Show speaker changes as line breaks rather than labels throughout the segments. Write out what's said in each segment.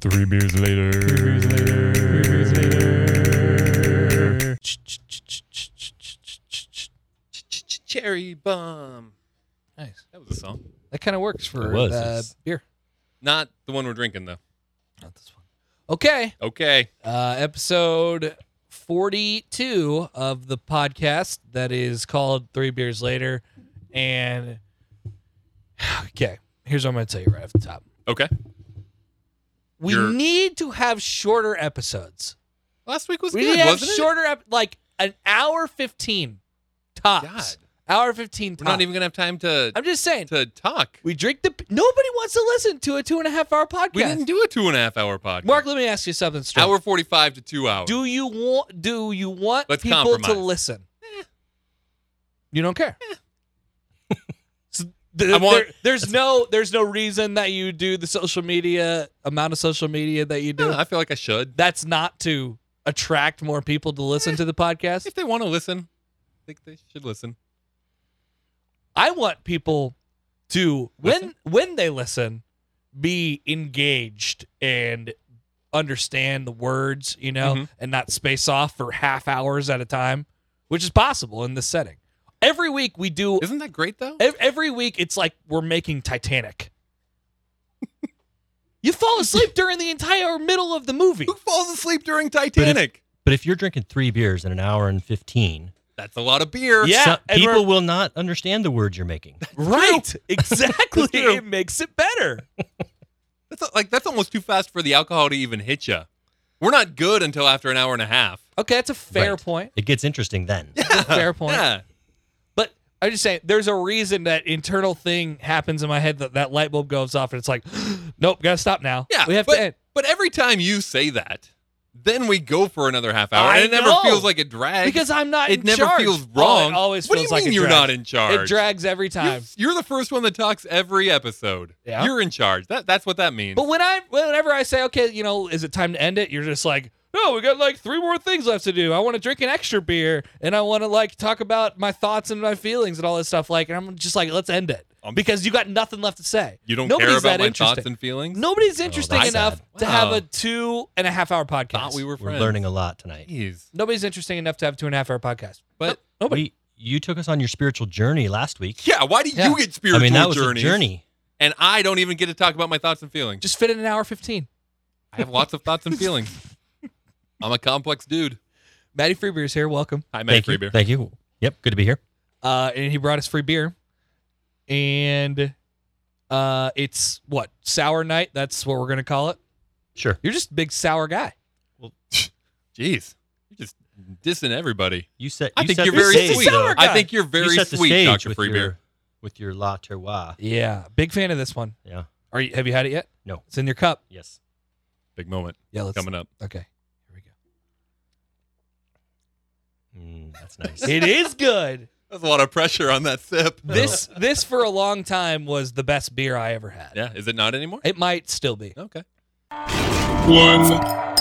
Three beers later. Three beers later. Three beers later.
Cherry Bomb.
Nice.
That was a song.
That kind of works for
It was.
the
It's-
beer.
Not the one we're drinking though.
Not this one. Okay.
Okay.
Uh, episode 42 of the podcast that is called Three Beers Later. And okay, here's what I'm going to tell you right off the top.
Okay.
We
You're-
need to have shorter episodes.
Last week was
We need
good,
to have
wasn't it?
shorter, ep- like an hour 15 tops.
God.
Hour 15 tops.
We're not even gonna have time to
I'm just saying.
to talk.
We drink the. Nobody wants to listen to a two and a half hour podcast.
We didn't do a two and a half hour podcast.
Mark, let me ask you something straight.
hour forty five to two hours.
Do you want? Do you want
Let's
people to
compromise.
listen? You don't care. So th-
I want-
there- there's no there's no reason that you do the social media amount of social media that you do.
Yeah, I feel like I should.
That's not to attract more people to listen to the podcast.
If they want to listen, I think they should listen.
I want people to
Listen?
when when they listen, be engaged and understand the words, you know,
Mhm.
and not space off for half hours at a time, which is possible in this setting. Every week we do.
Isn't that great though?
ev- Every week it's like we're making Titanic. you fall asleep during the entire middle of the movie.
Who falls asleep during Titanic?
But if you're drinking three beers in an hour and 15,
That's a lot of beer.
Yeah,
some-
and we're-
people will not understand the words you're making.
Right? Exactly.
true.
it makes it better.
That's like that's almost too fast for the alcohol to even hit you. We're not good until after an hour and a half.
Okay, that's a fair
Right.
point.
It gets interesting then.
That's a fair point.
Yeah.
But I'm just saying, there's a reason that internal thing happens in my head that that light bulb goes off, and it's like, nope, gotta stop now.
Yeah,
we have
but,
to end.
But every time you say that, then we go for another half hour,
I
and it never
know.
feels like it drags
because I'm not.
it
in
never
charge.
feels
Oh,
wrong.
it always
what do
feels
you
like
mean
it
you're
drags.
not in charge?
It drags every time.
You, are the first one that talks every episode.
Yeah.
You're in charge. That that's what that means.
But when I, whenever I say, okay, you know, is it time to end it? You're just like, no, we got like three more things left to do. I want to drink an extra beer, and I want to like talk about my thoughts and my feelings and all this stuff. Like, and I'm just like, let's end it
I'm-
because you got nothing left to say.
Um, you don't
Nobody's
care about
that
my
interesting.
thoughts and feelings.
Nobody's interesting
that's
enough
sad.
to have
Wow.
a two and a half hour podcast.
thought we were
We're
friends.
learning a lot tonight.
Jeez.
Nobody's interesting enough to have two and a half hour podcast.
But
Nobody.
We, you took us on your spiritual journey last week.
yeah, why do
Yeah.
you get spiritual
I mean, that was
journeys,
a journey.
And I don't even get to talk about my thoughts and feelings.
Just fit in an hour 15.
I have lots of thoughts and feelings. I'm a complex dude.
Maddie Freebeer's here. Welcome.
Hi, Matt
Thank you.
Freebeer.
Thank you. Yep, good to be here.
Uh, and he brought us free beer. And uh, it's what? Sour night. That's what we're going to call it.
Sure.
You're just a big sour guy.
Jeez, you're just dissing everybody.
You set.
I
you
think
set
you're
the
very
stage,
sweet.
though.
I think you're
you
very
set the
sweet,
stage
Doctor
with
Freebeer.
your, with your La Terroir.
Yeah. Big fan of this one.
Yeah.
Are you, Have you had it yet?
No.
It's in your cup.
Yes.
Big moment
Yeah. Let's,
coming up.
Okay. Here we go.
Mm, that's nice.
It is good.
That's a lot of pressure on that sip.
This this for a long time was the best beer I ever had.
Yeah, is it not anymore?
It might still be.
Okay.
What?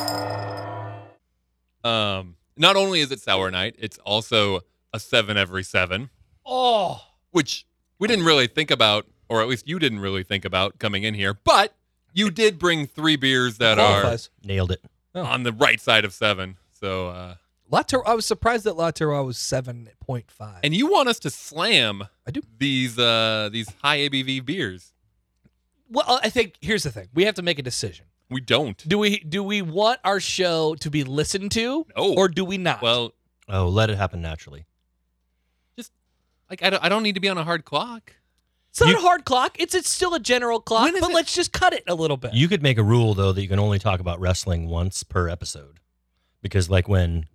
Um, not only is it Sour Night, it's also a seven every seven,
Oh.
which we didn't really think about, or at least you didn't really think about coming in here, but you did bring three beers that are
Qualifies.
Nailed it.
on the right side of seven. So, uh,
La Ter- I was surprised that La Terroir was 7.5.
and you want us to slam
I do.
these uh, these high ABV beers?
well, I think here's the thing. We have to make a decision.
We don't.
Do we do we want our show to be listened to
No.
or do we not?
Well,
Oh, let it happen naturally.
like I don't, I don't need to be on a hard clock.
it's not
you-
a hard clock. It's it's still a general clock,
When is
but
it-
let's just cut it a little bit.
You could make a rule though that you can only talk about wrestling once per episode, because like when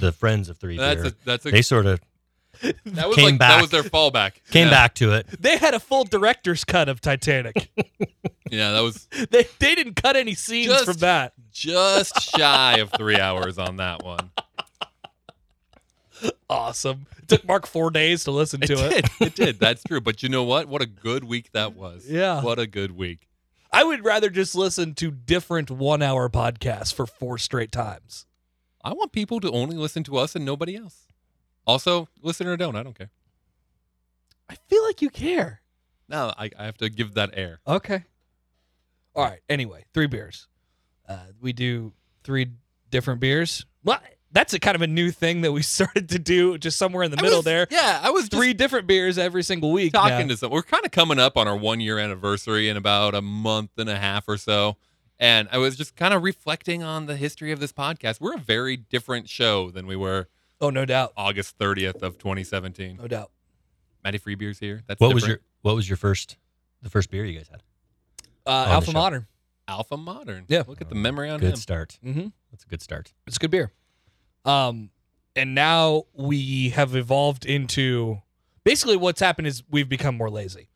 the friends of three
That's
beer,
a, that's a
they sort of
that was
came
like that
back.
was their fallback.
came
Yeah.
back to it.
they had a full director's cut of Titanic.
Yeah, that was
they they didn't cut any scenes
Just-
from that.
just shy of three hours on that one.
Awesome. It took Mark 4 days to listen to it.
did. It did. That's true. But you know what? What a good week that was.
Yeah.
What a good week.
I would rather just listen to different 1-hour podcasts for four straight times.
I want people to only listen to us and nobody else. Also, listen or don't. I don't care.
I feel like you care.
No, I, I have to give that air.
Okay. All right. Anyway, three beers. uh, we do three different beers. Well, that's a kind of a new thing that we started to do just somewhere in the
I
middle
was-
there.
Yeah, I was
Three different beers every single week. now.
talking to some. We're kind of coming up on our one year anniversary in about a month and a half or so. And I was just kind of reflecting on the history of this podcast. We're a very different show than we were
Oh, no doubt.
August 30th of 2017.
No doubt.
Matty Freebeer's here. That's
What was your
different.
What was your first the first beer you guys had?
Uh,
the
Alpha
show.
Modern.
Alpha Modern.
Yeah.
Look at the memory on
Good
him.
start.
Mm-hmm.
That's a good start.
It's a good beer. Um, and now we have evolved into basically what's happened is we've become more lazy.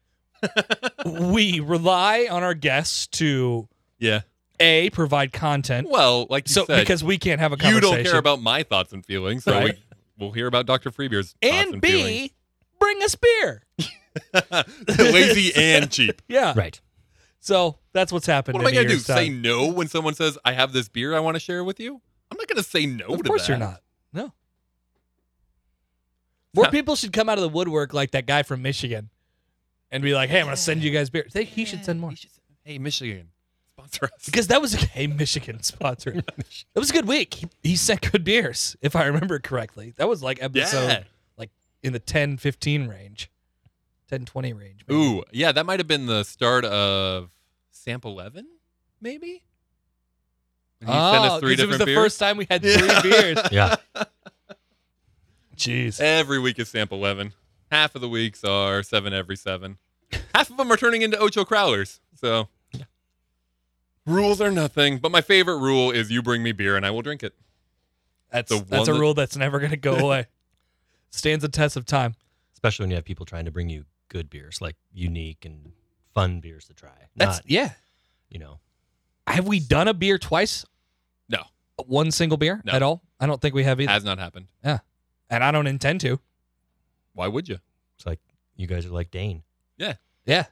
we rely on our guests to
Yeah.
a provide content,
Well, like you
so
said,
because we can't have a
you
conversation.
don't care about my thoughts and feelings, so
Right.
we, we'll hear about Dr. Freebeer's thoughts
and
and
B,
feelings.
bring us beer.
Lazy and cheap.
Yeah.
Right.
So that's what's happened.
What am I
in
going to
a
do?
year's time.
Say no when someone says, I have this beer I want to share with you? I'm not going to say no
Of
to
course
that.
you're not. No. More people should come out of the woodwork like that guy from Michigan and be like, hey, I'm going to send you guys beer. They, he should send more.
Hey, Michigan, sponsor us.
Because that was a hey, Michigan sponsor. it was a good week. He, he sent good beers, if I remember correctly. That was like episode
Yeah.
like in the 10 15 range, 10 20 range. maybe.
Ooh, yeah, that might have been the start of Sample 11, maybe? When he sent us
Oh,
three
'cause it
different
was the
beers.
first time we had three beers.
Yeah.
Jeez.
Every week is Sample 11. Half of the weeks are seven every seven. Half of them are turning into Ocho Crowlers. So rules are nothing, but my favorite rule is you bring me beer and I will drink it.
That's,
The
that's
one
a
that-
rule that's never going to go away. Stands the test of time.
Especially when you have people trying to bring you good beers, like unique and fun beers to try.
That's,
Not,
yeah.
you know,
Have we done a beer twice?
No.
One single beer
No.
at all? I don't think we have either.
Has not happened.
and I don't intend to.
Why would you?
it's like you guys are like Dane.
Yeah.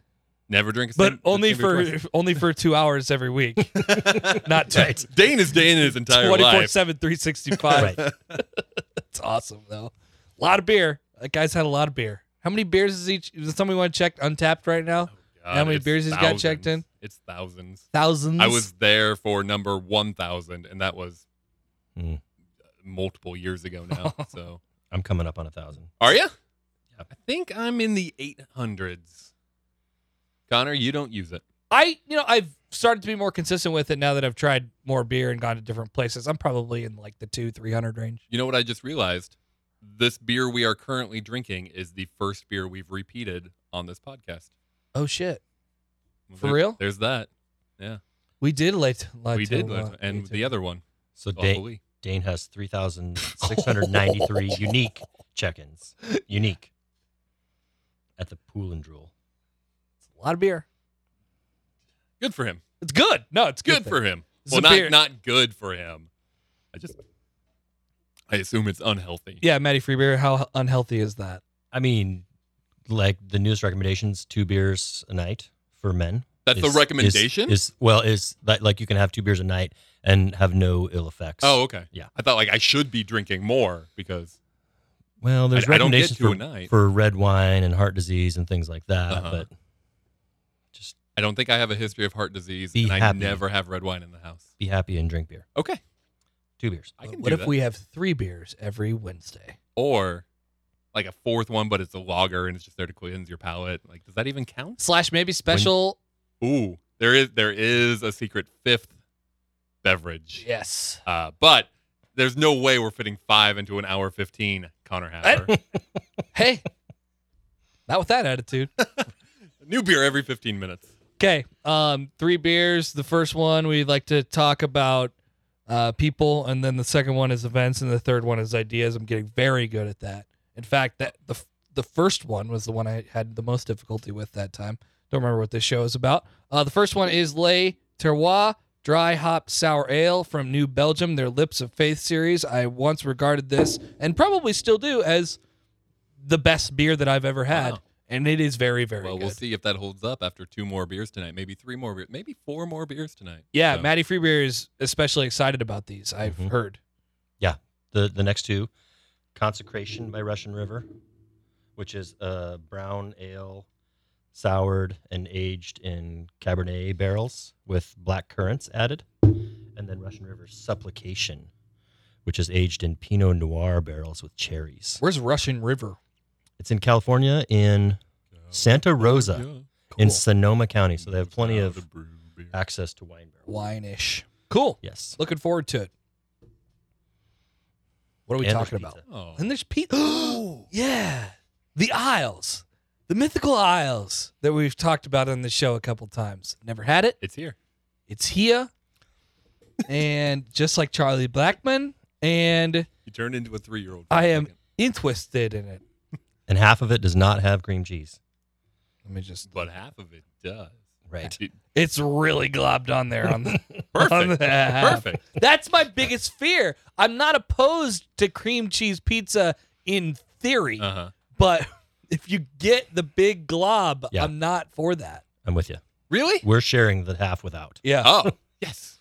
Never drink a
But
Sam-
only
the same beer
for only for 2 hours every week.
twice.
Not two,
Dane is Dane his entire
24
life.
7 365. It's awesome though. A lot of beer. That guy's had a lot of beer. How many beers is each is somebody want to check untapped right now?
God,
How many
it's
beers he's got checked
thousands.
in?
It's thousands.
Thousands.
I was there for number 1,000, and that was
Hmm.
multiple years ago now. so,
I'm coming up on a thousand.
are you?
Yep.
I think I'm in the 800s. Connor, you don't use it.
I you know, I've started to be more consistent with it now that I've tried more beer and gone to different places. I'm probably in like the 2 300 range.
You know what I just realized? This beer we are currently drinking is the first beer we've repeated on this podcast.
Oh shit. For
There-
real?
There's that.
We did late. late
we did. that.
uh,
and
late-
the other one,
So Dane,
Awfully.
Dane has 3,693 unique check-ins. Unique. At the pool and drool.
a lot of beer.
Good for him.
It's good. No, it's
Good,
good.
for him.
It's
Well,
a
not,
beer-
not good for him. I just, I assume it's unhealthy.
Yeah, Matty Freebeer, how unhealthy is that?
I mean, like the newest recommendations, two beers a night for men.
That's
is-
the
is-
recommendation?
Is, well, is that like you can have two beers a night and have no ill effects?
Oh, okay.
Yeah.
I thought like I should be drinking more because
well, there's
I- I don't get
recommendations
two a
for,
night.
for red wine and heart disease and things like that.
Uh-huh.
But just
I don't think I have a history of heart disease
Be
and I
happy.
never have red wine in the house.
be happy and drink beer.
Okay.
Two beers.
I can
what
do
if
that.
we have three beers every Wednesday?
or like a fourth one, but it's a lager and it's just there to cleanse your palate. Like, does that even count?
Slash maybe special.
Ooh, there is there is a secret fifth beverage.
yes.
Uh, but there's no way we're fitting five into an hour fifteen, Connor Happer.
Hey, not with that attitude.
New beer every fifteen minutes.
Okay. Um, three beers. The first one we like to talk about uh, people, and then the second one is events, and the third one is ideas. I'm getting very good at that. In fact, that the f- the first one was the one I had the most difficulty with that time. Don't remember what this show is about. Uh, the first one is Le Terroir Dry Hop Sour Ale from New Belgium, their Lips of Faith series. I once regarded this, and probably still do, as the best beer that I've ever had,
Wow.
and it is very, very
well,
good.
we'll see if that holds up after two more beers tonight. Maybe three more beers. Maybe four more beers tonight.
Yeah,
So-
Maddie Freebeer is especially excited about these. I've
Mhm.
heard.
the the next two consecration by russian river which is a brown ale soured and aged in cabernet barrels with black currants added then Russian River Supplication, which is aged in Pinot Noir barrels with cherries.
Where's Russian River?
It's in California in Santa Rosa in
Cool.
Sonoma County, so they have plenty
How to
of
brew beer.
access to wine barrels.
Wine-ish. Cool.
Yes.
Looking forward to it. What are we
And there's
talking about?
pizza.
Oh.
And there's pizza. yeah. The Isles. The mythical Isles that we've talked about on the show a couple times. Never had it.
It's here.
It's here. and just like Charlie Blackman, and
You turned into a three year old.
I am interested in it.
And half of it does not have cream cheese.
Let me just.
But half of it does.
Right.
Dude,
It's really globbed on there on the on
Perfect.
the half.
Perfect.
That's my biggest fear. I'm not opposed to cream cheese pizza in theory,
Uh huh.
but if you get the big glob,
Yeah.
I'm not for that.
I'm with you.
Really?
We're sharing the half without.
Yeah.
Oh, yes.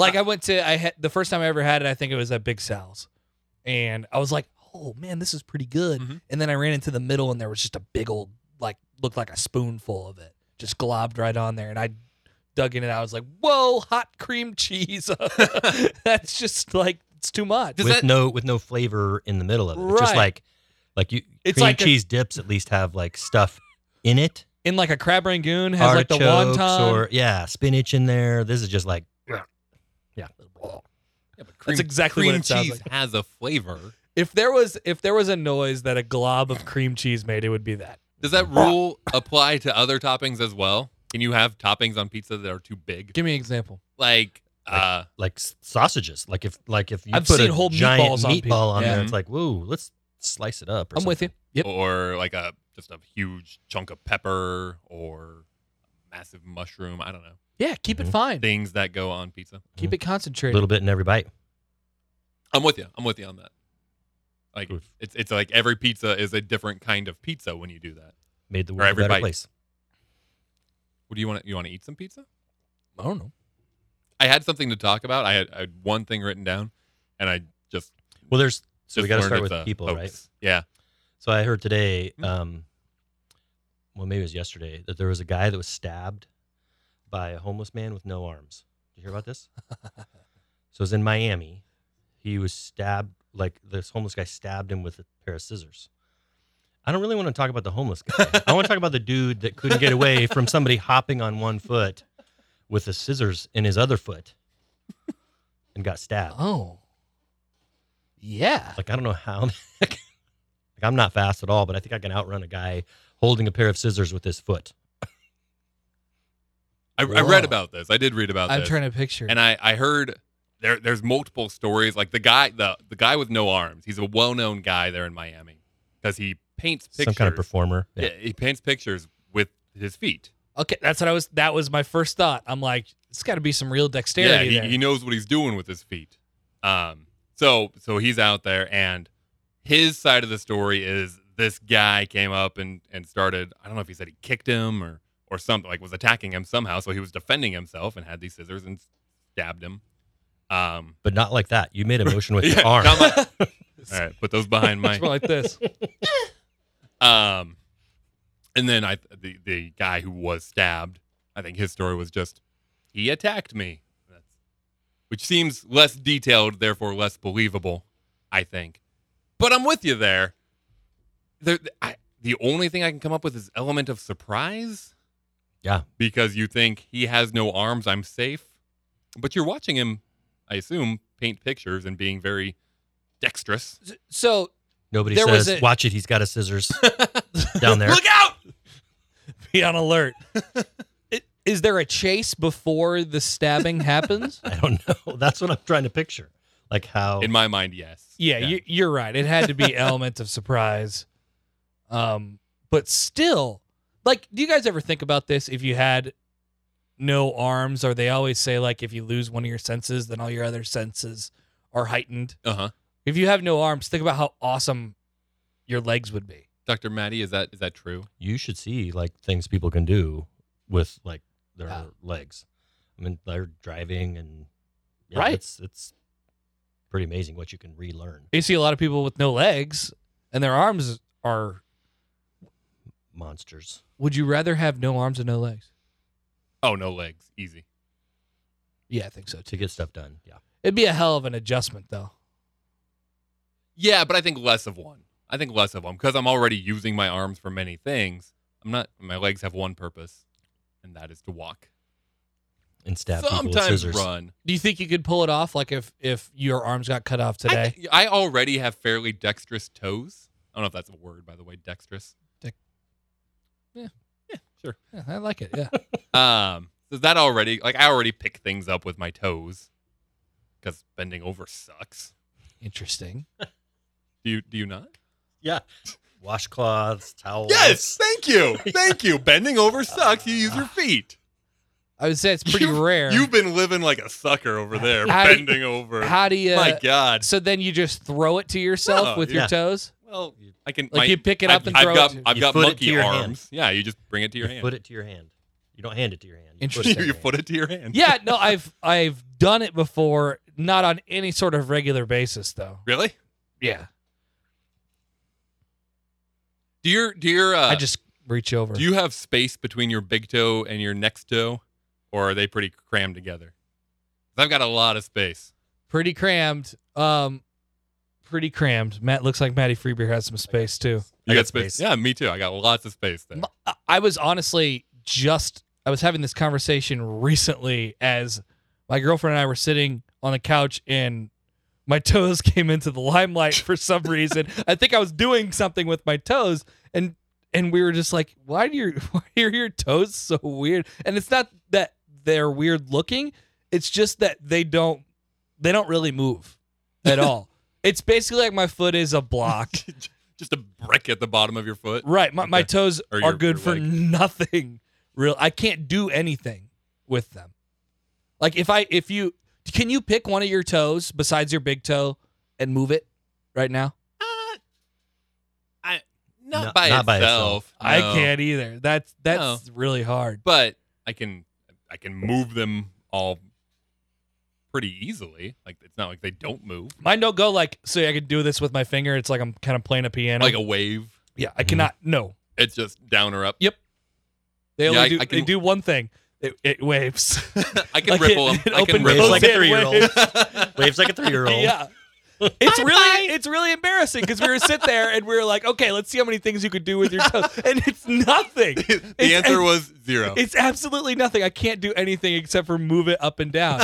Like I went to I had the first time I ever had it, I think it was at Big Sal's. And I was like, "Oh man, this is pretty good."
Mhm.
And then I ran into the middle and there was just a big old like looked like a spoonful of it. Just globbed right on there and I dug in and I was like, "Whoa, hot cream cheese." That's just like it's too much.
Does
with
that-
no with no flavor in the middle of it. It's
Right.
just like like you
It's
cream
like a-
cheese dips at least have like stuff in it.
In like a crab rangoon has like the
Artichokes
wonton.
or yeah, spinach in there. This is just like
Yeah, but
That's exactly what
cream
it sounds
cheese
like.
has a flavor.
If there was if there was a noise that a glob of cream cheese made, it would be that.
Does that rule apply to other toppings as well? Can you have toppings on pizza that are too big?
Give me an example.
Like, uh,
like s- sausages. Like if like if you
I've
put
seen
a
whole
giant
meatballs on people.
meatball on
Yeah.
there, it's like whoa, let's slice it up. Or
I'm with you.
something.
Yep.
or like a just a huge chunk of pepper or massive mushroom. I don't know.
Yeah, keep it
Mhm.
fine.
Things that go on pizza.
Keep it
A
concentrated.
little bit in every bite.
I'm with you. I'm with you on that. Like
Oof.
it's it's like every pizza is a different kind of pizza when you do that.
Made the world a
every
better
bite.
place.
What do you want? You want to eat some pizza?
I don't know.
I had something to talk about. I had, I had one thing written down, and I just
Well, there's so
just
we got to
learned
start
it's
with
a
people,
hoax.
right?
Yeah.
So I heard today,
Hmm.
um, well, maybe it was yesterday, that there was a guy that was stabbed by a homeless man with no arms. Did you hear about this? so it was in Miami. He was stabbed, like this homeless guy stabbed him with a pair of scissors. I don't really want to talk about the homeless guy. I want to talk about the dude that couldn't get away from somebody hopping on one foot with the scissors in his other foot and got stabbed.
Oh. Yeah.
Like I don't know how. like I'm not fast at all, but I think I can outrun a guy holding a pair of scissors with his foot.
I, I
Whoa.
read about this. I did read about
I'm
this.
trying to picture.
and I, I heard there there's multiple stories like the guy the the guy with no arms he's a well-known guy there in Miami because he paints pictures
Some kind of performer.
yeah, he paints pictures with his feet
okay, that's what I was that was my first thought. I'm like, it's gotta be some real
yeah
dexterity
he,
there.
he knows what he's doing with his feet um so so he's out there and his side of the story is this guy came up and and started I don't know if he said he kicked him or or something like was attacking him somehow so he was defending himself and had these scissors and stabbed him um
But not like that. You made a motion with
Yeah,
your arm.
not my- all right put those behind my
It's more like this.
Um, and then I the the guy who was stabbed, I think his story was just he attacked me, That's, which seems less detailed, therefore less believable. I think, but I'm with you there. There, I, the only thing I can come up with is element of surprise.
Yeah.
because you think he has no arms, I'm safe, but you're watching him, I assume, paint pictures and being very dexterous.
So
Nobody
There was
says,
a-
"Watch it, he's got his scissors down there."
Look out!
be on alert. I- Is there a chase before the stabbing happens?
I don't know. That's what I'm trying to picture. Like how
In my mind, yes.
Yeah,
Yeah.
You, you're right. It had to be element of surprise. Um, but still, like, do you guys ever think about this? If you had no arms, or they always say like, if you lose one of your senses, then all your other senses are heightened.
Uh huh.
If you have no arms, think about how awesome your legs would be.
Dr. Maddie, is that is that true?
you should see like things people can do with like their
Yeah.
legs. I mean, they're driving and yeah,
Right.
It's it's pretty amazing what you can relearn.
You see a lot of people with no legs, and their arms are.
Monsters.
Would you rather have no arms and no legs?
Oh, no legs. Easy.
Yeah, I think so too.
to get stuff done. Yeah.
It'd be a hell of an adjustment though.
Yeah, but I think less of one. I think less of them because I'm already using my arms for many things. I'm not. My legs have one purpose, and that is to walk.
And stab people with
Sometimes
scissors.
run.
Do you think you could pull it off? Like if if your arms got cut off today?
I, I already have fairly dexterous toes. I don't know if that's a word, by the way. Dexterous.
Yeah, I like it. Yeah.
Um, so that already, like, I already pick things up with my toes because bending over sucks.
Interesting.
Do you? Do you not?
Yeah. Washcloths, towels.
Thank you. Thank you. Bending over sucks. You use your
Ah.
feet.
I would say it's pretty
You-
rare.
You've been living like a sucker over there,
How do-
bending over.
How do you
My God.
So then you just throw it to yourself
Oh,
with
yeah.
your toes?
Well, I can.
Like
my-
you pick it
I've-
up and
I've
throw
got,
it. to-
I've
You
got
foot it
monkey
to your hand.
arms. Yeah, you just bring it to your
You
hand.
put it to your hand. You don't hand it to your hand. You put it
Interesting.
to
you
your
put it to your hand.
yeah, no, I've I've done it before, not on any sort of regular basis though.
Really?
Yeah.
Do your do your uh,
I just reach over.
do you have space between your big toe and your next toe, or are they pretty crammed together? 'Cause I've got a lot of space.
pretty crammed. Um pretty crammed. Matt looks like Matty Freebeer has some space too.
You
I got space.
Yeah, me too. I got lots of space there.
M- I was honestly just I was having this conversation recently as my girlfriend and I were sitting on the couch and my toes came into the limelight for some reason. I think I was doing something with my toes and and we were just like, why do your why are your toes so weird? And it's not that they're weird looking, it's just that they don't they don't really move at all. it's basically like my foot is a block.
Just a brick at the bottom of your foot.
Right. My, my
Okay.
toes
Or
are
your-
good
your
for
leg.
nothing. Real. I can't do anything with them. Like if I if you can you pick one of your toes besides your big toe and move it right now?
Uh, I not,
Not-
by,
not by
itself.
I
no.
can't either. That's that's really hard.
But I can I can move them all pretty easily. Like it's not like they don't move.
Mine don't go like so I could do this with my finger. It's like I'm kind of playing a piano.
Like a wave.
yeah, I cannot no.
It's just down or up.
Yep. They
Yeah,
only
I-
do
I
they
can-
do one thing. It, it waves.
I can
Like it-
ripple
it
them. I can
opened
ripple
Waves like
goes
a
in
three year old.
waves.
Waves like a three year old.
Yeah. It's really it's really embarrassing because we were sit there and we were like, okay, let's see how many things you could do with your toes, and it's nothing.
the
It's-
answer was zero.
It's absolutely nothing. I can't do anything except for move it up and down.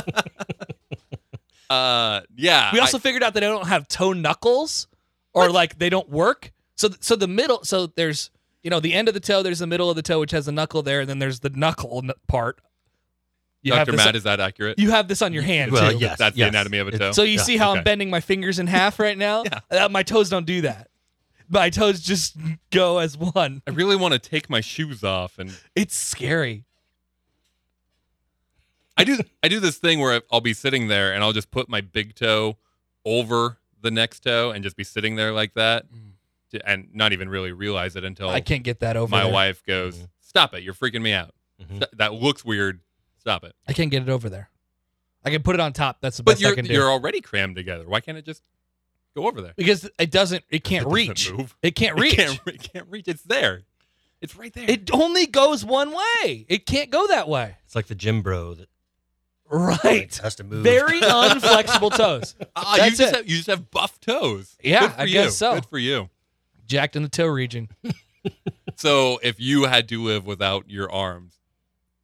Uh, yeah.
We
I-
also figured out that I don't have toe knuckles, or like they don't work. So th- so the middle, so there's you know the end of the toe, there's the middle of the toe which has the knuckle there, and then there's the knuckle n- part. You have
Dr.
this-
Matt, is that accurate?
you have this on your hand
Well,
too.
yes.
That's the
yes.
anatomy of a
It-
toe.
So you
Yeah,
see how
okay.
I'm bending my fingers in half right now? Uh, my toes don't do that. My toes just go as one.
I really want to take my shoes off and
It's scary.
I do I do this thing where I'll be sitting there and I'll just put my big toe over the next toe and just be sitting there like that to, and not even really realize it until
Mm. I can't get that over.
my
there. Mm-hmm.
wife goes,
Mhm.
"Stop it! You're freaking me out.
Mhm.
Th- that looks weird. Stop it."
I can't get it over there. I can put it on top. That's the
But
best I
you're
can do.
you're already crammed together. Why can't it just go over there?
because it doesn't. It
It
can't
doesn't
reach.
move.
It can't reach.
It can't, it can't reach. It's there. It's right there.
It only goes one way. It can't go that way.
It's like the gym bro that
Right.
has to move.
Very unflexible toes.
Ah, you
That's
just
it.
have you just have buff toes.
Yeah,
Good for
I
you.
guess so.
Good for you.
Jacked in the toe region.
So if you had to live without your arms,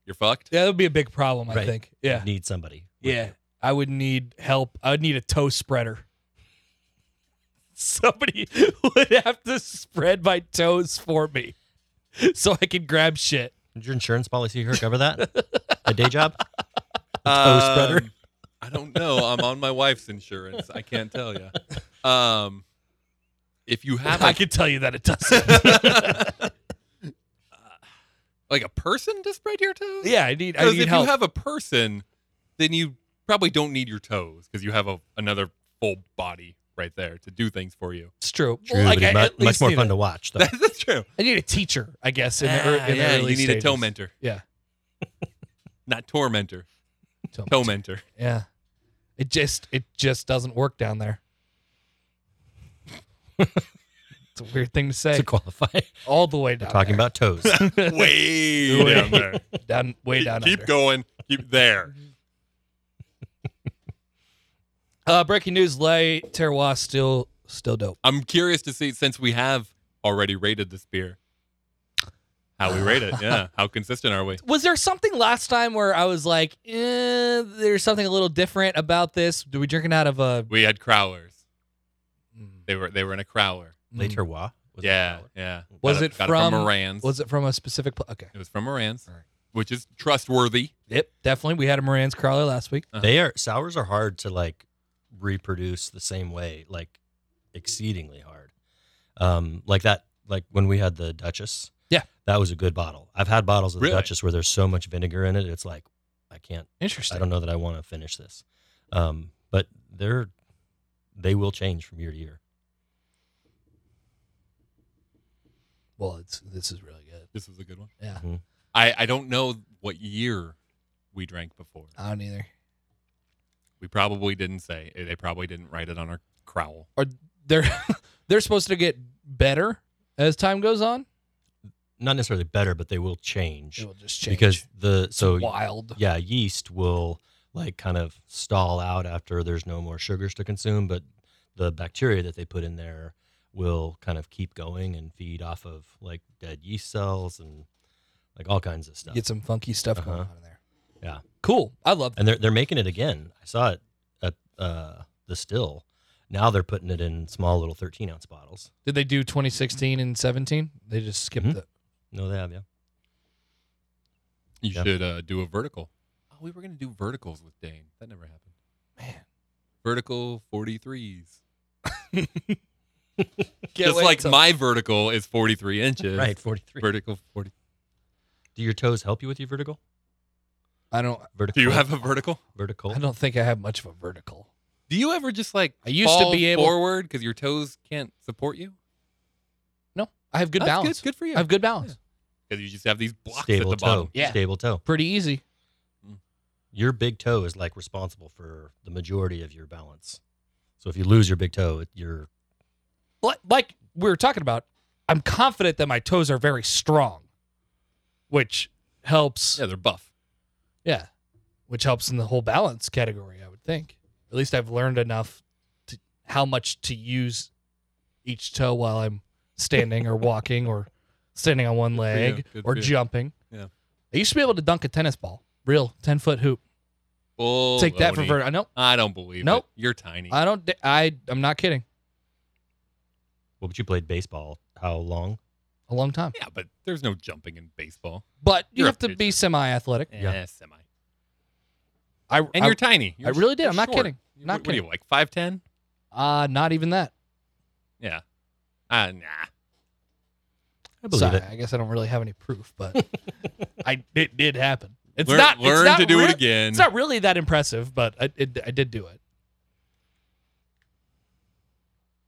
you're fucked.
Yeah, that would be a big problem. I
Right.
think.
You
Yeah.
Need somebody.
Yeah. I would need help. I would need a toe spreader. Somebody would have to spread my toes for me so I could grab shit.
Did your insurance policy here cover that? a day job?
Um,
spreader?
I don't know. I'm on my wife's insurance. I can't tell you. Um, if you have
I
a,
can tell you that it doesn't.
like a person to spread your toes,
yeah, I need I
Because
need
if
help.
you have a person, then you probably don't need your toes because you have a, another full body right there to do things for you.
it's true.
True,
Well, like,
but
I,
it's mu-
at
much
least
more
need
fun
a-
to watch. Though.
That's true.
I need a teacher, I guess. In the, ear-
Ah,
in the
yeah, you
early
need a toe
stages.
mentor,
Yeah.
not tormentor.
Toe
Toe
mentor.
mentor.
Yeah. It just it just doesn't work down there. it's a weird thing to say.
to qualify. We're
All the way down.
talking
there.
about toes.
Way down there.
down way
Keep-
down
Keep
under.
going. Keep there.
Uh, breaking news: Lay Terroir still still dope.
I'm curious to see since we have already rated this beer, how we rate it. Yeah, how consistent are we?
Was there something last time where I was like, eh, "There's something a little different about this"? Do we drinking out of a?
We had crowlers. They were they were in a crowler.
mm,
Later, wa? Was it
yeah,
Flower?
yeah.
Was
Got
it
got
from-
Moran's?
Was it from a specific? Pl- okay.
It was from Moran's,
All right.
which is trustworthy.
Yep, definitely. We had a Moran's crawler last week.
Uh-huh.
They are sours are hard to like reproduce the same way, like exceedingly hard. Um, like that, like when we had the Duchess.
Yeah.
that was a good bottle. I've had bottles of the
Really?
Duchess where there's so much vinegar in it, it's like I can't.
Interesting.
I don't know that I want to finish this. Um, but they're they will change from year to year.
Well, it's this is really good.
This was a good one.
Yeah.
Mhm.
I I don't know what year we drank before.
I don't either.
We probably didn't say. They probably didn't write it on our crowl.
Are they're they're supposed to get better as time goes on?
Not necessarily better, but they will change,
will just change
because the so
wild.
yeah, yeast will like kind of stall out after there's no more sugars to consume, but the bacteria that they put in there will kind of keep going and feed off of like dead yeast cells and like all kinds of stuff.
Get some funky stuff going
Uh-huh.
on in there.
Yeah.
Cool. I love that.
and they're they're making it again. I saw it at uh, the still. Now they're putting it in small little 13 ounce bottles.
Did they do 2016 and 17? They just skipped
Mm-hmm.
Mhm.
it.
No, they have yeah.
You
Yeah.
should uh, do a vertical. Oh, we were gonna do verticals with Dane. That never happened.
Man.
Vertical forty threes.
Can't
Just
wait
like
till-
my vertical is forty three inches.
Right, 43.
Vertical forty.
Do your toes help you with your vertical?
I don't.
Vertical.
Do you have a vertical?
vertical?
I don't think I have much of a vertical.
Do you ever just like
I used to
fall
be able-
forward because your toes can't support you?
No, I have good
That's
balance.
Good, good for you.
I have good balance.
Because you just have these blocks
Stable
at the bottom.
toe.
Yeah.
Stable toe.
Pretty easy.
your big toe is like responsible for the majority of your balance. So if you lose your big toe, it- you're
Li- Like we were talking about, I'm confident that my toes are very strong, which helps.
Yeah, they're buff.
Yeah. Which helps in the whole balance category, I would think. At least I've learned enough to how much to use each toe while I'm standing or walking or standing on one
for you.
leg
Good
or
for you.
jumping.
Yeah.
I used to be able to dunk a tennis ball, real 10 foot hoop.
Oh,
Take that for
Baloney.
vert. I know.
I don't believe
Nope.
it. You're tiny.
I don't, I, I'm not kidding.
well, but you played baseball how long?
A long time.
yeah, but there's no jumping in baseball.
But you
You're a
have to be
pitcher.
semi athletic.
Yeah.
Eh, semi.
I,
And
I,
you're tiny. You're
I really did.
you're
I'm not
short.
kidding.
You-
Not
what, what are you, like 5'10?
Uh, not even that.
Yeah. Uh, nah.
I believe
Sorry,
it.
I guess I don't really have any proof, but I it did happen. It's
learn
not it's
learn
not
to do
re-
it again.
It's not really that impressive, but I it, I did do it.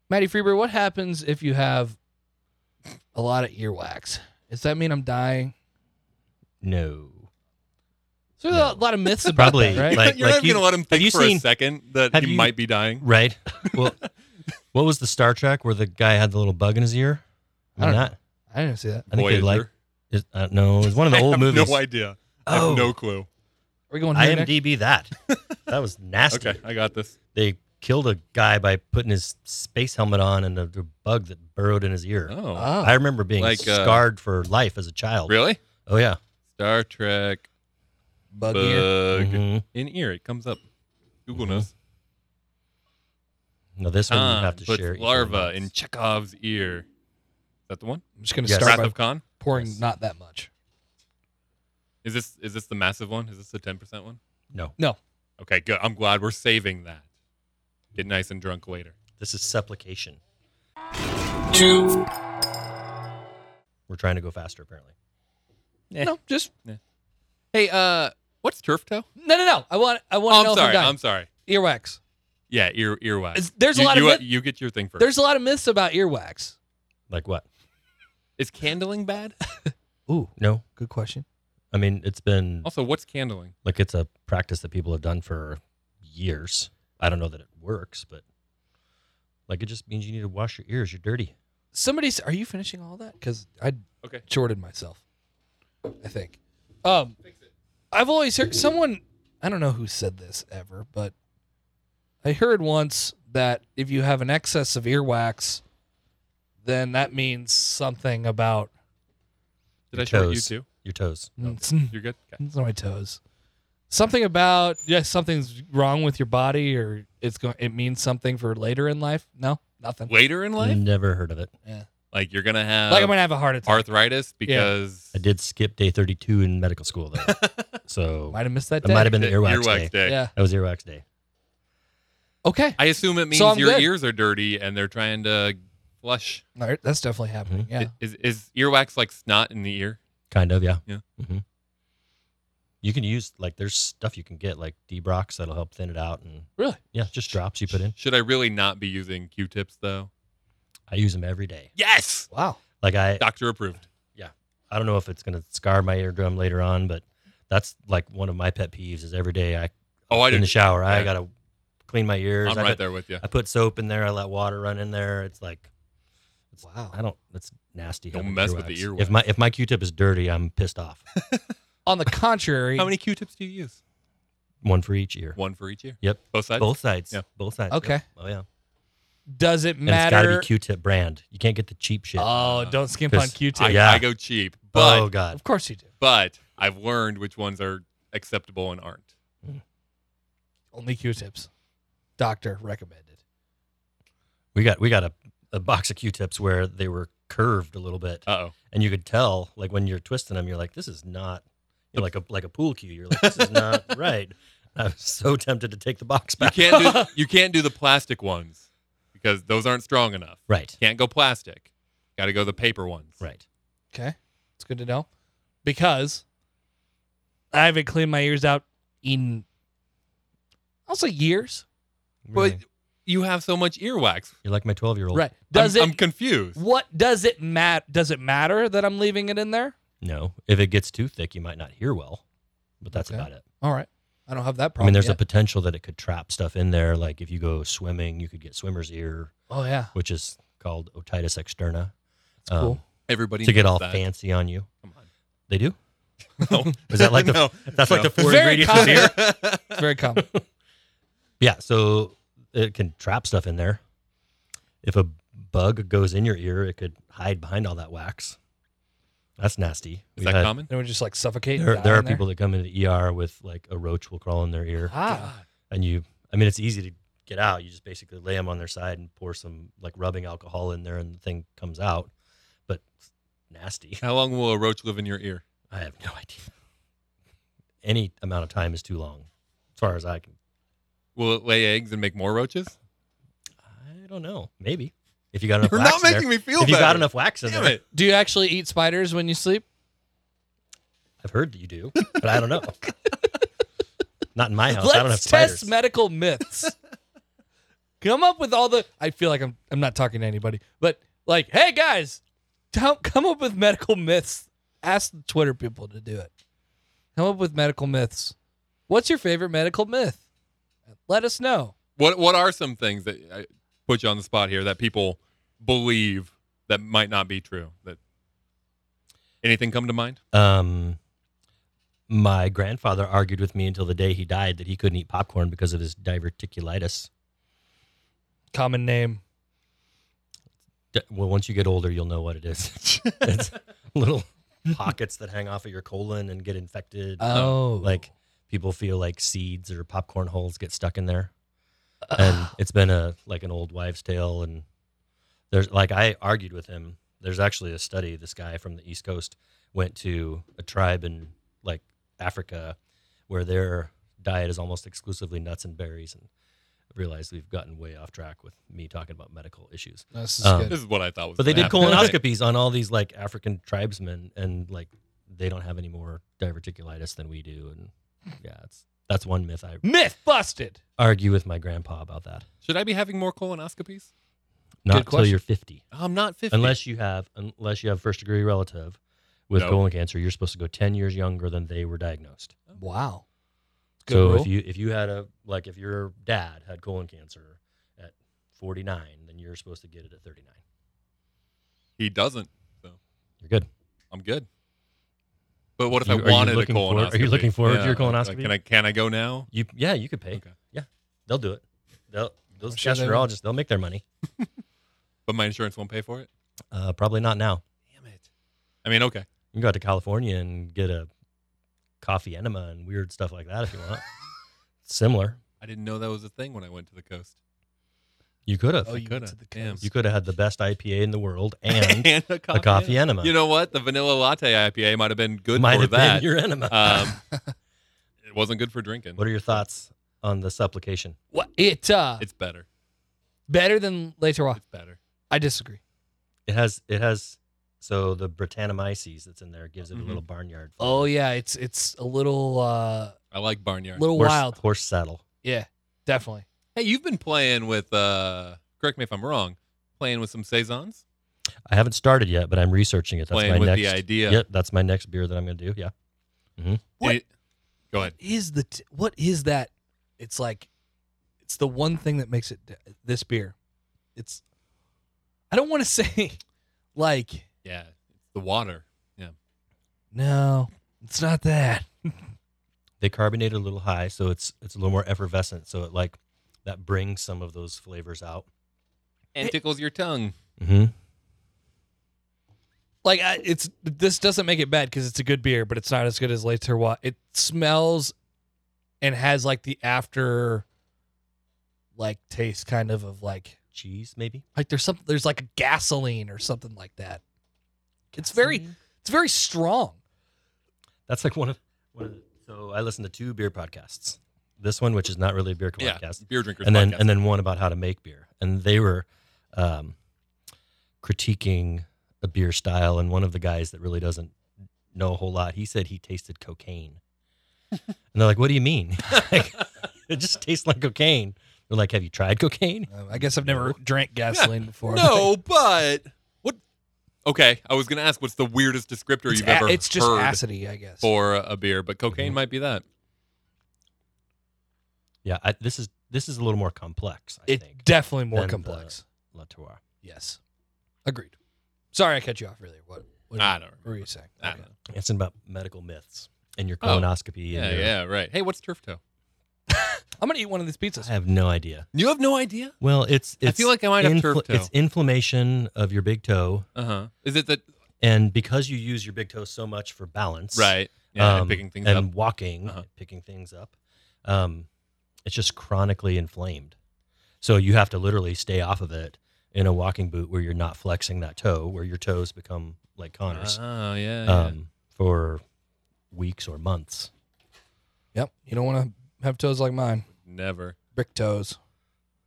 Maddie Freeber, what happens if you have a lot of earwax? Does that mean I'm dying?
No.
So there's a lot of myths about
Probably,
that, right?
like-
You're not
you-
going to let him
have you
think for
seen-
a second that
have
he
you-
might be dying.
Right. Well, what was the Star Trek where the guy had the little bug in his ear?
I don't
mean, that-
I didn't see that.
I think they
Voyager.
like. Is, uh, no, it was one of the
I
old
have
movies.
no idea. I
Oh.
have no clue.
Are we going here next?
IMDb that. That was nasty.
Okay, I got this.
They killed a guy by putting his space helmet on and a, a bug that burrowed in his ear.
Oh.
Ah.
I remember being
Like, uh,
scarred for life as a child.
Really?
Oh yeah.
Star Trek
Bug
bug,
ear. Mm-hmm.
Mhm.
in ear. It comes up. Google knows.
No, this one you
Khan
have to
puts
share. equal
Uh, larva
amounts.
in Chekhov's ear. Is that the one?
I'm just gonna
Yes.
start
Wrath
by
of Khan.
pouring
Yes.
not that much.
Is this is this the massive one? Is this the ten percent one?
No,
Okay, good. I'm glad we're saving that. Get nice and drunk later.
this is supplication.
Two.
We're trying to go faster, apparently. Eh.
No, just
Hey, uh, what's turf toe?
no, no, no. I want I want to
Oh,
know
I'm
if
sorry.
I'm dying.
I'm sorry.
earwax.
Yeah, ear earwax.
It's- there's a
You-
lot of
you, uh,
myth-
you get your thing first.
There's a lot of myths about earwax.
Like what?
Is candling bad?
Ooh,
No,
good question.
I mean it's been
also, what's candling?
like it's a practice that people have done for years. I don't know that it works, but like it just means you need to wash your ears. You're dirty.
Somebody's. Are you finishing all that? Because I
Okay.
shorted myself. I think. Um, I've always heard someone. I don't know who said this ever, but I heard once that if you have an excess of earwax, then that means something about
Did
Your
I show it you
toes.
too?
Your toes.
You're good. Okay.
It's on my toes. Something about yeah, something's wrong with your body, or it's going. It means something for later in life. No, nothing.
Later in life,
Never heard of it.
like you're gonna have
like I'm gonna have a heart attack.
arthritis because
I did skip day 32 in medical school though, so
Might have missed that
it
day.
might have been the earwax, day.
day.
Yeah.
That was earwax day.
Okay.
I assume it means
So I'm
your
good.
ears are dirty and they're trying to flush.
All right, that's definitely happening.
Mm-hmm.
Yeah.
Is, is earwax like snot in the ear?
Kind of, yeah.
Yeah.
hmm You can use like there's stuff you can get like Debrox that'll help thin it out and
Really?
yeah, just drops you put in.
Should I really not be using Q-tips though?
I use them every day.
Yes,
Wow.
Like I
doctor approved.
I don't know if it's gonna scar my eardrum later on, but that's like one of my pet peeves is every day I
Oh, I
in
do.
the shower I
Yeah.
gotta clean my ears.
I'm
I
right
put,
there with you.
I put soap in there. I let water run in there. It's like
Wow.
I don't. That's nasty.
Don't
having
mess with the
If
earwax.
my if my Q-tip is dirty, I'm pissed off.
On the contrary,
How many Q-tips do you use?
one for each ear.
One for each ear.
Yep.
Both sides.
Both sides.
Yeah.
Both sides.
Okay.
Yep. Oh yeah.
does it
And it's got to
matter?
be Q-tip brand. You can't get the cheap shit.
oh, don't skimp on
Because
I,
Q-tip.
Yeah.
I go cheap, but
oh God.
Of course you do.
but I've learned which ones are acceptable and aren't.
Only Q-tips. Doctor recommended.
We got we got a, a box of Q-tips where they were curved a little bit,
Uh oh.
and you could tell like when you're twisting them, you're like, this is not you're like a like a pool cue. You're like, this is not right. I was so tempted to take the box
You
back.
can't do you can't do the plastic ones because those aren't strong enough.
Right.
Can't go plastic. Got to go the paper ones.
Right.
Okay, it's good to know because I haven't cleaned my ears out in I'll say years.
But
Really.
you have so much earwax.
you're like my 12 year old.
Right? Does
I'm, I'm
it?
confused.
what does it matter? Does it matter that I'm leaving it in there?
No. If it gets too thick, you might not hear well. But that's
Okay.
about it.
All right, I don't have that
I
problem.
mean, there's a
yet.
potential that it could trap stuff in there. Like if you go swimming, you could get swimmer's ear,
oh yeah,
which is called otitis externa. Um,
That's cool.
Everybody
to get
knows
all
that.
fancy on you.
Come on.
They do.
No.
Is that like the-
No.
That's like
No.
the four
Very
ingredients of beer.
it's very common.
Yeah, so it can trap stuff in there. If a bug goes in your ear, it could hide behind all that wax. That's nasty.
Is
We've
that
had-
common?
Then we just like suffocate. and
There,
die
there are
in
people that come into the ER with like a roach will crawl in their ear,
Ah,
and you. I mean, it's easy to get out. You just basically lay them on their side and pour some like rubbing alcohol in there, and the thing comes out. But it's nasty.
How long will a roach live in your ear?
I have no idea. Any amount of time is too long, as far as I can.
Will it lay eggs and make more roaches?
I don't know. Maybe if you got enough.
You're
wax
not
in there.
making me feel
if you got
better.
enough wax in
Damn
there,
it.
do you actually eat spiders when you sleep?
I've heard that you do, but I don't know. Not in my house.
Let's
I don't have
test
spiders.
medical myths. come up with all the. I feel like I'm. I'm not talking to anybody, but like, hey guys, don't come up with medical myths. Ask the Twitter people to do it. Come up with medical myths. What's your favorite medical myth? Let us know.
What What are some things that I put you on the spot here that people believe that might not be true? That anything come to mind?
um, my grandfather argued with me until the day he died that he couldn't eat popcorn because of his diverticulitis.
Common name.
D- Well, once you get older, you'll know what it is. it's little pockets that hang off of your colon and get infected.
Oh,
like people feel like seeds or popcorn holes get stuck in there and it's been a like an old wives tale and there's like i argued with him there's actually a study this guy from the east coast went to a tribe in like africa where their diet is almost exclusively nuts and berries and I realized we've gotten way off track with me talking about medical issues
this is
um,
good.
This is what I thought was.
but they did
gonna happen.
colonoscopies on all these like African tribesmen, and like they don't have any more diverticulitis than we do. And yeah, it's, that's one myth I
Myth busted.
argue with my grandpa about that.
Should I be having more colonoscopies?
Not till
question.
you're 50,
I'm not 50.
unless you have unless you have first degree relative with
No.
colon cancer, you're supposed to go 10 years younger than they were diagnosed.
Wow. Good
so
rule.
if you if you had a like if your dad had colon cancer at 49, then you're supposed to get it at 39.
he doesn't.
You're good.
I'm good. But what if
You- are
I
you
wanted a
looking for-
colonoscopy?
are you looking forward to your
like,
colonoscopy?
Can I Can I go now?
You yeah, you could pay.
Okay.
Yeah, they'll do it. they'll, those
sure they will.
gastroenterologists, they'll make their money.
But my insurance won't pay for it.
Uh, probably not now.
Damn it. I mean, okay.
You can go out to California and get a coffee enema and weird stuff like that if you want. Similar.
I didn't know that was a thing when I went to the coast.
You could have.
Oh, you went to the coast.
you could have had the best IPA in the world and
a coffee,
a coffee
enema.
enema.
You know what? The vanilla latte IPA might have been good
might
for
have
that.
been your enema.
um, it wasn't good for drinking.
what are your thoughts on the supplication?
What it uh
It's better.
better than later on.
It's better.
I disagree.
It has it has so the Britannomyces that's in there gives it a
Mhm.
little barnyard.
Oh
flavor.
yeah, it's it's a little uh
I like barnyard.
little
horse,
wild.
horse saddle.
Yeah, definitely.
hey, you've been playing with. uh Correct me if I'm wrong. Playing with some saisons.
I haven't started yet, but I'm researching it. That's
playing
my
with
next.
the idea.
Yep, that's my next beer that I'm going to do. Yeah,
What-
It- go ahead.
Is the t- what is that? It's like it's the one thing that makes it d- this beer. It's I don't want to say like
Yeah, the water.
no, it's not that.
they carbonate it a little high, so it's it's a little more effervescent. So it like that brings some of those flavors out.
And tickles your tongue.
Mm-hmm.
Like I, it's this doesn't make it bad because it's a good beer, but it's not as good as Le Terroir. It smells and has like the after like taste kind of of like
Cheese, maybe.
like there's some there's like a gasoline or something like that. It's very
Gasoline?
it's very strong.
That's like one of one of. The, so I listen to two beer podcasts. This one, which is not really a beer podcast,
Yeah, beer drinkers.
and then
podcast.
and then one about how to make beer, and they were um, critiquing a beer style, and one of the guys that really doesn't know a whole lot, he said he tasted cocaine, and they're like, "What do you mean? Like, it just tastes like cocaine." They're like, "Have you tried cocaine?"
Um, I guess I've never drank gasoline before.
No, but what? Okay, I was gonna ask what's the weirdest descriptor
it's,
you've
a-
ever
it's just Mm-hmm.
heard
acidity, I guess.
for a beer, but cocaine might be that.
Yeah, I, this is this is a little more complex. I
It's
think
definitely more
than the-
complex.
La Tour.
Yes, agreed. Sorry, I cut you off earlier. What? What,
I don't.
what were you
Remember.
saying?
I
Okay.
don't know.
It's about medical myths and your
Oh,
colonoscopy.
Yeah,
and your,
yeah, right. Hey, what's turf toe?
I'm gonna eat one of these
I
pizzas.
have no idea.
You have no idea.
Well, it's,
I
it's
feel like I might have
infl-
turf toe.
It's inflammation of your big toe,
Uh huh. Is it that?
and because you use your big toe so much for balance,
Right. Yeah,
um,
and picking things
and
up.
walking,
Uh-huh.
picking things up, um, it's just chronically inflamed. So you have to literally stay off of it in a walking boot where you're not flexing that toe, where your toes become like Connor's
Oh yeah. yeah.
um, for weeks or months.
Yep. You don't want to have toes like mine.
Never.
Brick toes.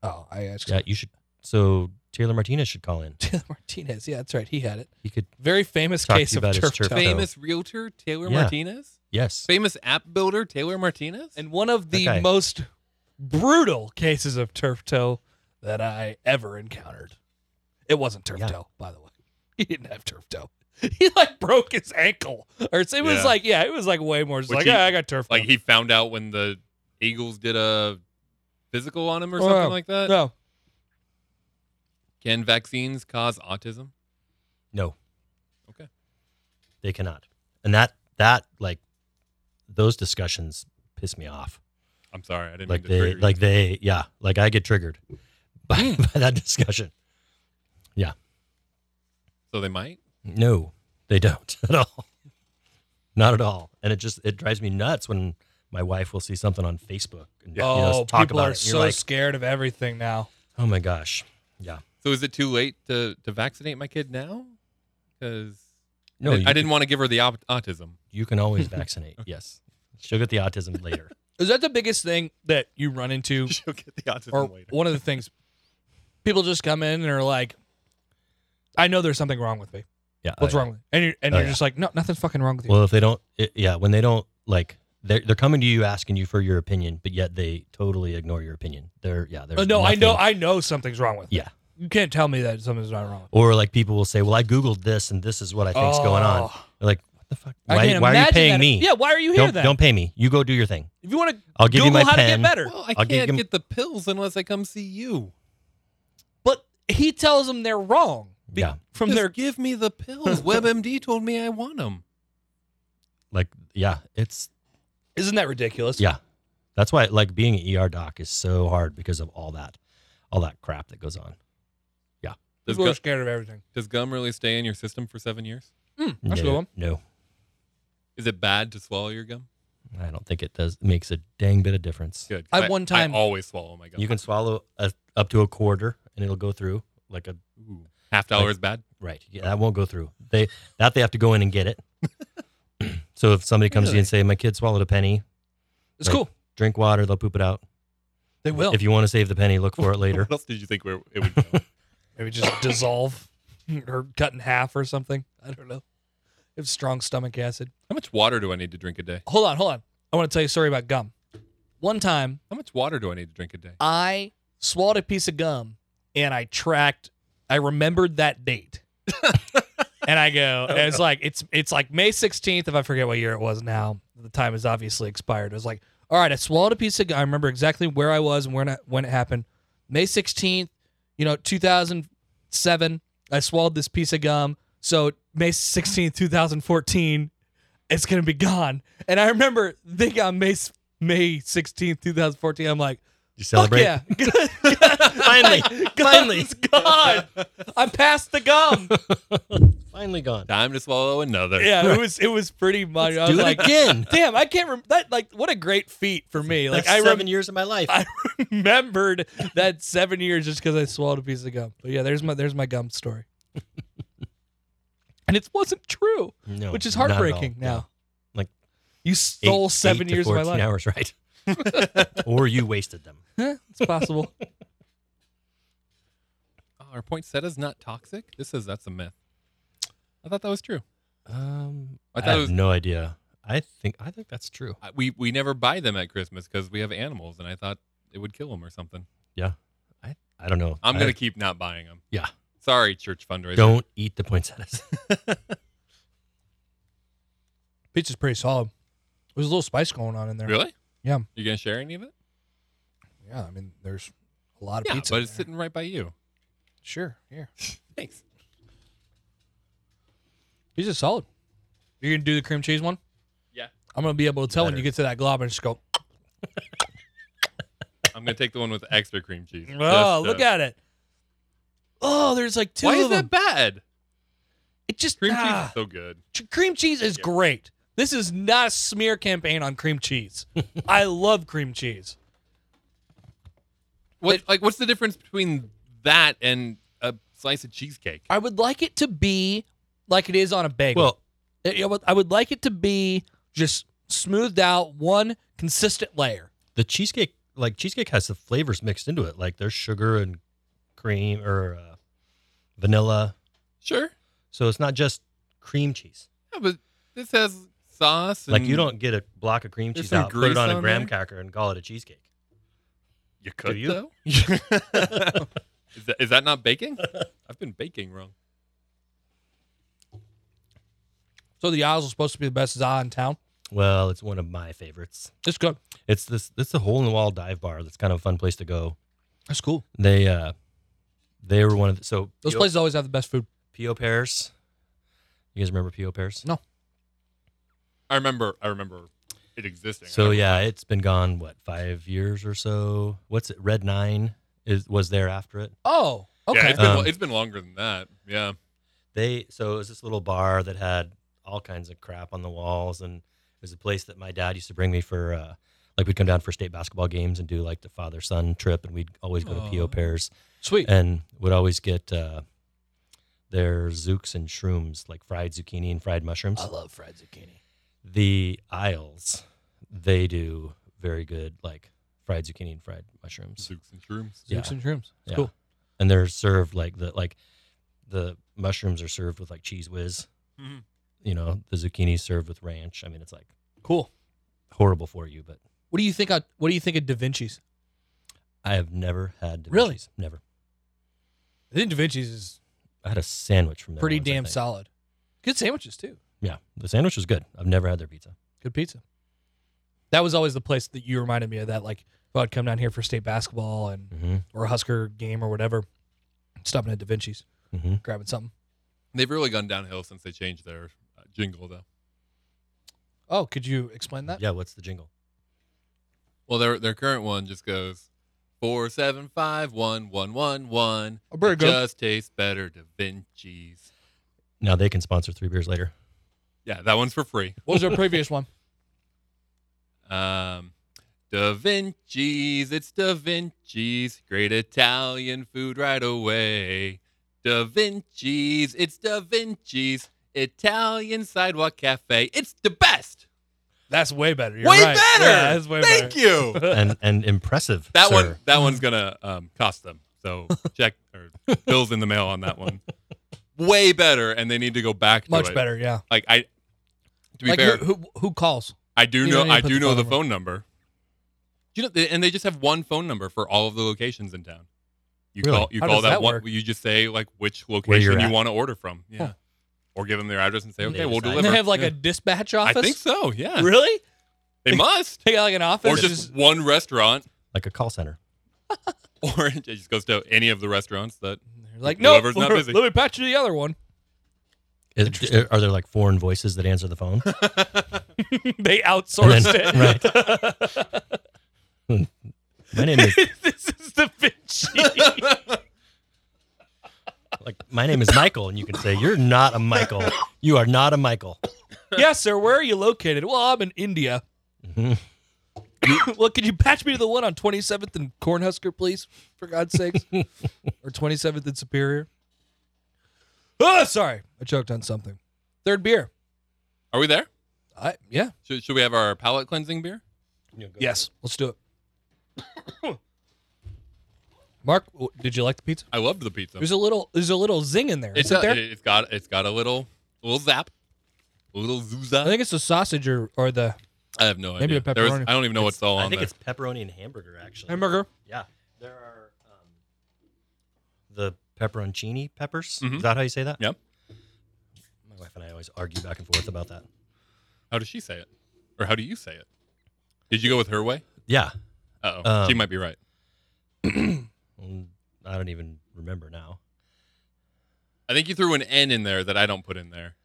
Oh, I actually.
Yeah, you should. So Taylor Martinez should call in.
Martinez. Yeah, that's right. He had it.
He could.
Very famous
Talk to
case
you
of
about his
turf,
turf
toe.
toe.
Famous realtor Taylor
Yeah.
Martinez.
Yes.
Famous app builder Taylor Martinez.
and one of the
Okay.
most brutal cases of turf toe that I ever encountered. It wasn't turf
Yeah.
toe, by the way. He didn't have turf toe. He like broke his ankle, or it's, it was
Yeah.
like yeah, it was like way more. Just
Which
like
he-
"Ah, I got turf toe.
like he found out when the Eagles did a physical on him or
Oh,
something like that.
no,
Can vaccines cause autism?
No.
Okay.
They cannot. And that that like those discussions piss me off.
I'm sorry, I didn't
Like
mean to
they
trigger Hmm. you.
like they yeah, like I get triggered by, by that discussion.
so they might.
No, they don't at all. Not at all. And it just it drives me nuts when my wife will see something on Facebook and you know,
oh,
talk
people
about it.
are
And
so
you're like,
scared of everything now.
oh my gosh. Yeah.
So is it too late to to vaccinate my kid now? Because
No,
I,
you,
I didn't want to give her the op- autism.
you can always vaccinate. Yes. She'll get the autism later.
Is that the biggest thing that you run into
She'll get the autism
or one of the things people just come in and are like i know there's something wrong with me
Oh, Yeah.
what's
I-
wrong with me and you're, and
Oh,
you're
yeah.
just like no nothing's fucking wrong with you
Well, if they don't, it, yeah, when they don't like, they're, they're coming to you asking you for your opinion, but yet they totally ignore your opinion. They're yeah, they're
Uh, no i know i know something's wrong with me.
yeah,
you can't tell me that something's not wrong with
or like people will say, well, I googled this and this is what I think's going on.
Oh.
They're like, what the fuck?
I
Why,
can't
why are you
imagine
paying
that-
me?
yeah why are you here
don't
then
don't pay me. You go do your thing.
if you want to
I'll give
google
you my
how
pen.
to get better
Well, I
I'll give
can't
him-
get the pills unless I come see you.
but he tells them they're wrong be-
Yeah.
from
Just
their
give me the pills. WebMD told me I want them.
Like yeah, it's
isn't that ridiculous
yeah, That's why like being an ER doc is so hard because of all that, all that crap that goes on.
Does,
People are
gu-
scared of everything.
does gum really stay in your system for seven years?
That's a
no,
good one.
No,
Is it bad to swallow your gum?
I don't think it does makes a dang bit of difference.
Good. 'cause
I- one time-
I always swallow my gum.
You can swallow a, up to a quarter and it'll go through like a
Ooh. half dollar is bad.
right. Yeah, that won't go through. They that they have to go in and get it. so if somebody comes to you and say my kid swallowed a penny,
It's
Like,
cool.
drink water, they'll poop it out.
They will.
If you want to save the penny, look for it later.
What else did you think where it would go?
Maybe just dissolve or cut in half or something. I don't know. If strong stomach acid.
How much water do I need to drink a day?
Hold on, hold on. I want to tell you a story about gum. One time,
How much water do I need to drink a day?
I swallowed a piece of gum and I tracked. I remembered that date, and I go. And it's like it's it's like May sixteenth. If I forget what year it was now, the time is obviously expired. It was like, all right, I swallowed a piece of gum. I remember exactly where I was and when it, when it happened. May sixteenth, you know, two thousand seven. I swallowed this piece of gum. So May sixteenth, two thousand fourteen, it's gonna be gone. And I remember thinking on May s- May sixteenth, two thousand fourteen. I'm like.
You
Fuck
celebrate.
yeah. Finally.
Finally.
It's gone. I passed the gum.
Finally gone.
Time to swallow another.
Yeah, it was it was pretty much. I was
Do
like,
it again.
damn, I can't remember that like what a great feat for me. Like
That's
I
seven
rem-
years of my life.
I remembered that seven years just because I swallowed a piece of gum. But yeah, there's my there's my gum story. and it wasn't true,
no,
which is
not at all.
heartbreaking
Yeah.
now.
Like,
you
Eight-
stole seven
eight to
years of my
14
life.
hours, right? or you wasted them.
Huh, it's possible.
Oh, are poinsettias not toxic? This says that's a myth. I thought that was true.
Um,
I
I,
thought it
have
was-
no idea. I think I think that's true.
I- We we never buy them at Christmas because we have animals, and I thought it would kill them or something.
I I don't know.
I'm
I
gonna keep not buying them.
Yeah.
Sorry, church fundraiser.
don't eat the poinsettias.
Peach is pretty solid. There's a little spice going on in there.
Really?
Yeah.
You gonna share any of it?
Yeah, I mean, there's a lot of
Yeah,
pizza.
but
in
it's
there.
sitting right by you.
sure here.
Thanks.
These are solid. You're gonna do the cream cheese one.
Yeah.
I'm gonna be able to tell when
Better.
you get to that glob and just go,
I'm gonna take the one with the extra cream cheese.
oh,
Just,
look
uh,
at it. Oh, there's like two
Why
of
is that
them.
bad?
it just
Cream cheese
ah,
is so good.
ch- cream cheese is great. This is not a smear campaign on cream cheese. I love cream cheese.
What like what's the difference between that and a slice of cheesecake?
I would like it to be like it is on a bagel.
well,
I- I would- I would like it to be just smoothed out, one consistent layer.
the cheesecake like cheesecake has the flavors mixed into it. Like there's sugar and cream or uh, vanilla.
Sure.
So it's not just cream cheese.
Yeah, but this has sauce. And
Like you don't get a block of cream
There's
cheese
some
out, put
grease
it on a
on
graham
there?
cracker, and call it a cheesecake.
You could
Do you?
though. is, that, is that not baking? I've been baking wrong.
So the aisles are supposed to be the best za in town.
Well, it's one of my favorites.
It's good.
It's this. It's a hole in the wall dive bar. That's kind of a fun place to go.
That's cool.
They uh, they were one of the, so
Those
P.O.
places always have the best food.
P.O. Pears. You guys remember P.O. Pears?
No.
I remember. I remember it existing.
So
I-
yeah, it's been gone what five years or so. What's it? Red Nine is was there after it.
Oh,
Yeah,
okay.
it's been,
Um,
lo- it's been longer than that. Yeah.
They so it was this little bar that had all kinds of crap on the walls, and it was a place that my dad used to bring me for. Uh, like we'd come down for state basketball games and do like the father son trip, and we'd always go to P.O.
Aw.
Pears
Sweet.
and would always get uh, their zooks and shrooms, like fried zucchini and fried mushrooms.
love fried zucchini.
the aisles they do very good like fried zucchini and fried mushrooms
Soups and shrooms.
Yeah.
Zooks and shrooms. It's
Yeah.
cool.
and they're served like the like the mushrooms are served with like cheese whiz
Mhm.
you know the zucchini served with ranch i mean it's like
Cool.
horrible for you but
What do you think? Of, what do you think of Da Vinci's?
i have never had Da
Really?
Vinci's. never
I think Da Vinci's is
i had a sandwich from there
pretty
once, I
damn
think.
solid. Good sandwiches too.
yeah the sandwich was good i've never had their pizza
Good pizza. That was always the place that you reminded me of that. Like if I'd come down here for state basketball and
mm-hmm.
or a Husker game or whatever, stopping at Da Vinci's,
Mm-hmm.
grabbing something.
They've really gone downhill since they changed their uh, jingle, though.
Oh, could you explain that?
yeah what's the jingle
Well, their their current one just goes four seven five one one one one.
A burger.
just tastes better. Da Vinci's.
Now they can sponsor three beers later.
Yeah, that one's for free.
What was our previous one?
Um, Da Vinci's. It's Da Vinci's. Great Italian food right away. Da Vinci's. It's Da Vinci's. Italian Sidewalk Cafe. It's the best.
That's way better. You're
way
right.
better.
Yeah, that's way
Thank
better.
you.
And and impressive.
That
sir.
one, that one's gonna um, cost them. So check or bills in the mail on that one. Way better, and they need to go back. To
Much
it.
better. Yeah.
Like I, to be
Like
fair,
who, who who calls?
I do
you
know
don't need to
I
put
do
the
know
phone
the
number.
phone number. Do You know, they- and they just have one phone number for all of the locations in town. You
Really?
call you
How
call
does
that,
that
one.
work?
You just say like which
you're
location you
at.
want to order from. Yeah.
Huh.
Or give them their address and say, okay,
They
we'll
decide.
deliver.
And they have like
Yeah.
a dispatch office.
I think so. Yeah,
Really?
they must.
They got like an office.
Or just one restaurant,
like a call center.
or it just goes to any of the restaurants that
They're like no.
Whoever's not
Let
busy.
me patch you the other one.
Is- are there like foreign voices that answer the phone?
they outsourced it.
right. my name is
this is the Vinci.
like my name is Michael, and you can say you're not a Michael. You are not a Michael.
yes, sir. Where are you located? Well, I'm in India.
Mhm.
well, could you patch me to the one on 27th and Cornhusker, please? For God's sakes. or 27th and Superior. Oh, sorry. I choked on something. Third beer.
Are we there?
I yeah.
Should, should we have our palate cleansing beer?
Yes. Let's do it. Mark, w- did you like the pizza?
I loved the pizza.
There's a little there's a little zing in there.
It's
Is it
a-
there?
it- it's got it's got a little little zap, a little zooza.
I think it's the sausage or, or the
I have no
maybe
idea.
the
There was-
pepperoni.
I don't even know what's all
I
on
think
there.
it's pepperoni and hamburger actually.
hamburger.
Yeah, there are um, the pepperoncini peppers.
Mhm.
Is that how you say that?
Yep.
My wife and I always argue back and forth about that.
How does she say it, or how do you say it? Did you go with her way?
Yeah,
Uh oh, she
Um,
might be right.
Mm, I don't even remember now.
I think you threw an N in there that I don't put in there.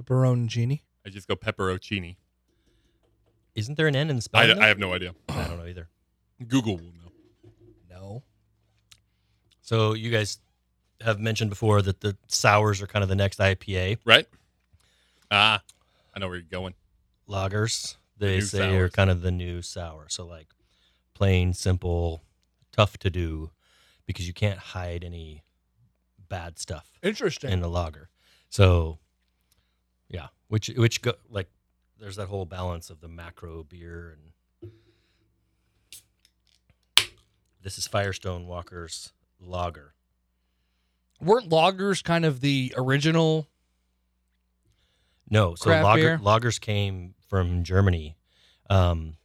Pepperoncini.
I just go pepperocini.
Isn't there an N in spelling?
I,
though?
I have no idea.
I don't know either.
Google will know.
No.
So you guys have mentioned before that the sours are kind of the next IPA
Right? Ah, I know where you're going.
lagers. They
new
say are
sours.
kind of the new sour. So like plain, simple, tough to do because you can't hide any bad stuff.
Interesting.
in the lager. So, yeah, which which go, like there's that whole balance of the macro beer and this is Firestone Walker's lager.
Weren't loggers kind of the original?
No, so
Craft
lager,
beer?
lagers came from Germany. Um,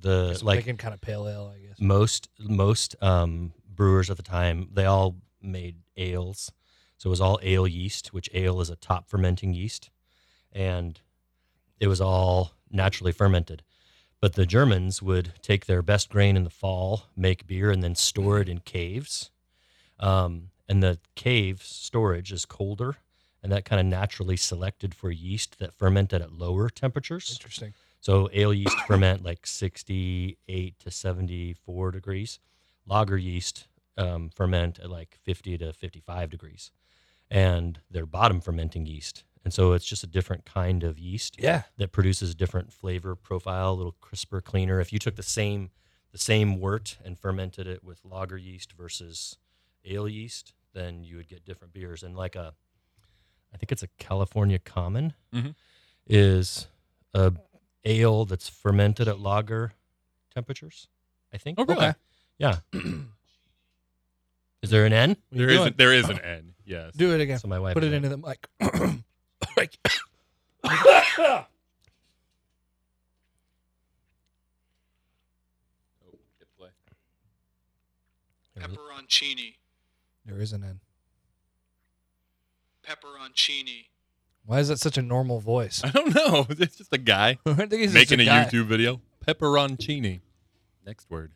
the
Just
like
making kind of pale ale, I guess.
most most um, brewers at the time they all made ales so it was all ale yeast which ale is a top fermenting yeast and it was all naturally fermented but the germans would take their best grain in the fall make beer and then store it in caves um, and the cave storage is colder and that kind of naturally selected for yeast that fermented at lower temperatures
Interesting.
so ale yeast ferment like 68 to 74 degrees. Lager yeast um, ferment at like 50 to 55 degrees. And they're bottom fermenting yeast. And so it's just a different kind of yeast
Yeah.
that produces a different flavor profile, a little crisper, cleaner. If you took the same the same wort and fermented it with lager yeast versus ale yeast, then you would get different beers. And like a, I think it's a California Common,
Mhm.
is a ale that's fermented at lager temperatures. I think.
Oh, really?
Okay.
Yeah. is there an N?
There
you
is,
doing?
there is an N. Yes.
Do it again.
So my wife
Put
is
it
like,
into the mic. like,
Oh, hit play.
Pepperoncini.
there is an end.
Pepperoncini.
Why is that such a normal voice?
I don't know. It's just a guy
I think he's just
making a,
guy.
YouTube video. Pepperoncini. Next word.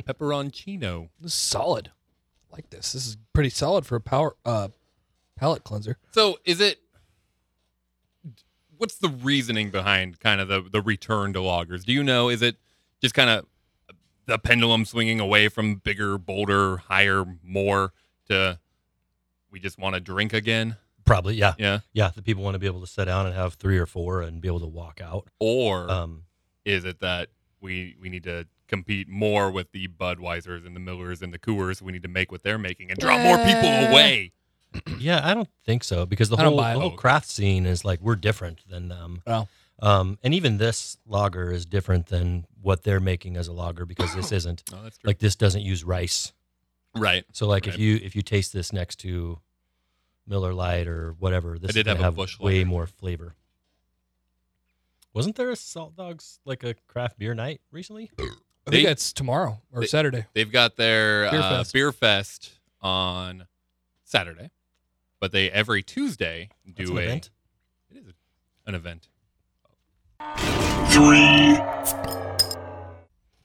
Pepperoncino.
This is solid. I like this. This is pretty solid for a power uh palate cleanser.
So is it? What's the reasoning behind kind of the the return to loggers? Do you know? Is it just kind of the pendulum swinging away from bigger, bolder, higher, more to we just want to drink again.
Probably, yeah,
Yeah.
yeah. The people want to be able to sit down and have three or four and be able to walk out.
Or
Um,
is it that we we need to compete more with the Budweisers and the Millers and the Coors? We need to make what they're making and draw more people
Uh,
away.
yeah, I don't think so because the
I don't
whole,
buy
the
it.
whole craft scene is like we're different than them.
Oh.
Um, and even this lager is different than what they're making as a lager because this isn't
Oh, that's true.
like this doesn't use rice.
right.
So like if
Right.
you if you taste this next to Miller Lite or whatever, this
did
is gonna
have a
have
Busch
way
Light.
more flavor. Wasn't there a Salt Dogs like a craft beer night recently?
I think
They-
that's tomorrow or
they-
Saturday.
They've got their
Beer
uh,
fest.
beer fest on Saturday, but they every Tuesday
That's
do
an
a
event.
It is an event.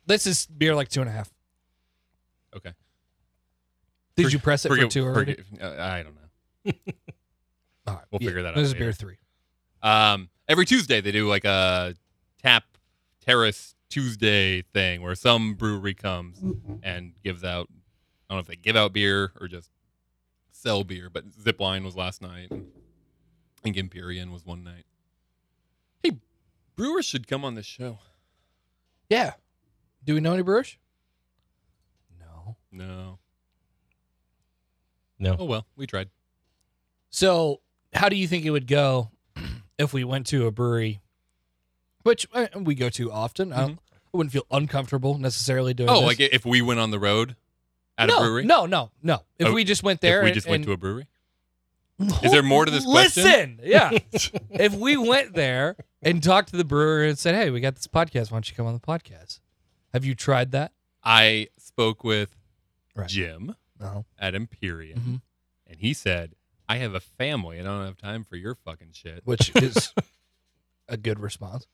This is beer like two and a half.
Okay.
Did
For-
you press it for
Forgive-
two already?
forgive- uh, I don't know.
All right,
We'll figure that out
This is
later.
beer three.
Um, every Tuesday they do like a tap terrace Tuesday thing where some brewery comes and gives out. I don't know if they give out beer or just sell beer, but Zipline was last night. and I think Empyrean was one night. Hey, brewers should come on this show.
Yeah. Do we know any brewers? No.
No.
No.
Oh well, we tried.
So, how do you think it would go if we went to a brewery, which uh, we go to often? I, don't- I wouldn't feel uncomfortable necessarily doing.
Mm-hmm. Oh,
this.
like if we went on the road at
no,
a brewery.
No, no, no. If
Oh,
we just went there,
If we just went to a brewery. Is there more to this question?
Listen, yeah. if we went there and talked to the brewer and said, "Hey, we got this podcast. Why don't you come on the podcast? Have you tried that?"
I spoke with
Right.
Jim
No.
at Empyrean,
Mhm.
and he said, "I have a family. and I don't have time for your fucking shit."
Which is a good response.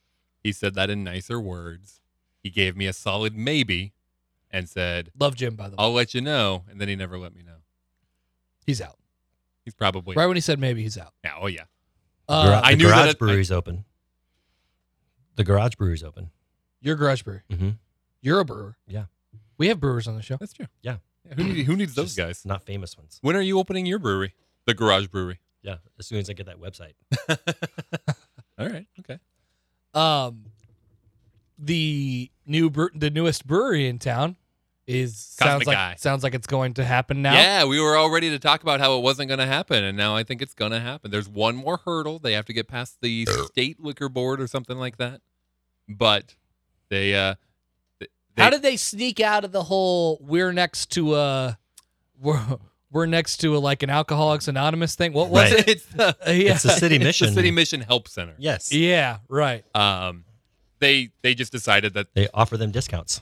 He said that in nicer words. He gave me a solid maybe, and said,
Love Jim, by the way.
"I'll let you know," and then he never let me know.
He's out.
He's probably
Right when he said maybe he's out.
now. Oh yeah,
Uh,
the
I knew that
garage
it- I-
brewery's open. The garage brewery's open.
You're a garage brewer.
Mm-hmm.
Mhm.
You're a brewer.
Yeah.
We have brewers on the show.
that's true.
Yeah.
Yeah, who, need, who needs those
Just
guys?
Not famous ones.
When are you opening your brewery? The Garage Brewery.
Yeah. As soon as I get that website.
All right. Okay.
Um, the new bre- the newest brewery in town is sounds
Cosmic
like
Eye.
sounds like it's going to happen now.
Yeah, we were all ready to talk about how it wasn't going to happen, and now I think it's going to happen. There's one more hurdle; they have to get past the state liquor board or something like that. But they, uh, th- they
How did they sneak out of the whole we're next to a we're, we're next to a like an Alcoholics Anonymous thing? What was
Right.
it?
it's the
Uh, yeah.
It's a city
it's
mission.
the city mission help center.
Yes.
yeah, right.
Um, they they just decided that
They offer them discounts.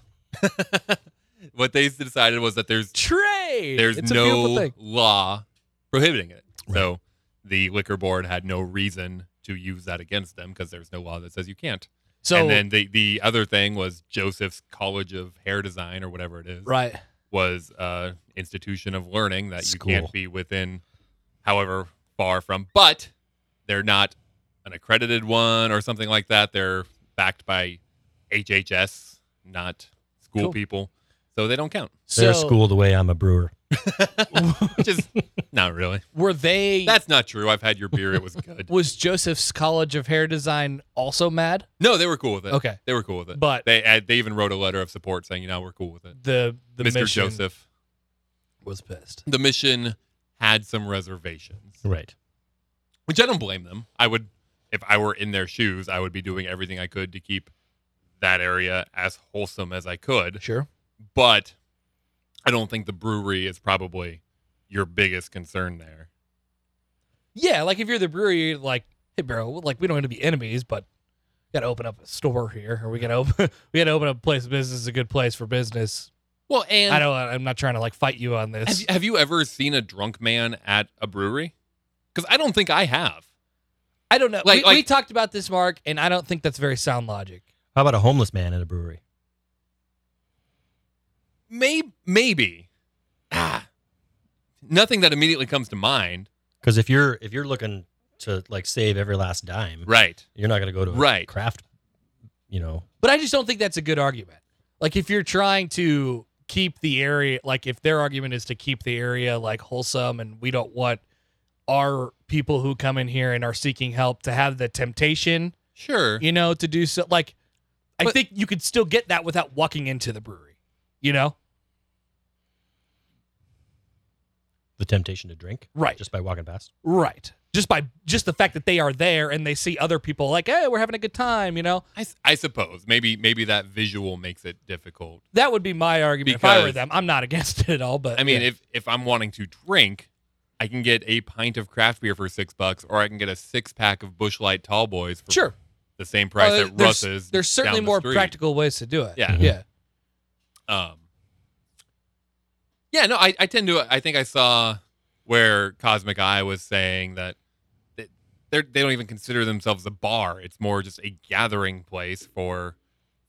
what they decided was that there's
Trade.
there's
it's a beautiful
no
thing.
law prohibiting it. So the liquor board had no reason to use that against them because there's no law that says you can't.
So
and then the the other thing was Joseph's College of Hair Design or whatever it is
right.
was a institution of learning that you
School.
can't be within however far from but they're not an accredited one or something like that they're backed by HHS not school
Cool.
people so they don't count
They're
so
school the way I'm a brewer.
which is not really
were they
that's not true i've had your beer it was good
was Joseph's College of Hair Design also mad?
no they were cool with it
Okay.
they were cool with it
But
they uh, they even wrote a letter of support saying you know we're cool with it
the the
mr
mission
joseph
was pissed.
the mission had some reservations,
Right.
which I don't blame them. I would, if I were in their shoes, I would be doing everything I could to keep that area as wholesome as I could.
Sure.
But I don't think the brewery is probably your biggest concern there.
Yeah, like if you're the brewery, you're like, hey, bro, like we don't want to be enemies, but gotta open up a store here, or we gotta open, we gotta open up a place. of Business is a good place for business.
Well, and
I don't, I'm not trying to like fight you on
have,
this.
you- have you ever seen a drunk man at a brewery? Because I don't think I have.
I don't know.
Like-
we,
like-
we talked about this, Mark, and I don't think that's very sound logic.
How about a homeless man at a brewery?
Maybe, maybe. Ah, nothing that immediately comes to mind.
Because if you're if you're looking to like save every last dime,
Right.
you're not going to go to a
Right.
craft, you know,
But I just don't think that's a good argument. like if you're trying to keep the area like if their argument is to keep the area like wholesome and we don't want our people who come in here and are seeking help to have the temptation
Sure.
you know to do so like i
But-
think you could still get that without walking into the brewery you know
The temptation to drink
right
just by walking past.
right just by just the fact that they are there and they see other people like hey we're having a good time you know
I, s- I suppose maybe maybe that visual makes it difficult.
that would be my argument if i were
Because-
them i'm not against it at all but
I mean,
yeah.
if if I'm wanting to drink, I can get a pint of craft beer for six bucks, or I can get a six pack of Bush Light Tall Boys for
sure
the same price
Uh,
at
there's,
Russ's.
there's certainly
down the
more
street.
practical ways to do it
Yeah.
yeah
Um, yeah, no, I, I tend to. I think I saw where Cosmic Eye was saying that they they're- they don't even consider themselves a bar. It's more just a gathering place for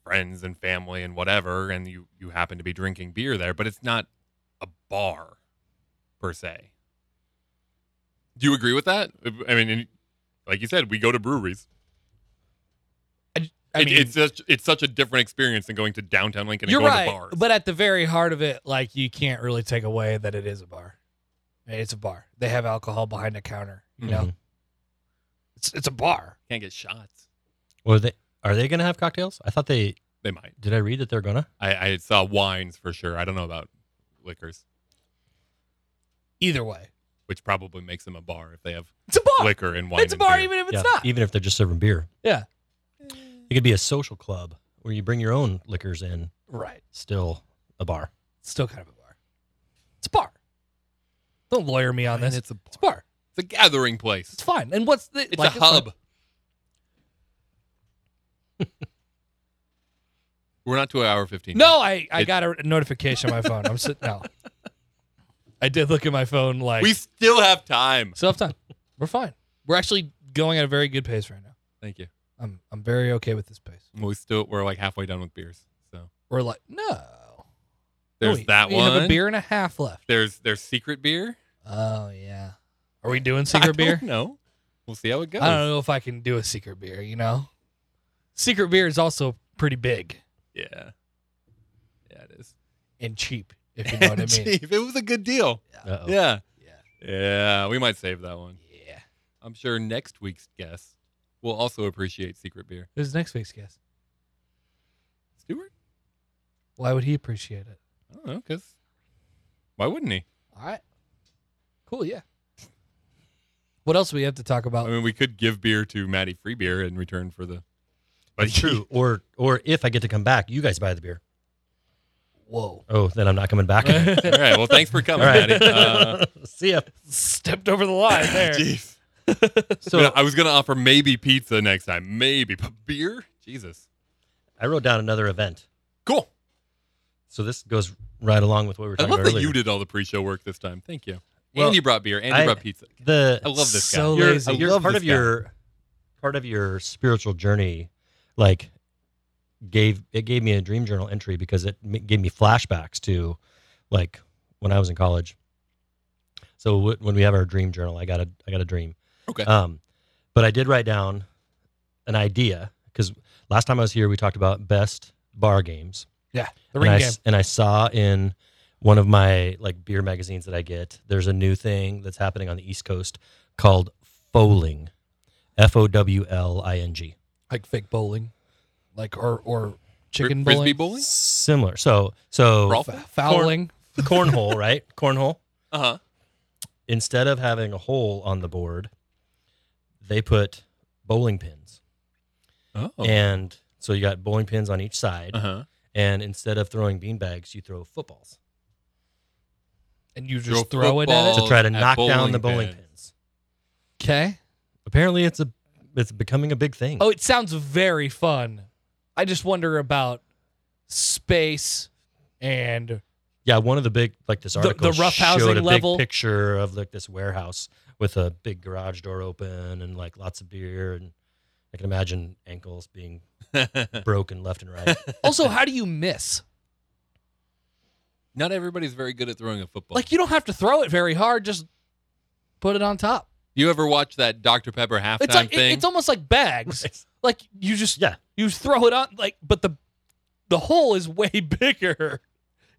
friends and family and whatever, and you you happen to be drinking beer there, but it's not a bar per se. Do you agree with that? I mean, and like you said, we go to breweries.
I
It-
mean,
it's such it's such a different experience than going to downtown Lincoln and
you're
going
right,
to bars.
but at the very heart of it, like you can't really take away that it is a bar. It's a bar. They have alcohol behind the counter. You
Mm-hmm.
know,
Mhm.
it's it's a bar.
Can't get shots.
Well, they are they gonna have cocktails? I thought they
They might.
did. I read that they're gonna.
I, I saw wines for sure. I don't know about liquors,
Either way,
which probably makes them a bar if they have
it's a bar.
liquor and wine.
Oh, it's a
and
bar,
beer.
even if it's
yeah,
not.
even if they're just serving beer.
Yeah.
It could be a social club where you bring your own liquors in.
Right.
Still a bar.
It's still kind of a bar. It's a bar. Don't lawyer me on
And
this.
it's
It's,
a
a bar.
it's a gathering place.
It's fine. And what's the
It's
like,
a hub. We're not to an hour fifteen.
No, I, I
It-
got a notification on my phone. I'm sitting no. I did look at my phone like
we still have time.
Still have time. We're fine. We're actually going at a very good pace right now.
Thank you.
I'm I'm very okay with this pace.
We still we're like halfway done with beers. So
We're like no. Oh,
there's
we,
that
we
one.
have a beer and a half left.
There's there's secret beer.
Oh yeah. Are we doing secret beer?
No, we'll see how it goes.
I don't know if I can do a secret beer. You know, secret beer is also pretty big
Yeah, yeah, it is.
and cheap. If you know what I mean. Oh.
Chief, it was a good deal.
Uh-oh.
Yeah,
Yeah.
yeah. We might save that one.
Yeah.
I'm sure next week's guest will also appreciate secret beer.
Who's next week's guest?
Stewart?
Why would he appreciate it?
I don't know, because why wouldn't he?
All right. Cool. Yeah. What else do we have to talk
I
about?
mean, we could give beer to Maddie free beer in return for the. But
That's true. Or or if I get to come back, you guys buy the beer.
Whoa.
Oh, then I'm not coming back. All
All right. Well, thanks for coming,
right.
Maddie. Uh,
See ya.
Stepped over the line there.
Jeez.
So
You know, I was gonna offer maybe pizza next time, maybe, but beer. Jesus.
I wrote down another event.
Cool.
So this goes right along with what we were
I
talking
love
about
that
earlier.
you did all the pre-show work this time. Thank you.
Well,
Andy brought beer. Andy
I-
brought pizza.
the
I love this guy.
So
You're-
lazy.
I
your-
love
part
this
of
guy.
your part of your spiritual journey like gave it gave me a dream journal entry because it m- gave me flashbacks to like when I was in college. So w- when we have our dream journal, I got a I got a dream.
Okay.
Um, but I did write down an idea because last time I was here, we talked about best bar games.
Yeah, the
and
ring
I,
game.
s- and I saw in one of my like beer magazines that I get, there's a new thing that's happening on the East Coast called fouling, F O W L I N G.
like fake bowling, like or or
Fr-
chicken
Frisbee
bowling,
bowling.
Similar. So so
Brawl?
F- fouling.
cornhole, right? Cornhole.
Uh
Uh-huh.
huh.
Instead of having a hole on the board, they put bowling pins.
Oh.
And so you got bowling pins on each side.
uh huh.
and instead of throwing beanbags, you throw footballs
and you
Throw
just throw it at it.
football.
to try to
At
knock
bowling
down the bowling
pins.
pins.
Okay.
Apparently, it's a it's becoming a big thing.
Oh, it sounds very fun. I just wonder about space and
yeah, one of the big like this
The-
article
the rough
showed
housing
a big
level.
picture of like this warehouse with a big garage door open and like lots of beer and I can imagine ankles being
Uh-huh.
broken left and right.
also how do you miss?
Not everybody's very good at throwing a football.
Like you don't have to throw it very hard. Just put it on top.
You ever watch that Dr. Pepper halftime
It's like it-
thing?
it's almost like bags. Like you just
Yeah.
you throw it on like, but the the hole is way bigger.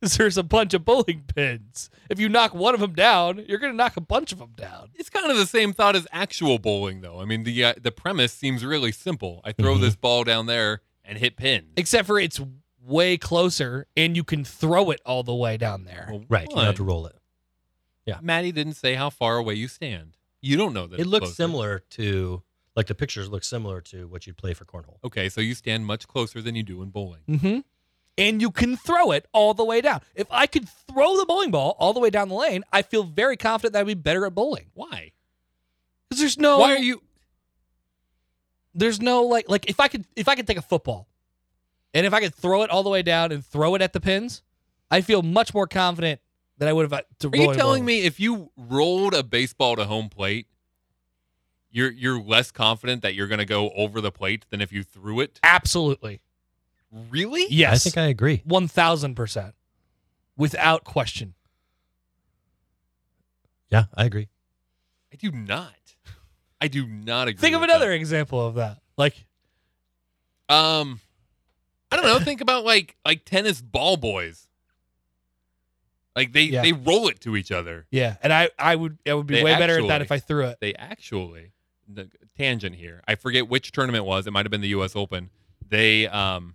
'Cause There's a bunch of bowling pins. If you knock one of them down, you're gonna knock a bunch of them down.
It's kind of the same thought as actual bowling, though. I mean, the uh, the premise seems really simple. I throw
Mhm.
this ball down there and hit pin.
Except for it's way closer, and you can throw it all the way down there.
Well,
Right. You don't have to
one,
roll it.
Maddie didn't say how far away you stand. You don't know that.
It
it's
looks
closer.
similar to, like the pictures look similar to what you'd play for cornhole.
Okay, so you stand much closer than you do in bowling.
Mm-hmm. And you can throw it all the way down. If I could throw the bowling ball all the way down the lane, I feel very confident that I'd be better at bowling.
Why?
Because there's no
Why are you?
there's no like like if I could if I could take a football and if I could throw it all the way down and throw it at the pins, I feel much more confident than I would have to
Are you telling me if you rolled a baseball to home plate, you're you're less confident that you're going to go over the plate than if you threw it?
Absolutely.
Really?
Yes.
I think I agree.
one thousand percent. Without question.
Yeah, I agree.
I do not. I do not agree.
Think of
with that.
another example of that. Like
Um, I don't know. Think about like like tennis ball boys. Like they
Yeah.
they roll it to each other.
yeah, and I I would I would be
They
way better at that
actually-
if I threw it.
They actually the tangent here. I forget which tournament it was. It might have been the U.S. Open. They um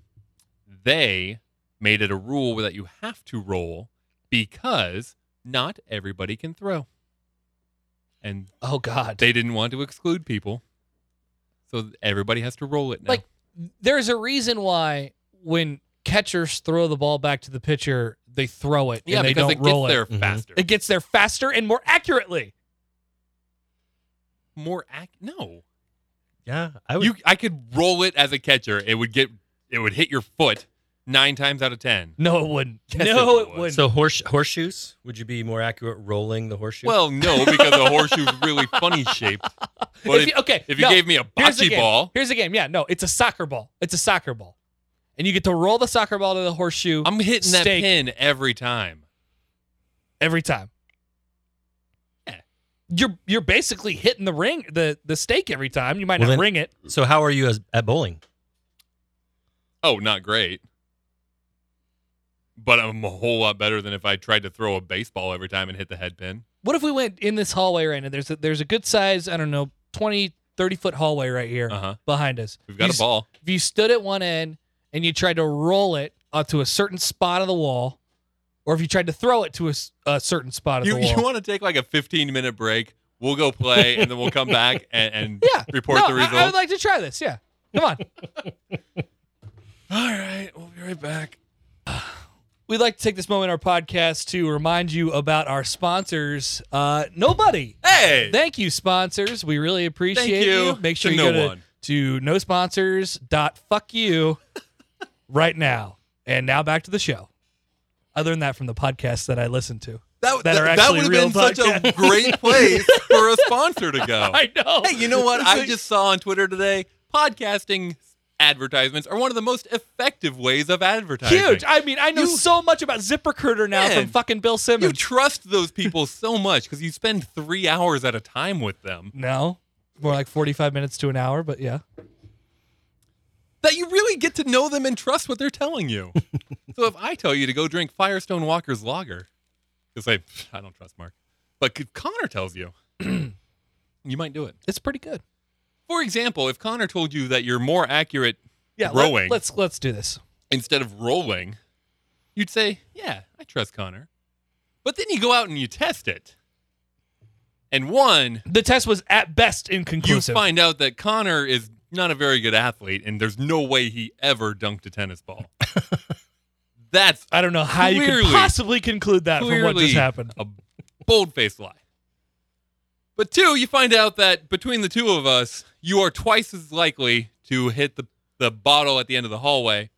they made it a rule that you have to roll because not everybody can throw, and
Oh God.
they didn't want to exclude people, so everybody has to roll it now.
Like, there's a reason why when catchers throw the ball back to the pitcher, they throw it
yeah,
and they
because
don't
it
roll
gets there
it. Mm-hmm.
Mhm.
faster.
It gets there faster and more accurately.
more ac- no
Yeah, I would.
you i could roll it as a catcher it would get it would hit your foot nine times out of ten
No, it wouldn't.
Yes,
no,
it
it
would.
wouldn't.
so horse, horseshoes? Would you be more accurate rolling the horseshoe?
well no because the horseshoe's really funny shaped but
if
if,
you, okay,
if you
no,
gave me a
here's the
bocce
game.
ball
here's the game. Yeah, no, it's a soccer ball. It's a soccer ball, and you get to roll the soccer ball to the horseshoe
i'm hitting that
Steak.
pin every time
every time.
Yeah.
You're you're basically hitting the ring the the stake every time. You might
Well,
not
then-
ring it.
so how are you as, at bowling?
oh not great but i'm a whole lot better than if i tried to throw a baseball every time and hit the head pin
What if we went in this hallway right now? There's a, there's a good size, I don't know, 20, 30 foot hallway right here
uh-huh
behind us.
we've got
You
a
s-
ball
If you stood at one end and you tried to roll it onto a certain spot of the wall, or if you tried to throw it to a, s- a certain spot of
you,
the
you
wall.
want to take like a 15 minute break we'll go play and then we'll come back and, and
yeah.
report
no,
the
I-
results
I, would like to try this. Yeah. Come on.
All right, we'll be right back.
We'd like to take this moment in our podcast to remind you about our sponsors. Uh, nobody.
Hey,
Thank you, sponsors. We really appreciate
Thank you
Make sure
to
you
no
go to,
one.
to nosponsors.fuckyou right now. And now back to the show. I learned that from the podcast that I listened to.
that,
that are
that
actually
would have
real
been such a great place for a sponsor to go.
I know.
Oh. Hey, you know what?
It's
I
like-
just saw on Twitter today podcasting advertisements are one of the most effective ways of advertising.
huge. I mean, I know
You-
so much about ZipRecruiter now
Man,
from fucking Bill
You
Simmons.
trust those people so much because you spend three hours at a time with them
no, more like forty-five minutes to an hour, but yeah.
that you really get to know them and trust what they're telling you. so if I tell you to go drink Firestone Walker's Lager, because I, I don't trust Mark, but if Connor tells you, you might do it.
It's pretty good.
For example, if Connor told you that you're more accurate
Yeah,
Rowing.
Let, let's let's do this.
instead of rolling, you'd say, Yeah, I trust Connor. But then you go out and you test it. And one,
The test was at best inconclusive.
you find out that Connor is not a very good athlete and there's no way he ever dunked a tennis ball. That's
I don't know how you
Clearly-
could possibly conclude that from what
clearly
just happened.
a bold faced lie. But two, you find out that between the two of us, you are twice as likely to hit the, the bottle at the end of the hallway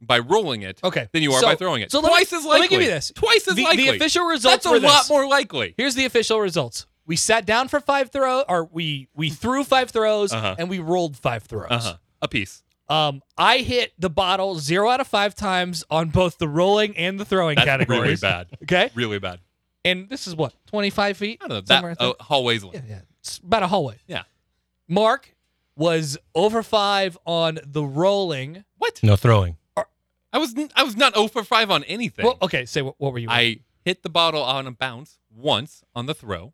by rolling it
Okay.
than you are
so-
by throwing it.
So let me-
twice as likely.
Let me give you this.
Twice as
the,
likely.
The official results
That's a
were this.
lot more likely.
Here's the official results. We sat down for five throw, or we we threw five throws
Uh-huh.
and we rolled five throws.
Uh huh. A piece.
Um, I hit the bottle zero out of five times on both the rolling and the throwing
That's really
categories.
bad.
Okay,
Really bad.
and this is what twenty five feet.
I don't know.
Somewhere
That
out there.
uh, hallways. length.
yeah, yeah, it's about a hallway.
Yeah.
Mark was over five on the rolling.
What?
No throwing.
I was n- I was not 0 for 5 on anything.
Well, okay. Say what? What were you?
I hit the bottle on a bounce once on the throw.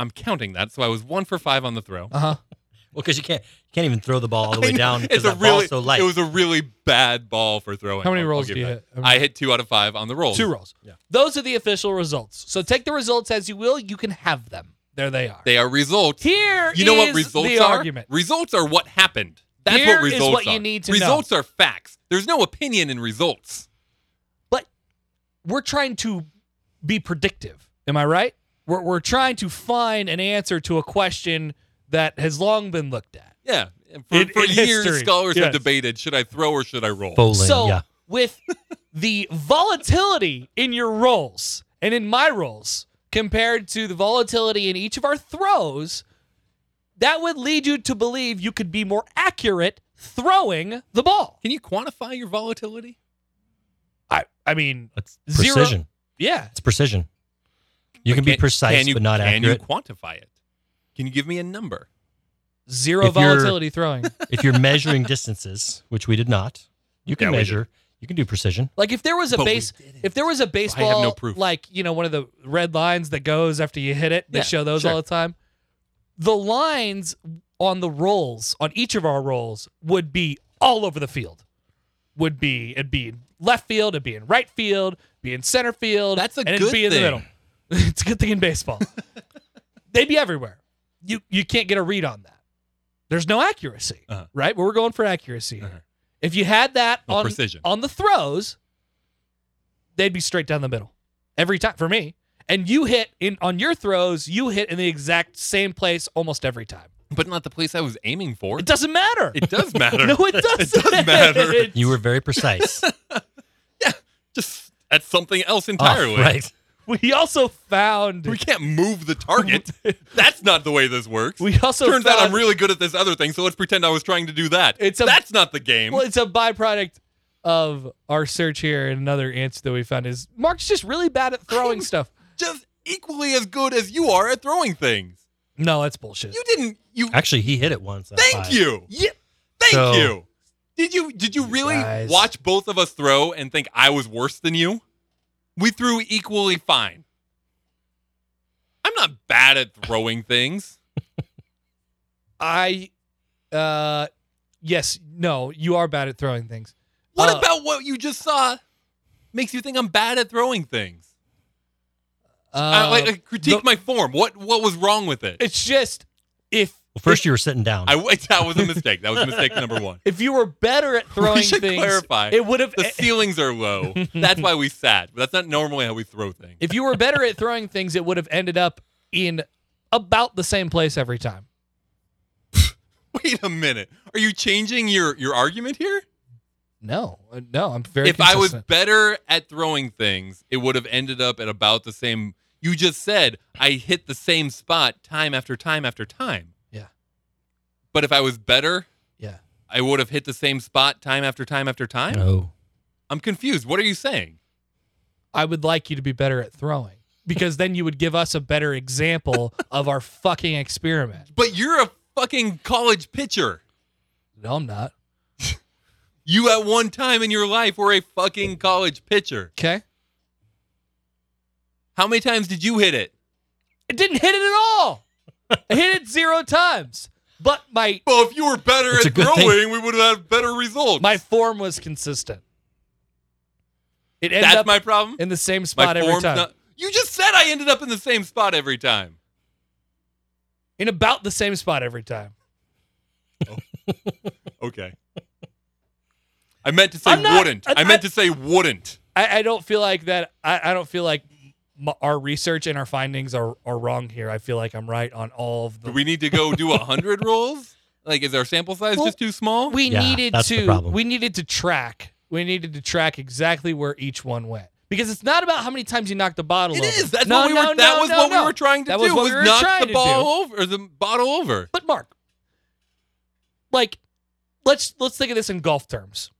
I'm counting that, so I was 1 for 5 on the throw.
Uh huh.
Well, because you can't you can't even throw the ball all the
I
way
know,
down because
It's a
that ball's
really
so light.
It was a really bad ball for throwing.
How many
I'll- I'll
rolls
give
do you
that.
hit? How many-
I hit 2 out of 5 on the rolls.
Two rolls.
Yeah.
Those are the official results. So take the results as you will. You can have them. There they are.
They are results.
Here
You know what
is
results
the
are?
argument.
Results are what happened. That's
Here
what
is
results
what you
are.
need to know.
results are facts. There's no opinion in results.
We're trying to be predictive. Am I right? We're, we're trying to find an answer to a question that has long been looked at.
Yeah. For,
In-
for
in
years,
history,
scholars
yes.
have debated should I throw or should I roll?
Bowling,
so
yeah.
with the volatility in your rolls and in my rolls compared to the volatility in each of our throws that would lead you to believe you could be more accurate throwing the ball
Can you quantify your volatility?
i i mean
That's
Zero-
precision.
yeah
It's precision. You can be precise
you,
but not
can
accurate.
you quantify it? Can you give me a number?
zero
If you're-
volatility throwing
if you're measuring distances, which we did not, you can
Yeah, we did.
measure. You can do precision.
like if there was a
But we
base
didn't.
if there was a
no
baseball
proof.
like you know one of the red lines that goes after you hit it they
Yeah,
show those
sure.
all the time the lines on the rolls on each of our rolls would be all over the field would be it'd be in left field it'd be in right field be in center field
That's a
and it'd
good
be in the
thing.
middle it's a good thing in baseball they'd be everywhere you you can't get a read on that there's no accuracy
Uh-huh.
right but we're going for accuracy here.
Uh-huh.
if you had that
Well,
on
precision.
on the throws they'd be straight down the middle every time for me. And you hit in on your throws, you hit in the exact same place almost every time.
But not the place I was aiming for.
It doesn't matter.
It does matter.
no, it doesn't.
does matter.
You were very precise.
Just at something else entirely.
oh, right.
We also found.
We can't move the target. That's not the way this works.
We also
Turns out
found-
I'm really good at this other thing, so let's pretend I was trying to do that.
It's a-
That's not the game.
Well, it's a byproduct of our search here. And another answer that we found is Mark's just really bad at throwing stuff.
Just equally as good as you are at throwing things.
No, that's bullshit.
You didn't. You
Actually, he hit it once. out of
thank
five.
you. Yeah. Thank
So-
you. Did you did you really
guys.
watch both of us throw and think I was worse than you? We threw equally fine. I'm not bad at throwing things.
I, uh, yes, no, you are bad at throwing things.
What
Uh,
about what you just saw makes you think I'm bad at throwing things?
Uh,
I, like, like, critique
the-
my form. What what was wrong with it?
it's just if
Well, first you were sitting down.
I that was a mistake. That was mistake number one.
if you were better at throwing
we should
things,
clarify.
it would have. e,
the ceilings are low. That's why we sat. But that's not normally how we throw things.
if you were better at throwing things, it would have ended up in about the same place every time.
Wait a minute. Are you changing your your argument here?
No, uh, no, I'm very.
if I was
consistent.
better at throwing things, it would have ended up at about the same. You just said I hit the same spot time after time after time.
Yeah.
But if I was better,
yeah,
I would have hit the same spot time after time after time.
No.
I'm confused. What are you saying?
I would like you to be better at throwing because then you would give us a better example of our fucking experiment.
But you're a fucking college pitcher.
No, I'm not.
You at one time in your life were a fucking college pitcher.
Okay,
How many times did you hit it?
it didn't hit it at all. I hit it zero times, but my
Well, if you were better
It's a
at
good
throwing,
thing.
we would have had better results.
my form was consistent. It ended
That's
up
my problem.
in the same
My
spot every
form's
time.
not- you just said I ended up in the same spot every time.
in about the same spot every time.
Okay. I meant to say
I'm not-
wouldn't.
I-
I, meant to say wouldn't.
I, I don't feel like that. I, I don't feel like m- our research and our findings are, are wrong here. I feel like I'm right on all of
Do
the.
we need to go do a hundred rolls? Like, is our sample size
Well,
just too small?
we
Yeah,
needed
that's the
to.
problem.
We needed to track. We needed to track exactly where each one went because it's not about how many times you knocked the bottle.
it
over.
is. That's
no,
what we
no,
were. that
no,
was
no,
what
no.
we were trying to
That
do.
was what we were
knock
trying
the
to
ball over or the bottle over.
But Mark, like, let's let's think of this in golf terms.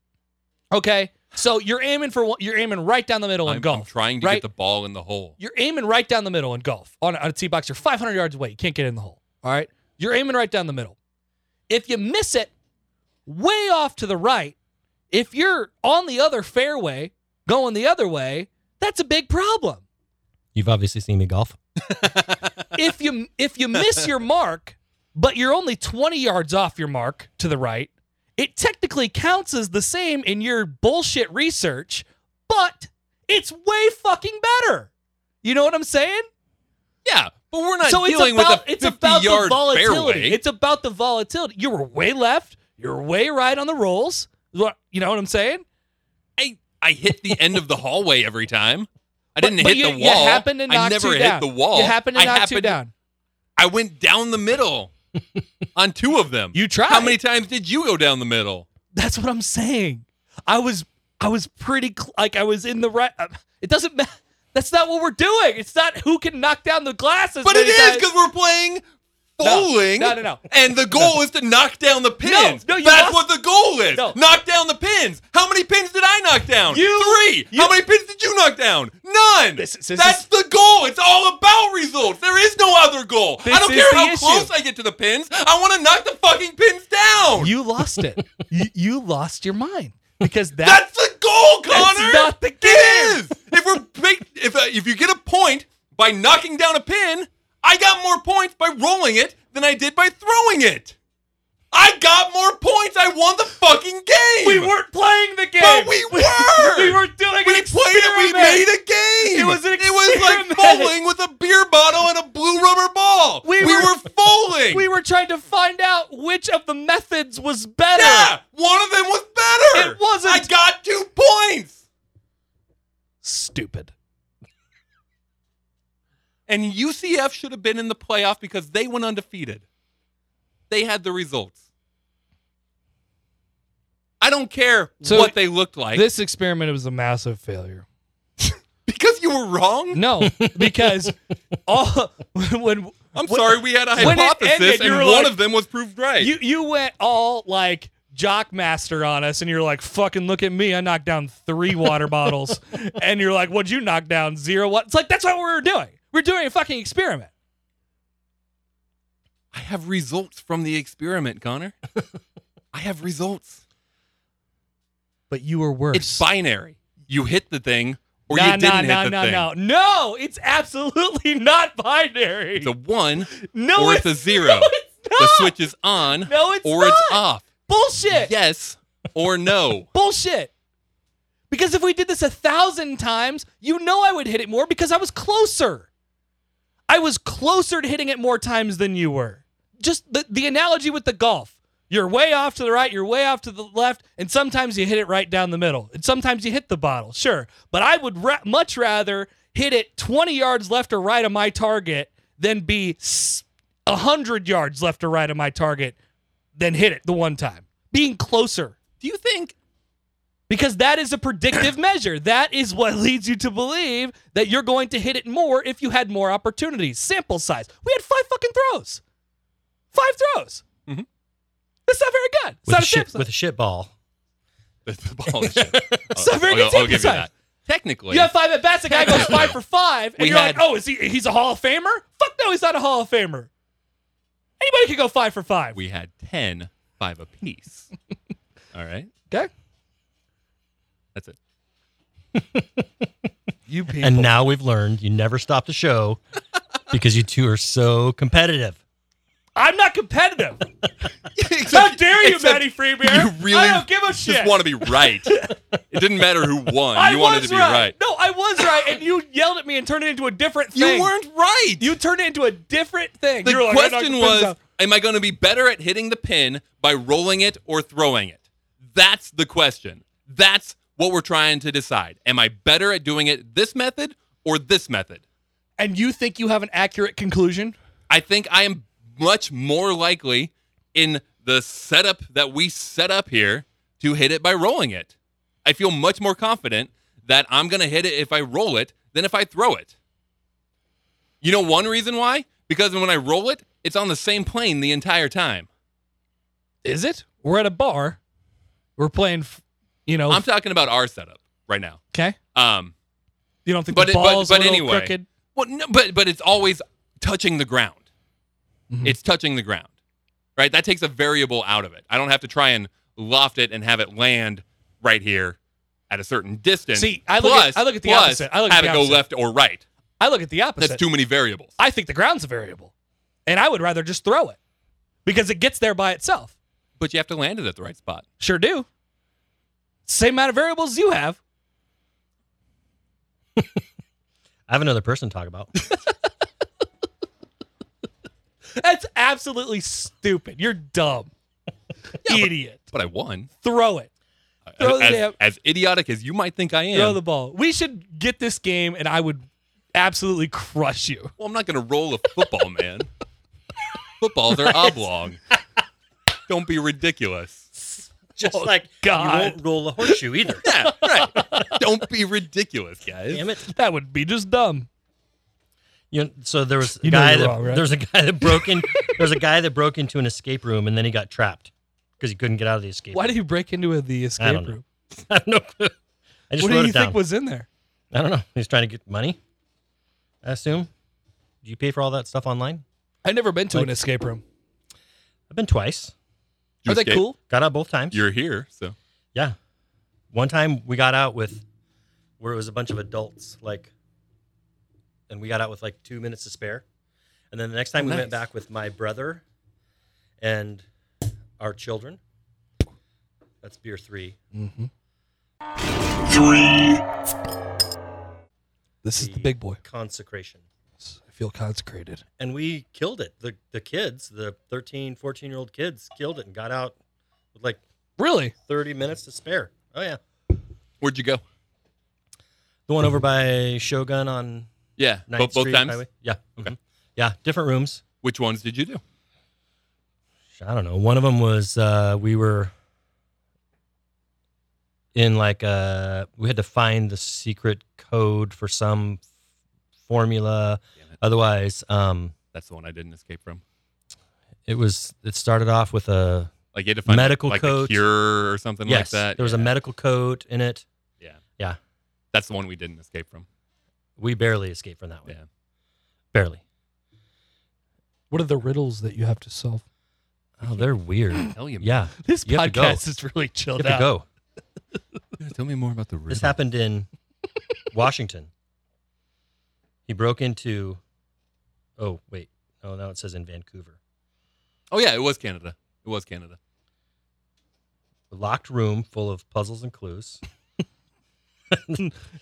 Okay, so you're aiming for one- you're aiming right down the middle
I'm,
in
I'm
golf.
trying to
right?
get the ball in the hole.
You're aiming right down the middle in golf on, on a tee box. You're 500 yards away. You can't get in the hole. All right. You're aiming right down the middle. If you miss it way off to the right, If you're on the other fairway going the other way, that's a big problem.
You've obviously seen me golf.
if you if you miss your mark, but you're only 20 yards off your mark to the right, it technically counts as the same in your bullshit research, but it's way fucking better. You know what I'm saying?
Yeah, but we're not
so it's
dealing
about
with a
it's about the
yard
volatility.
fairway.
It's about the volatility. You were way left. You're way right on the rolls. What- You know what I'm saying?
I, I hit the end of the hallway every time. I
But-
didn't
but
hit
you-
the wall.
you happened to knock
I never
two
hit
down.
the wall.
You happened to
I
knock two
happened-
down.
I went down the middle on two of them.
You tried.
How many times did you go down the middle?
That's what I'm saying. I was I was pretty cl- like I was in the right. uh, It doesn't matter. That's not what we're doing. It's not who can knock down the glasses.
But it is because we're playing bowling.
no, no, no.
And the goal is to knock down the pins.
no, you
That's
lost-
what the goal is.
No.
Knock down the pins. How many pins did I knock down?
You-
Three.
you-
How many pins did you knock down? None.
This- this
That's
is-
the goal. It's all about results. There is no other goal.
This
I don't
is
care
the
how
issue.
close I get to the pins. I want to knock the fucking pins down.
you lost it. you, you lost your mind because that
That's the goal, Connor.
That's not the
It is. If we're big, if uh, if you get a point by knocking down a pin, I got more points by rolling it than I did by throwing it. I got more points. I won the fucking game.
we weren't playing the game.
But we were.
we were doing
We
an
played it. We
experiment.
made a game.
It was an
It was like
experiment.
bowling with a beer bottle and a blue rubber ball.
We
we
were-
were bowling.
We were trying to find out which of the methods was better.
Yeah, one of them was better.
It wasn't.
I got two points.
Stupid.
And UCF should have been in the playoff because they went undefeated. They had the results. I don't care
So
what they looked like
This experiment was a massive failure.
because you were wrong.
No, because all when
I'm sorry, we had a
when it
hypothesis,
ended, you
and
were
one
like-
of them was proved right.
you you went all like jock master on us and you're like fucking look at me i knocked down three water bottles and you're like what'd you knock down zero what it's like that's what we were doing we're doing a fucking experiment
I have results from the experiment, Connor. I have results.
but you were worse
It's binary. You hit the thing, or
no
you didn't
no
hit
no
the
no
thing.
no no it's absolutely not binary
It's a one
no
or
it's,
it's, a zero.
no, it's not.
the switch is on
no it's
or
not.
it's off.
bullshit
Yes or no.
bullshit because if we did this a thousand times you know i would hit it more because i was closer i was closer to hitting it more times than you were just the, the analogy with the golf you're way off to the right you're way off to the left and sometimes you hit it right down the middle and sometimes you hit the bottle sure but i would ra- much rather hit it 20 yards left or right of my target than be s- 100 yards left or right of my target than hit it the one time being closer
Do you think
because that is a predictive measure. That is what leads you to believe that you're going to hit it more if you had more opportunities. Sample size. We had five fucking throws. Five throws.
Mhm.
That's not very good. It's
With
not
a,
a
shit,
sample
with a
size.
shit ball.
The, the ball is shit.
So very good sample size.
Technically,
You have five at bats, the guy goes five for five, and
We
you're
had-
like, oh, is he he's a Hall of Famer? Fuck no, he's not a Hall of Famer. Anybody could go five for five.
we had 10, five apiece. All right.
okay.
That's it.
You people.
And now we've learned you never stop the show because you two are so competitive.
I'm not competitive. How dare you,
Except
Matty Freebeer?
You really
I don't give a shit.
just want to be right. it didn't matter who won.
I
you wanted
was
to be right.
No, I was right, and you yelled at me and turned it into a different
You
thing.
weren't right.
You turned it into a different thing.
the
You were like, "I'm not
question
gonna put this
was
out."
Am I going to be better at hitting the pin by rolling it or throwing it? That's the question. That's what we're trying to decide. Am I better at doing it this method or this method?
and you think you have an accurate conclusion?
I think I am much more likely in the setup that we set up here to hit it by rolling it. I feel much more confident that I'm going to hit it if I roll it than if I throw it. You know one reason why? Because when I roll it, it's on the same plane the entire time.
Is it? We're at a bar. We're playing, f- you know.
I'm talking about our setup right now.
okay.
Um,
You don't think
but
the
it- but-
ball's
but
a little
anyway.
crooked?
Well, no, but but it's always touching the ground.
Mhm.
It's touching the ground, right? That takes a variable out of it. I don't have to try and loft it and have it land right here at a certain distance.
See, I look at-
Plus-
I look at the
plus
opposite. I look at
how
the
to
opposite.
go left or right.
I look at the opposite.
That's too many variables.
I think the ground's a variable, and I would rather just throw it because it gets there by itself.
But you have to land it at the right spot.
Sure do. Same amount of variables you have.
I have another person to talk about.
That's absolutely stupid. You're dumb, idiot.
But I won.
Throw it. Throw the
as,
damn-
as idiotic as you might think I am.
Throw the ball. We should get this game, and I would absolutely crush you.
well, I'm not going to roll a football, man. Footballs are oblong. Don't be ridiculous.
Just
Oh,
like
God.
you won't roll a horseshoe either.
Yeah, right. Don't be ridiculous, guys.
Damn it!
That would be just dumb.
You know, so there was a
You know
guy
you're
that
wrong, right?
there's a guy that broke in. there's a guy that broke into an escape room and then he got trapped because he couldn't get out of the escape.
Why
room.
did you break into a- the
I don't
escape
know.
room?
I have no clue. I just
What
wrote
do you
it down.
think was in there?
I don't know. He's trying to get money. I assume. Do you pay for all that stuff online?
I've never been to
Like-
an escape room.
I've been twice.
You
Are they
escaped.
cool?
Got out both times.
You're here, so
yeah. One time we got out with where it was a bunch of adults, like, and we got out with like two minutes to spare. And then the
Oh,
next time we went
nice.
back with my brother and our children. That's beer three.
Mm-hmm. Three. This is the big boy.
Consecration.
I feel consecrated.
and we killed it the the kids the 13 14 year old kids killed it and got out with like
Really?
30 minutes to spare oh yeah
where'd you go?
the one over by shogun on
Yeah, bo-
9th
both
Street
times.
Highway. yeah okay yeah different rooms
Which ones did you do?
i don't know one of them was uh we were in like uh we had to find the secret code for some formula
Damn it.
otherwise um
That's the one I didn't escape from.
it was it started off with a
Like you had to find
Medical
like
codes.
a cure or something
yes
like that.
there was a medical code in it
That's the one we didn't escape from.
We barely escaped from that one.
Yeah.
Barely.
What are the riddles that you have to solve?
Oh, they're weird.
Tell you,
Yeah.
This
You have to go.
podcast is really chilled
You have to
out.
go.
Tell me more about the riddle.
This happened in Washington. He broke into Oh, wait. Oh, now it says in Vancouver.
Oh yeah, it was Canada. It was Canada.
A locked room full of puzzles and clues.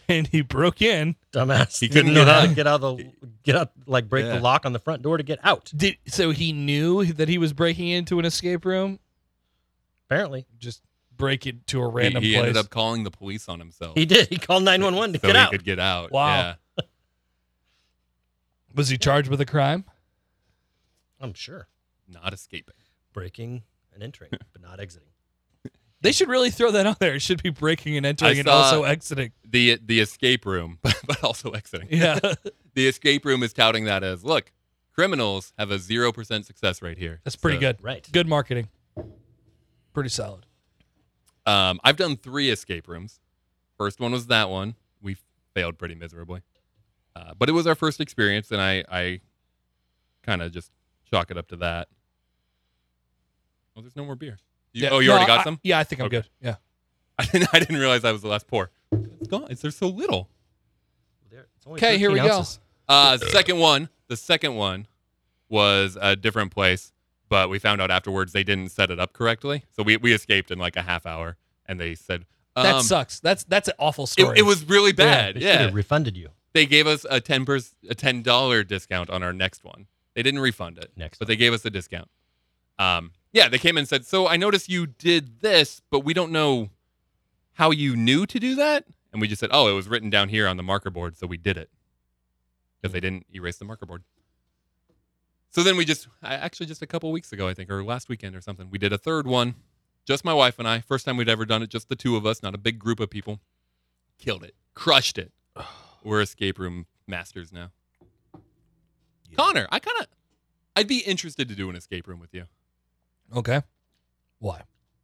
And he broke in.
Dumbass.
He
didn't
couldn't
know
get
how to
out.
get out of the get out like break
Yeah.
the lock on the front door to get out.
Did so he knew that he was breaking into an escape room.
Apparently.
Just break it to a
He-
random
he
place.
ended up calling the police on himself.
He did. He called 911 to
so
get
he
out.
could get out.
Wow.
Yeah.
was he charged with a crime?
I'm sure.
Not escaping.
Breaking and entering, but not exiting.
They should really throw that out there. It should be breaking and entering
I
and
saw-
also exiting.
The the escape room, but also exiting.
Yeah.
The escape room is touting that as look, criminals have a zero percent success rate here.
That's pretty
So,
good.
Right.
Good marketing. Pretty solid.
Um, I've done three escape rooms. First one was that one. We failed pretty miserably, uh, but it was our first experience, and I, I kind of just chalk it up to that. Well, there's no more beer. You-
Yeah.
Oh, you
No,
already got
I-
some.
Yeah, I think I'm
Okay.
good. Yeah.
I didn't. I didn't realize I was the last pour. It's gone. It's there's so little.
There- it's only
Okay, here we
13 ounces.
go.
Uh, second one. The second one was a different place, but we found out afterwards they didn't set it up correctly. So we we escaped in like a half hour, and they said um,
That sucks. That's that's an awful
It,
story.
it was really bad.
They
Yeah,
should've refunded you.
they gave us a ten per, a ten dollar discount on our next one. They didn't refund it,
Next
but
time.
they gave us a discount. Um, yeah, they came and said, "So I noticed you did this, but we don't know how you knew to do that." And we just said, "Oh, it was written down here on the marker board, so we did it." Because they didn't erase the marker board. So then we just, I- actually, just a couple weeks ago, I think, or last weekend or something, we did a third one. Just my wife and I. First time we'd ever done it, just the two of us, not a big group of people. Killed it, crushed it. We're escape room masters now. Connor, I kind of, I'd be interested to do an escape room with you.
okay. Why?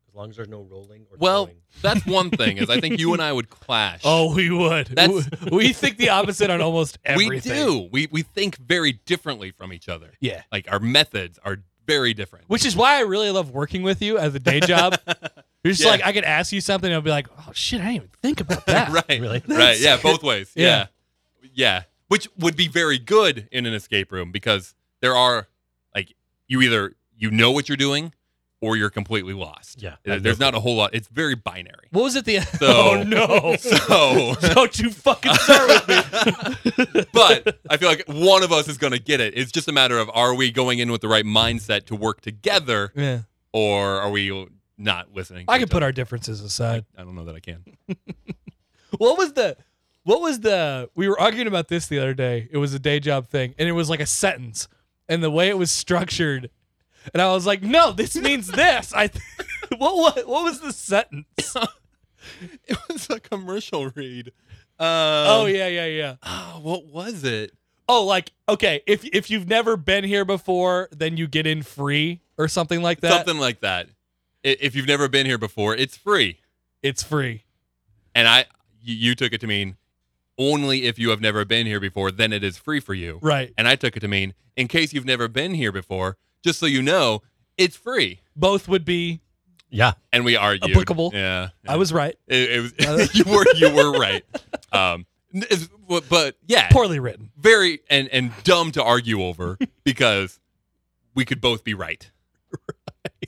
As long as there's no rolling or
Well,
throwing.
that's one thing is I think you and I would clash.
Oh, we would.
That's-
We- we think the opposite on almost everything.
we do. We we think very differently from each other.
Yeah.
Like our methods are very different.
Which is why I really love working with you as a day job You're just
Yeah.
like, I could ask you something, and I'll be like, oh shit, I didn't even think about that.
right.
Really?
Right. Yeah. Both ways.
Yeah.
Yeah. yeah. Which would be very good in an escape room because there are like you either you know what you're doing or you're completely lost.
Yeah.
There- There's not a whole lot. It's very binary.
What was it the?
So-
oh no!
So,
Don't you fucking start with me.
but I feel like one of us is going to get it. It's just a matter of are we going in with the right mindset to work together
Yeah,
or are we not listening?
I can put our differences aside.
I don't know that I can.
What was the? What was the? We were arguing about this the other day. It was a day job thing, and it was like a sentence, and the way it was structured, and I was like, no, this means this. I. Th- what, what what was the sentence?
It was a commercial read.
oh yeah, yeah, yeah.
Oh, Um, what was it?
Oh, like okay, if if you've never been here before, then you get in free or something like that.
Something like that. I- If you've never been here before, it's free.
It's free.
And I, you- you took it to mean only if you have never been here before, then it is free for you.
Right.
And I took it to mean in case you've never been here before, just so you know, it's free.
Both would be
Yeah.
And we argued.
Applicable.
Yeah.
I was right.
It, it was. you were. You were right. Um. n- it's- but- But yeah.
Poorly written.
Very and and dumb to argue over because we could both be right.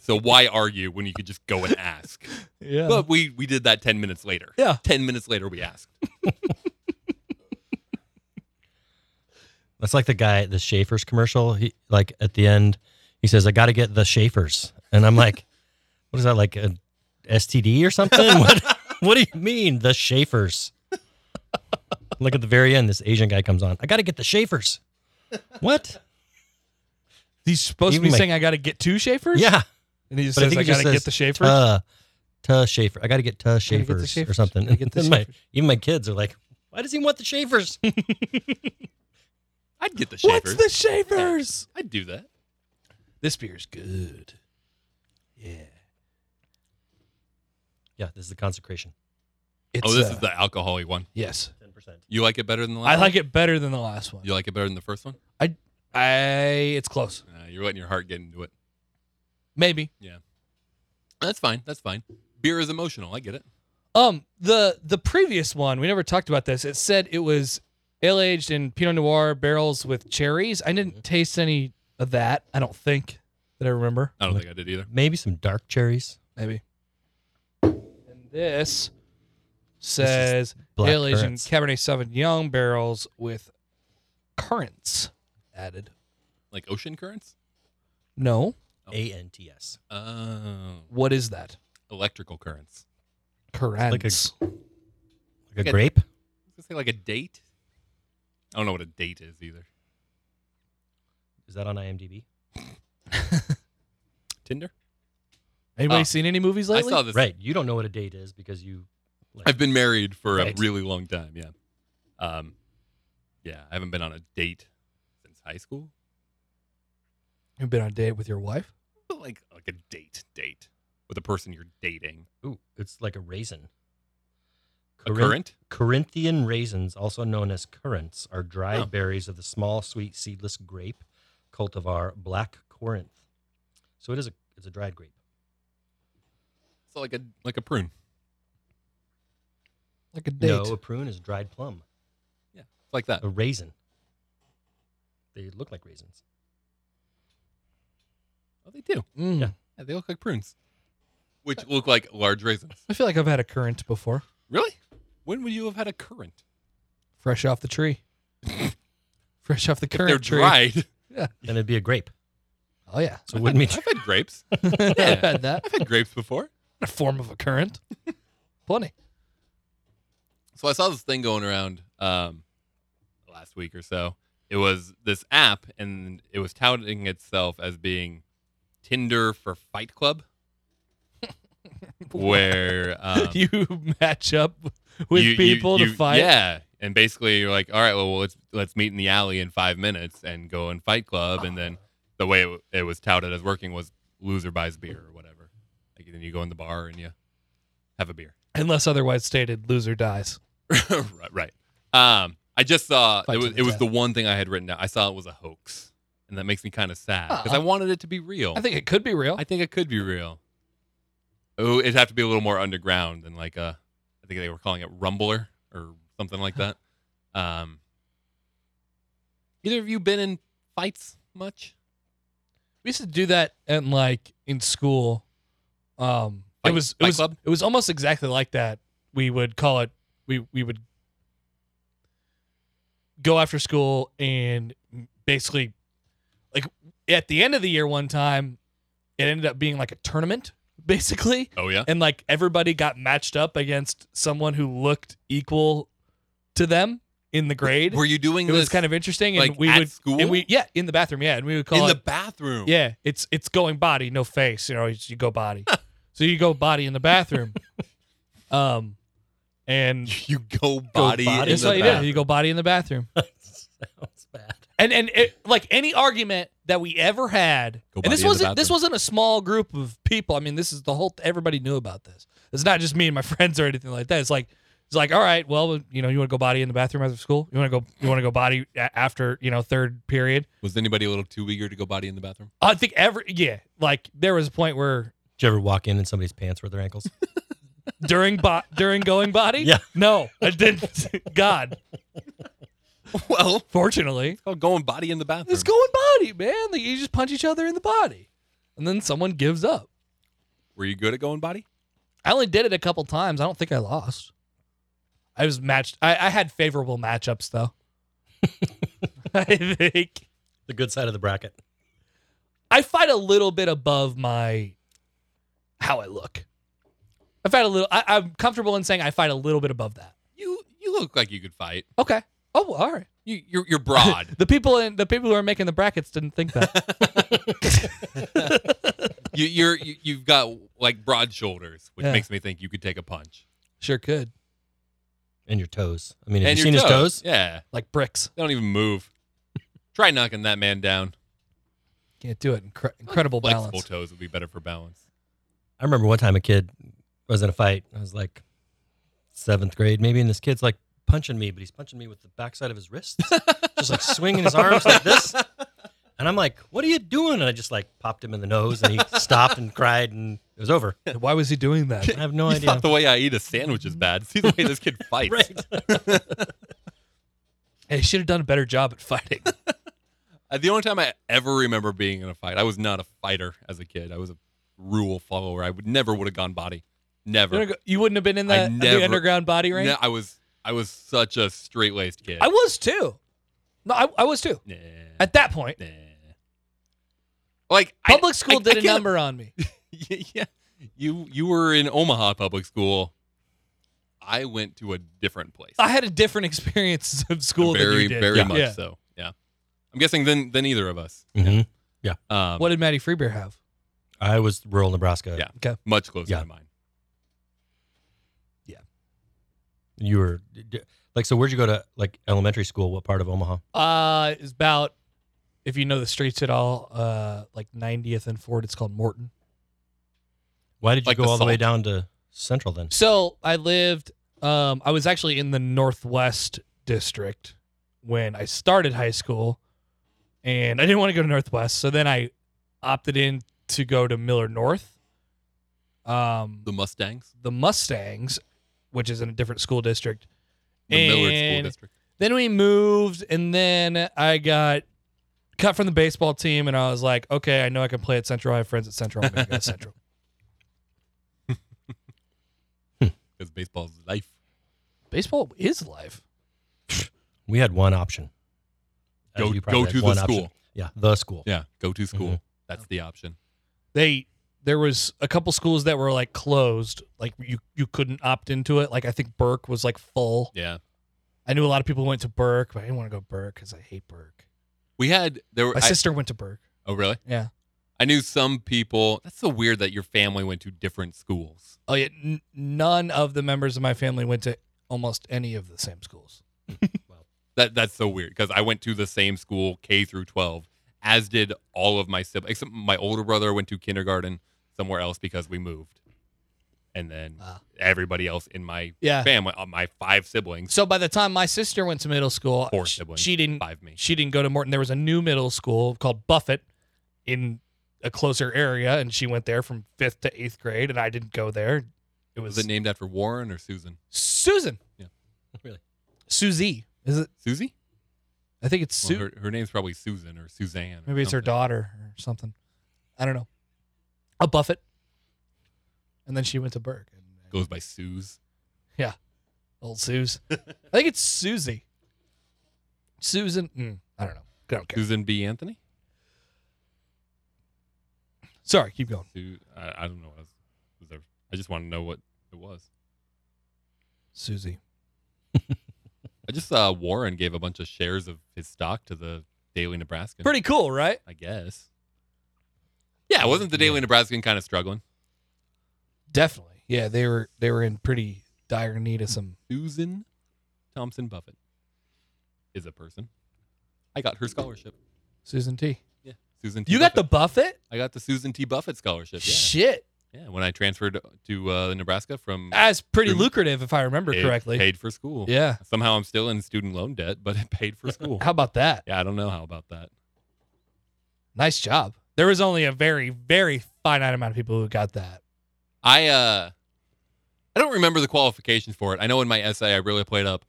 So why argue when you could just go and ask?
Yeah.
But we we did that ten minutes later.
Yeah.
Ten minutes later, we asked.
That's like the guy, the Schaefer's commercial. He like at the end, he says, "I got to get the Schaefer's," and I'm like, "What is that? Like a STD or something? what, what do you mean the Schaefer's?" Like at the very end, this Asian guy comes on. I got to get the Schaefer's. What?
he's supposed to
even
be
my-
saying I gotta get two Schaefer's?
Yeah,
And he just
but I
says I,
think he
gotta
just
get
says,
the Schaefer's.
Uh, to Schaefer. I got to get to
get the
Schaefer's or
Schaefer's.
something.
Gotta get the
Then my,
Schaefer's.
even my kids are like, "Why does he want the Schaefer's?"
I'd get the Schaefer's.
What's the Schaefer's?
I'd do that.
This beer's good.
yeah, this is the consecration.
It's,
oh, this
uh,
is the alcoholic one.
yes.
Ten percent.
You like it better than the last?
I like it better than the last one.
You like it better than the first one?
I it's close.
Uh, you're letting your heart get into it.
Maybe.
That's fine. That's fine. Beer is emotional. I get it.
Um, the the previous one we never talked about this. It said it was ale aged in Pinot Noir barrels with cherries. I didn't taste any of that. I don't think that I remember.
I don't think I did either.
Maybe some dark cherries.
Maybe. And this says
black
ale aged in
currants.
Cabernet Sauvignon barrels with currants added.
Like ocean currents?
No,
A N T S.
Oh,
what is that?
electrical currents.
Currants.
Like
Okay.
a grape?
I was gonna say like a date. I don't know what a date is either.
Is that on IMDb?
Tinder.
Anybody
Oh.
seen any movies lately?
I saw this.
Right. You don't know what a date is because you.
I've been married for
Right.
a really long time. Yeah. Um, yeah. I haven't been on a date since high school.
You've been on a date with your wife.
But like like a date date with a person you're dating.
Ooh, it's like a raisin.
a current.
Corinthian raisins, also known as currants, are dried
Oh.
berries of the small, sweet, seedless grape cultivar Black Corinth. So it is a it's a dried grape.
So like a like a prune.
Like a date.
No, a prune is dried plum.
It's like that.
A raisin. They look like raisins.
Oh, they do.
Mm.
Yeah.
Yeah, they look like prunes, which look like large raisins.
I feel like I've had a currant before,
Really? When would you have had a currant?
fresh off the tree. fresh off the currant
They're
tree.
dried.
Then it'd be a grape.
Oh yeah,
So it wouldn't be
I've had grapes.
I've had that.
I've had grapes before.
A form of a currant. Plenty.
So I saw this thing going around um, last week or so. It was this app, and it was touting itself as being Tinder for Fight Club, where um,
you match up with
you- you-
people
you-
to fight.
Yeah, and basically you're like, all right, well, let's let's meet in the alley in five minutes and go and Fight Club, and then the way it, w- it was touted as working was loser buys beer or whatever. Like then you go in the bar and you have a beer.
Unless otherwise stated, loser dies.
right, right. Um, I just saw
Fight
it
to
was
the
it was
death.
the one thing I had written down. I saw it was a hoax, and that makes me kind of sad because
Aw.
I wanted it to be real.
I think it could be real.
I think it could be real. Oh, it'd have to be a little more underground than like a. I think they were calling it Rumbler or something like that. Um, either of you been in fights much?
We used to do that and like in school. Um, it
Fight-
was it
fight
was
club?
it was almost exactly like that. We would call it. We we would go after school and basically, like at the end of the year one time, it ended up being like a tournament basically,
Oh yeah.
and like everybody got matched up against someone who looked equal to them in the grade.
Were you doing
it
this
was kind of interesting, and
like,
we
at
would
school?
and we yeah in the bathroom yeah, and we would call
in
it
the bathroom?
yeah, it's it's going body, no face. You know, you, you go body. so you go body in the bathroom. um, and
You go
body.
body. in
that's
the
what you
bathroom.
do. You go body in the bathroom.
Sounds bad.
And and it, like any argument that we ever had,
Go
and
body in
this
the
wasn't this
bathroom.
wasn't a small group of people. I mean, this is the whole everybody knew about this. It's not just me and my friends or anything like that. It's like it's like all right, well, you know, you want to go body in the bathroom after school? You want to go? You want to go body a- after you know third period?
Was anybody a little too eager to go body in the bathroom?
I think every yeah, like there was a point where
Did you ever walk in and somebody's pants were at their ankles?
during bo- during going body?
Yeah.
No, I didn't. God,
well,
fortunately,
oh, going body in the bathroom.
it's going body, man. Like you just punch each other in the body, and then someone gives up.
Were you good at going body?
I only did it a couple times. I don't think I lost. I was matched. I, I had favorable matchups though. I think
the good side of the bracket.
I fight a little bit above my how I look. I fight a little. I, I'm comfortable in saying I fight a little bit above that.
You you look like you could fight.
Okay. Oh, all right.
You you're, you're broad.
The people in the people who are making the brackets didn't think that.
you you're you, you've got like broad shoulders, which
Yeah.
makes me think you could take a punch.
Sure could.
And your toes. I mean, have
and
you
your
seen his toes?
Yeah,
Like bricks.
they don't even move. Try knocking that man down.
Can't do it. Incre- incredible
Flexible
balance.
toes would be better for balance.
I remember one time a kid was in a fight. I was like seventh grade, maybe, and this kid's like punching me, but he's punching me with the backside of his wrists, just like swinging his arms like this. And I'm like, "What are you doing?" And I just like popped him in the nose, and he stopped and cried, and it was over.
Why was he doing that?
I have no
you
idea. Mm-hmm.
thought the way I eat a sandwich is bad. See the way this kid fights.
right?
Hey, he should have done a better job at fighting.
Uh, The only time I ever remember being in a fight, I was not a fighter as a kid. I was a rule follower. I would never would have gone body. Never.
you wouldn't have been in
I
the, the
never-
underground body ring.
No, I was I was such a straight laced kid.
I was too. No, I, I was too.
nah,
At that point,
nah. Like I-
public school
I-
did
I
a
can't-
number on me.
yeah, you you were in Omaha public school. I went to a different place.
I had a different experience of school than
very
you did.
very
Yeah.
much
Yeah.
so. Yeah, I'm guessing than than either of us.
Mhm.
Um,
What did Maddie Freebeer have?
I was rural Nebraska.
Yeah.
Okay.
much closer
Yeah.
to mine.
You were d- like, so where'd you go to like elementary school? What part of Omaha?
Uh, it's about if you know the streets at all, uh, like 90th and Ford. It's called Morton.
Why did you
Like
go
the
all the way
salt.
down to Central then?
So I lived. Um, I was actually in the Northwest district when I started high school, and I didn't want to go to Northwest. So then I opted in to go to Miller North. Um,
The Mustangs,
the Mustangs, which is in a different school district.
the Millard School
And-
District.
Then we moved, and then I got cut from the baseball team, and I was like, okay, I know I can play at Central. I have friends at Central. I'm gonna go to Central.
Because baseball's life.
Baseball is life.
We had one option.
Go-
You probably
go
had
to the
one option.
school.
Yeah, the school.
Yeah, go to school.
Mhm.
Mm-hmm.
That's the option.
they there was a couple schools that were like closed like you you couldn't opt into it like i think burke was like full
Yeah,
i knew a lot of people went to burke but i didn't want to go burke because i hate burke
we had there were.
my
I-
sister went to burke
oh really?
yeah
I knew some people. That's so weird that your family went to different schools.
oh yeah n- none of the members of my family went to almost any of the same schools
That that's so weird because I went to the same school K through 12, as did all of my siblings. Except my older brother went to kindergarten somewhere else because we moved, and then
Ah.
everybody else in my
yeah
family, uh, my five siblings,
so by the time my sister went to middle school
Four
sh-
siblings.
she didn't
five me.
she didn't go to morton there was a new middle school called buffett in a closer area, and she went there from fifth to eighth grade, and I didn't go there. It was,
Was it named after Warren or Susan?
Susan.
Really?
Susie. Is it?
Susie?
I think it's
Well,
Sue.
her, her name's probably Susan or Suzanne. or
Maybe it's her
something.
daughter or something. I don't know. A Buffett. And then she went to Burke. And
Goes by Suze.
old Suze. I think it's Susie. Susan. Mm, I don't know. I don't care.
Susan B. Anthony?
Sorry, keep going.
Su- I, I don't know. What else was there. I just want to know what it was.
Susie.
I just saw Warren gave a bunch of shares of his stock to the Daily Nebraskan.
Pretty cool, right?
I guess. Yeah, wasn't the Daily Nebraskan kind of struggling?
Definitely. Yeah, they were they were in pretty dire need of some
Susan Thompson Buffett is a person. I got her scholarship.
Susan T.
Yeah, Susan. T.
You got the
Buffett.
Buffett?
I got the Susan T. Buffett scholarship. Yeah,
Shit.
yeah. When I transferred to uh, Nebraska from
That's pretty
Through-
lucrative if I remember
it
correctly.
paid for school.
Yeah.
Somehow I'm still in student loan debt, but it paid for school.
How about that?
yeah, I don't know how about that.
Nice job. There was only a very, very finite amount of people who got that.
I uh I don't remember the qualifications for it. I know in my essay I really played up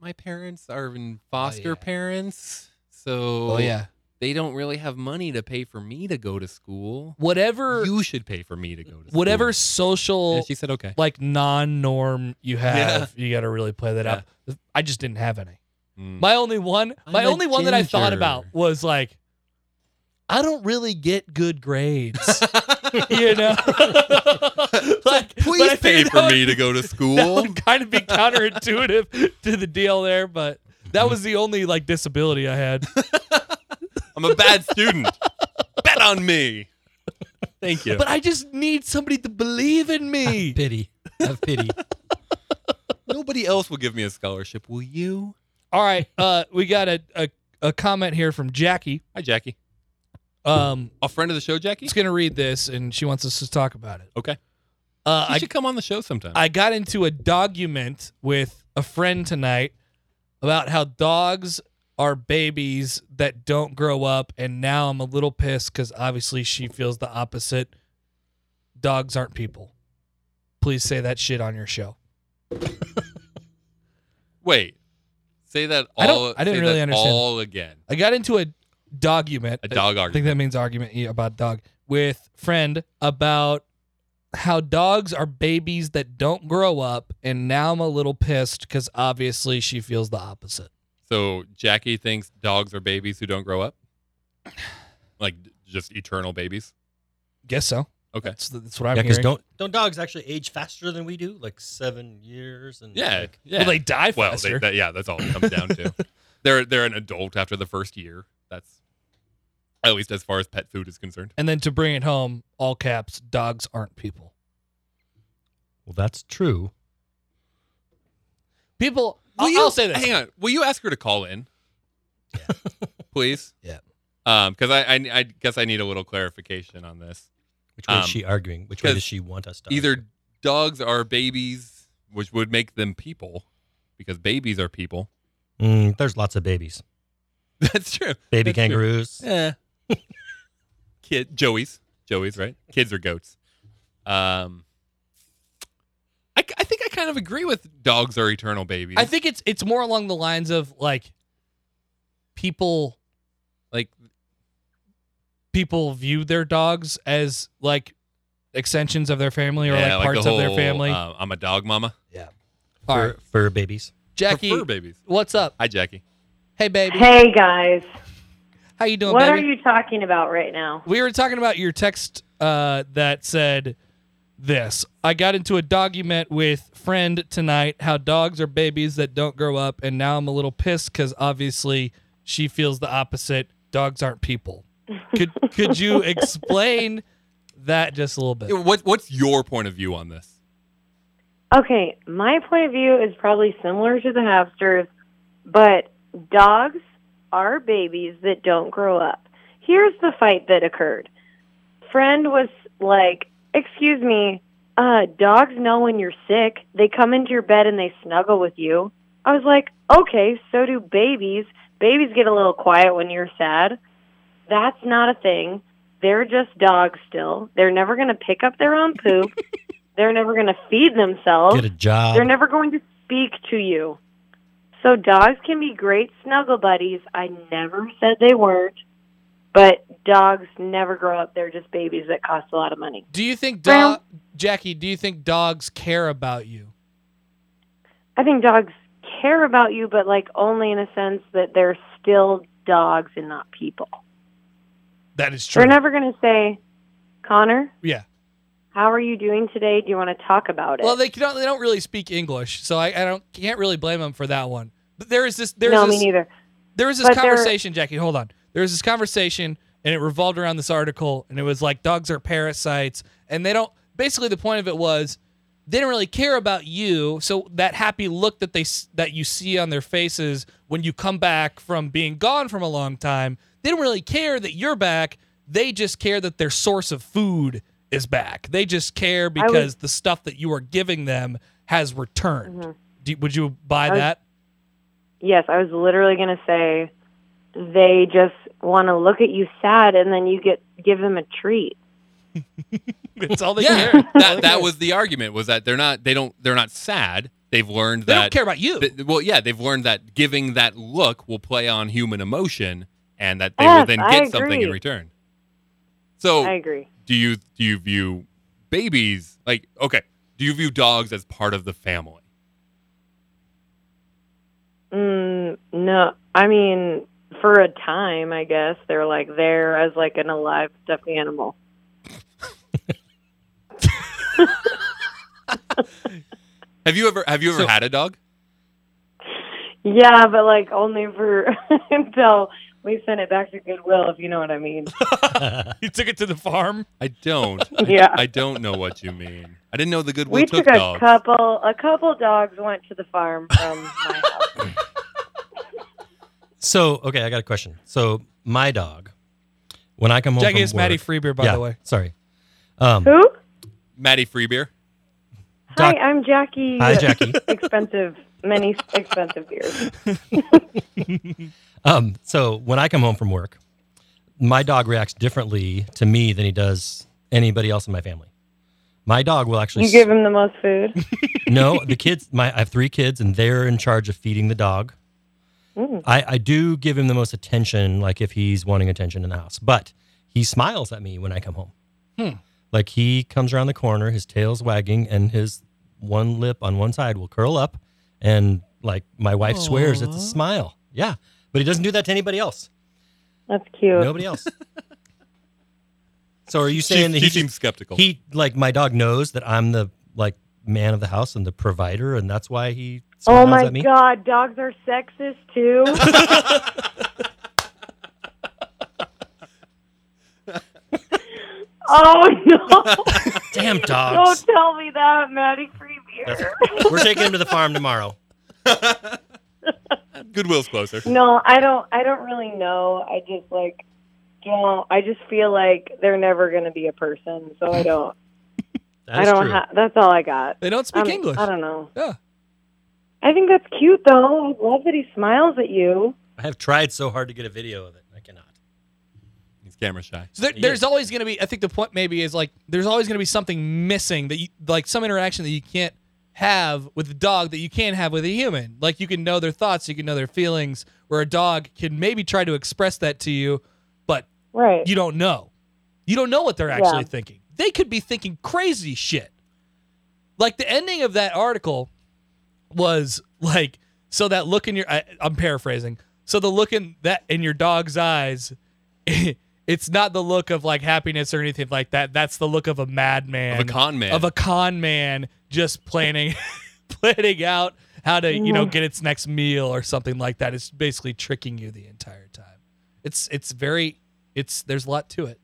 my parents are in foster
Oh, yeah.
parents. So
Oh yeah.
they don't really have money to pay for me to go to school.
Whatever
You should pay for me to go to school.
whatever
Yeah,
social
she said okay.
like non norm you have, you gotta really play that
Yeah.
up. I just didn't have any.
Mm.
My only one
I'm
my
a
only one that I thought
ginger.
about was like I don't really get good grades. you know? like but I
Please pay
figured
for
that
me
would-
to go to
That
school.
would kind of be counterintuitive to the deal there, but that was the only like disability I had.
I'm a bad student. Bet on me. Thank you.
But I just need somebody to believe in me.
Pity. Have pity.
Nobody else will give me a scholarship, will you?
All right, uh, we got a, a a comment here from Jackie.
Hi, Jackie.
Um,
A friend of the show, Jackie?
she's gonna read this, and she wants us to talk about it.
Okay.
Uh,
She
I
should come on the show sometime.
I got into a document with a friend tonight about how dogs are babies that don't grow up, and now I'm a little pissed because obviously she feels the opposite. Dogs aren't people. Please say that shit on your show.
Wait. Say that all
I don't- I didn't
say
really
that
understand.
all again.
I got into a document.
A dog
I think
argument.
that means argument yeah, about dog with friend about how dogs are babies that don't grow up, and now I'm a little pissed because obviously she feels the opposite.
So Jackie thinks dogs are babies who don't grow up? Like d- just eternal babies?
Guess so.
Okay.
That's, that's what I'm
Yeah, because
hearing.
don't don't dogs actually age faster than we do? Like seven years and
Yeah.
like,
yeah.
Well, they die
well, they-
faster.
that- yeah, that's all it comes down to. They're they're an adult after the first year. That's at least as far as pet food is concerned.
and then to bring it home, all caps, dogs aren't people.
Well, that's true.
People,
Will
I'll,
you-
I'll say this.
Hang on. Will you ask her to call in? Please?
Yeah.
Um, because I, I I guess I need a little clarification on this.
Which way
Um,
is she arguing? Which way
'cause
does she want us to?
either
argue?
dogs are babies, which would make them people, because babies are people.
Mm, there's lots of babies.
That's true.
Baby
That's true.
kangaroos.
Yeah. Kid Joey's. Joey's, right? Kids are goats. Um I, I think I kind of agree with dogs are eternal babies.
I think it's it's more along the lines of like people
like
people view their dogs as like extensions of their family or
yeah, like
like parts
the
of their
whole,
family.
uh, I'm a dog mama.
all
fur,
right,
fur babies.
Jackie,
Prefer babies.
what's up?
Hi Jackie.
Hey baby,
Hey guys,
how you doing,
what
baby?
are you talking about right now?
we were talking about your text uh, that said this. I got into a document with friend tonight how dogs are babies that don't grow up, and now I'm a little pissed because obviously she feels the opposite. Dogs aren't people. Could could you explain that just a little bit?
What what's your point of view on this?
Okay, my point of view is probably similar to the hamsters, but dogs are babies that don't grow up. Here's the fight that occurred. Friend was like, "Excuse me, uh, dogs know when you're sick. They come into your bed and they snuggle with you." I was like, "Okay, so do babies. Babies get a little quiet when you're sad. That's not a thing. They're just dogs still. They're never going to pick up their own poop. They're never going to feed themselves.
Get a job.
They're
Um,
never going to speak to you. So dogs can be great snuggle buddies. I never said they weren't, but dogs never grow up. They're just babies that cost a lot of money.
Do you think
Meow.
dog Jackie? Do you think dogs care about you?
I think dogs care about you, but like only in a sense that they're still dogs and not people.
That is true.
They're never going to say, Connor,
yeah.
how are you doing today? Do you want to talk about it?
Well, they don't. They don't really speak English, so I, I don't can't really blame them for that one. But there is this. There's
no,
this,
me neither.
there was this
But there-
conversation, Jackie. Hold on. There was this conversation, and it revolved around this article, and it was like dogs are parasites, and they don't. Basically, the point of it was they didn't really care about you. So that happy look that they s- that you see on their faces when you come back from being gone from a long time, they don't really care that you're back. They just care that their source of food is back. They just care
would-
because the stuff that you are giving them has returned.
Mhm.
Do, would you buy
I would-
that?
Yes, I was literally going to say they just want to look at you sad and then you get give them a treat.
It's all they
yeah,
care.
that that was the argument was that they're not they don't they're not sad. They've learned
They
that
don't care about you.
th- well, yeah, they've learned that giving that look will play on human emotion, and that they will
Yes,
then
I
get something in
agree.
return. So
Oh.
I agree.
do you do you view babies like okay do you view dogs as part of the family
Mm, no, I mean for a time, I guess they're like there as like an alive stuffed animal.
have you ever have you ever
So-
had a dog
Yeah, but like only for until we send it back to Goodwill, if you know what I mean.
you took it to the farm.
i don't
Yeah.
i don't know what you mean i didn't know the goodwill
we
took,
took a
dogs
couple. A couple dogs went to the farm from my house.
so okay, I got a question. So my dog, when I come home,
Jackie
from
is Maddie
work-
Freebeer, by
yeah,
the way.
Sorry. Um,
Who?
maddie freebeer
Hi,
Doc-
I'm Jackie.
hi, Jackie.
expensive, many expensive beers.
Um, so when I come home from work, my dog reacts differently to me than he does anybody else in my family. My dog will actually
You give him the most food.
no, the kids. My I have three kids, and they're in charge of feeding the dog.
Mm.
I, I do give him the most attention, like if he's wanting attention in the house. But he smiles at me when I come home.
Hmm.
Like he comes around the corner, his tail's wagging, and his one lip on one side will curl up, and like my wife swears it's
Aw.
a smile. Yeah, but he doesn't do that to anybody else.
That's cute.
Nobody else. so are you
she,
saying that
she
he
seems skeptical
he like my dog knows that I'm the like man of the house and the provider, and that's why he smiles
Oh my
at me.
God, dogs are sexist too. oh no!
Damn
Don't
dogs!
tell me that, Maddie Freebeer.
We're taking him to the farm tomorrow.
goodwill's closer
No, I don't. I don't really know. I just like don't. I just feel like they're never going to be a person, so I don't.
That
I
is
don't.
true.
Ha- that's all I got.
They don't speak
I'm-
English.
I don't know.
Yeah.
I think that's cute though. I love that he smiles at you.
I have tried so hard to get a video of it. I cannot.
he's camera shy
So there,
Yeah.
there's always going to be. I think the point maybe is like there's always going to be something missing that you like some interaction that you can't have with a dog that you can have with a human. Like you can know their thoughts, you can know their feelings, where a dog can maybe try to express that to you, but
Right.
you don't know. You don't know what they're actually
Yeah.
thinking. They could be thinking crazy shit. Like the ending of that article was like so that look in your I, I'm paraphrasing. So the look in that in your dog's eyes it's not the look of like happiness or anything like that. That's the look of a madman
of a con man
of a con man just planning planning out how to you know get its next meal or something like that. It's basically tricking you the entire time. It's it's very it's there's a lot to it.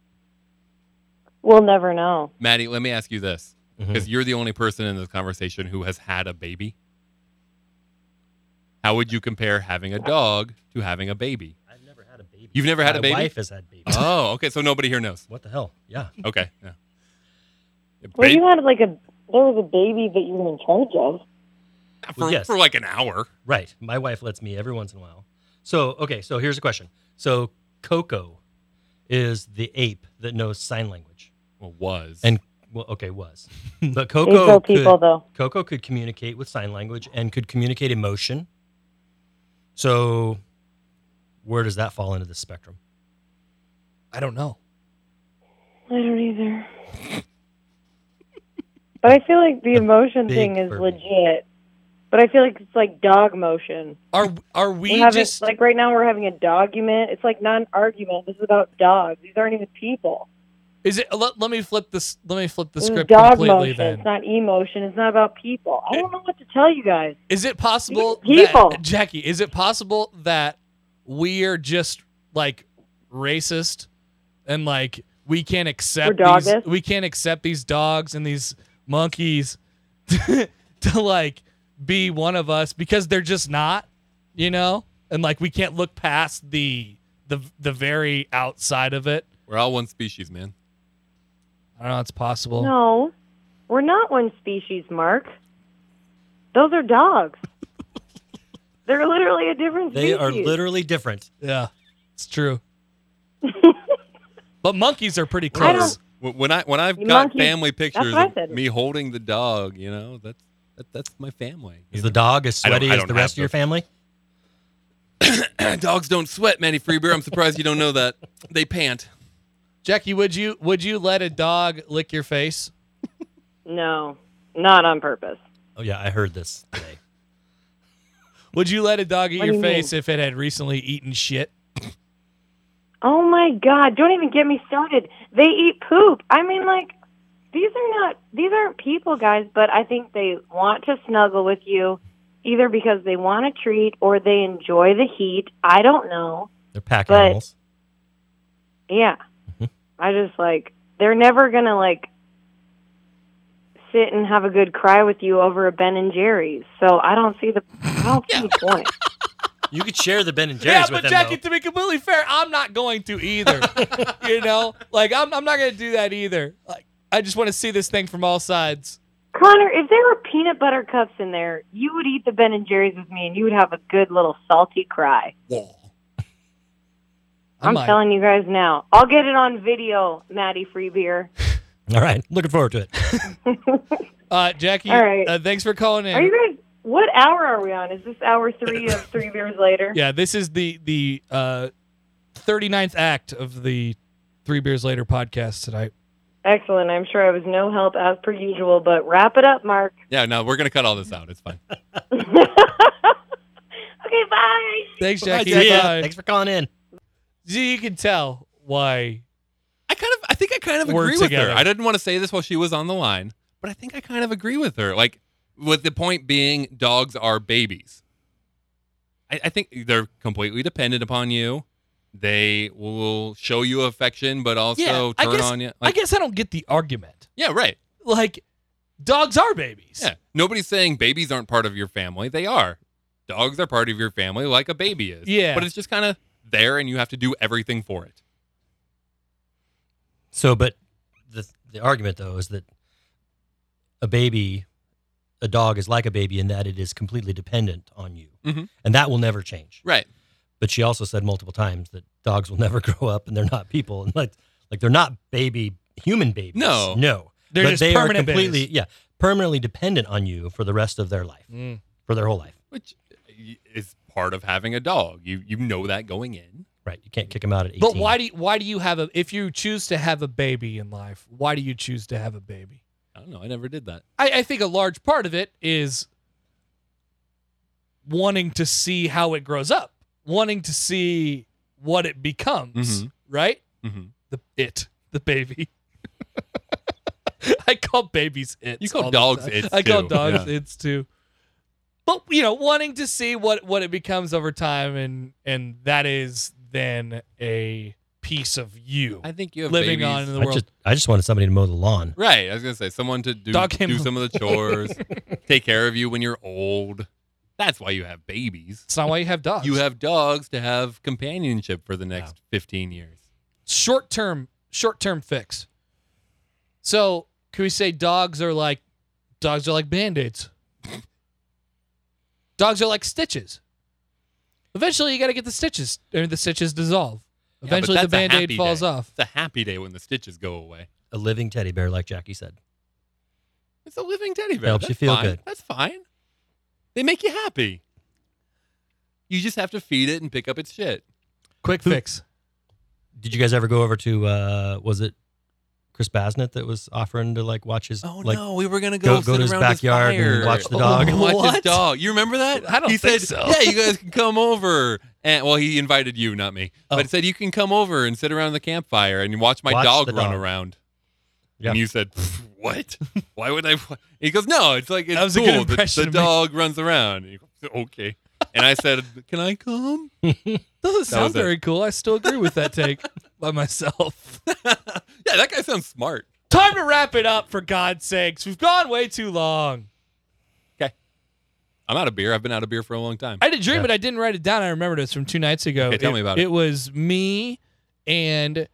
We'll never know.
maddie let me ask you this because
Mhm.
you're the only person in this conversation who has had a baby how would you compare having a dog to having a baby
I've never had a baby.
You've never had
My
a baby?
wife has had babies.
oh okay so nobody here knows
what the hell? Yeah.
okay yeah.
Well,
Ba-
you had like a there was a baby that you were in charge of.
for,
Yes.
for like an hour
Right. My wife lets me every once in a while. So okay. So here's a question. So Coco is the ape that knows sign language.
Well, was.
And Well, okay, was. But
They
Coco
kill people
could,
though.
Coco could communicate with sign language and could communicate emotion. So, where does that fall into the spectrum?
I don't know.
I don't either. but I feel like the
The
emotion
big
thing is
purple.
legit. But I feel like it's like dog motion.
Are are we
We haven't
just
like right now we're having a document. It's like non-argument. This is about dogs. These aren't even people.
Is it? Let, let me flip this. Let me flip the
This is
script
dog
completely.
motion. It's
Then
not emotion. It's not about people. I don't know what to tell you guys.
is it possible?
These people.
that- Jackie, is it possible that we are just like racist and like we can't accept
We're
these?
doggist.
We can't accept these dogs and these monkeys to, to like be one of us because they're just not, you know, and like we can't look past the the the very outside of it.
We're all one species, man.
I don't know. It's possible.
No, we're not one species, Mark. Those are dogs. They're literally a different
They
species.
are literally different.
Yeah, it's true. but monkeys are pretty
I don't-
close.
Wh- When I when I've
You
got
monkey.
family pictures
what I
of
said.
me holding the dog, you know that's that, that's my family.
Is the dog as
I don't-
sweaty
I
as
don't
the
have
rest of your
those.
family?
Dogs don't sweat, Manny Freebeer. I'm surprised you don't know that. They pant.
Jackie, would you would you let a dog lick your face?
no, not on purpose.
Oh yeah, I heard this today.
Would you let a dog eat
What do
your
you
face if it had recently eaten shit?
Oh my God! Don't even get me started. They eat poop. I mean, like these are not these aren't people, guys. But I think they want to snuggle with you, either because they want a treat or they enjoy the heat. I don't know.
They're pack
But-
animals.
Yeah,
Mm-hmm.
Mhm.
I just like they're never gonna like sit and have a good cry with you over a Ben and Jerry's. So I don't see the I don't see the point.
You could share the Ben and Jerry's
yeah,
with
but
them.
Jackie,
though.
to be completely fair, I'm not going to either. you know, like I'm I'm not gonna do that either. Like I just want to see this thing from all sides.
Connor, if there were peanut butter cups in there, you would eat the Ben and Jerry's with me, and you would have a good little salty cry.
I
I'm
might.
telling you guys now. I'll get it on video, Maddie Freebeer.
All right, looking forward to it.
Uh, Jackie,
All right.
uh, thanks for calling in.
Are you guys? What hour are we on? Is this hour three of three beers later?
yeah, this is the the uh, 39th act of the Three Beers Later podcast tonight.
Excellent. I'm sure I was no help as per usual, but wrap it up, Mark.
Yeah, no, we're gonna cut all this out. It's fine.
okay, bye.
Thanks, Jackie.
See ya.
Bye.
Thanks for calling in.
See, you can tell why.
I kind of I think I kind of
We're
agree
together.
with her. I didn't want to say this while she was on the line, but I think I kind of agree with her. Like with the point being dogs are babies. I, I think they're completely dependent upon you. They will show you affection, but also
Yeah, I
turn
guess-
on you.
I
Like,
guess I don't get the argument.
yeah, right.
Like, dogs are babies.
Yeah. Nobody's saying babies aren't part of your family. They are. Dogs are part of your family like a baby is.
Yeah.
But it's just kind of there and you have to do everything for it.
So, but the the argument though is that a baby, a dog is like a baby in that it is completely dependent on you,
Mm-hmm.
Mhm.
and that will never change.
Right.
But she also said multiple times that dogs will never grow up and they're not people, and like like they're not baby human babies.
No.
no,
They're
but
just
they
permanent
are completely
babies.
yeah permanently dependent on you for the rest of their life,
Mm.
for their whole life.
Which uh, is part of having a dog. You you know that going in.
Right, you can't kick them out at eighteen.
But why do you, why do you have a if you choose to have a baby in life? Why do you choose to have a baby?
I don't know. I never did that.
I, I think a large part of it is wanting to see how it grows up, wanting to see what it becomes.
Mhm.
Right?
Mm-hmm.
The it, the baby. I call babies it.
You call dogs its,
I call
too.
dogs
Yeah.
it's too. But you know, wanting to see what what it becomes over time, and and that is then a piece of you
I think you have
living
babies.
on in the
I
world.
just I just wanted somebody to mow the lawn.
Right. I was gonna say someone to do
Dog
do
handler.
some of the chores, take care of you when you're old. That's why you have babies.
it's not why you have dogs.
You have dogs to have companionship for the next 15 years.
short term short term fix. So can we say dogs are like dogs are like band aids? dogs are like stitches. Eventually, you got to get the stitches, or the stitches dissolve.
but
Eventually, the
that's a
band aid
happy
falls
day.
off.
It's a happy day when the stitches go away.
A living teddy bear, like Jackie said.
It's a living teddy bear.
Helps you
That's
feel
fine.
good.
That's fine. They make you happy. You just have to feed it and pick up its shit.
Quick fix.
Did you guys ever go over to uh was it Chris Basnett that was offering to like watch his
Oh,
like
Oh, we were gonna
go- go go to his around his backyard and fire. watch the dog.
Oh, watch his
What?
dog. You remember that?
I don't
he
think
said,
so.
Yeah, you guys can come over. And well, he invited you, not me.
Oh.
But he said you can come over and sit around the campfire and watch my
Watch
dog
the
run
dog.
around.
Yeah.
And you said, "Pfft, "What? Why would I?" wa-" He goes, "No, it's like it's
That was a
cool.
good
The- the,
impression of me.
dog runs around." And you go, okay. And I said, "Can I come?"
Doesn't
That was
sound
it.
very cool. I still agree with that take by myself.
Yeah, that guy sounds smart.
Time to wrap it up, for God's sakes. We've gone way too long.
I'm out of beer. I've been out of beer for a long time.
I had a dream,
Yeah.
but I didn't write it down. I remembered it. It's from two nights ago.
Okay, tell me about it.
It was me and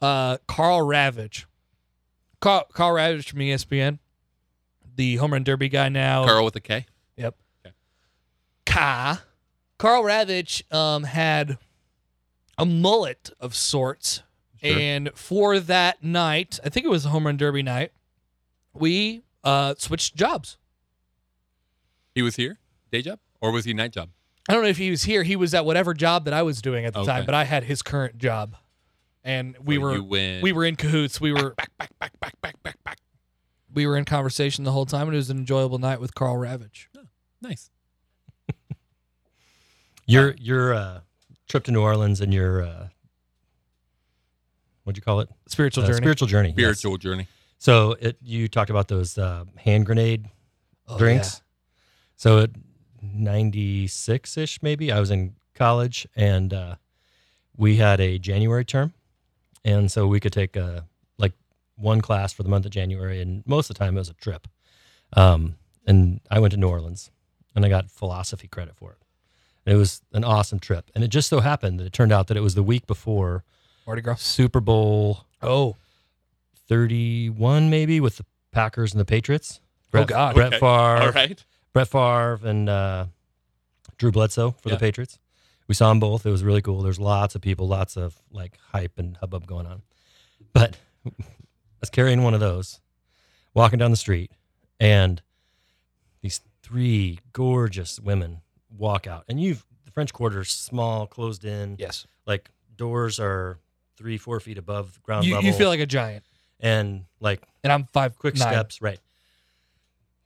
uh, Carl Ravage. Carl, Carl Ravage from E ESPN, the home run derby guy now.
Carl with a K.
Yep.
Okay.
Ka. Carl Ravitch um, had a mullet of sorts.
Sure.
And for that night, I think it was a home run derby night, we uh, switched jobs.
He was here, day job, or was he night job?
I don't know if he was here. He was at whatever job that I was doing at the
Okay.
time, but I had his current job. And we
So
were
you win.
we were in cahoots. We were back, back, back, back, back, back, back. We were in conversation the whole time, and it was an enjoyable night with Carl Ravitch.
nice.
your your uh trip to New Orleans and your uh what'd you call it?
Spiritual
Uh,
journey.
Spiritual journey. yes.
Spiritual journey.
So it, you talked about those uh, hand grenade
Oh,
drinks. So at 96 ish, maybe, I was in college and uh, we had a January term. And so we could take uh like one class for the month of January. And most of the time it was a trip. Um, and I went to New Orleans and I got philosophy credit for it. And it was an awesome trip. And it just so happened that it turned out that it was the week before
yeah. Mardi Gras.
Super Bowl
Oh,
31 maybe with the Packers and the Patriots.
oh God.
Brett
Okay.
Favre,
All right.
Brett Favre and uh, Drew Bledsoe for
Yeah.
the Patriots. We saw them both. It was really cool. There's lots of people, lots of like hype and hubbub going on. But I was carrying one of those, walking down the street, and these three gorgeous women walk out. And you've the French Quarter's small, closed in.
Yes.
Like doors are three, four feet above ground
You,
level.
you feel like a giant.
and like
and I'm five
quick
nine.
steps, right?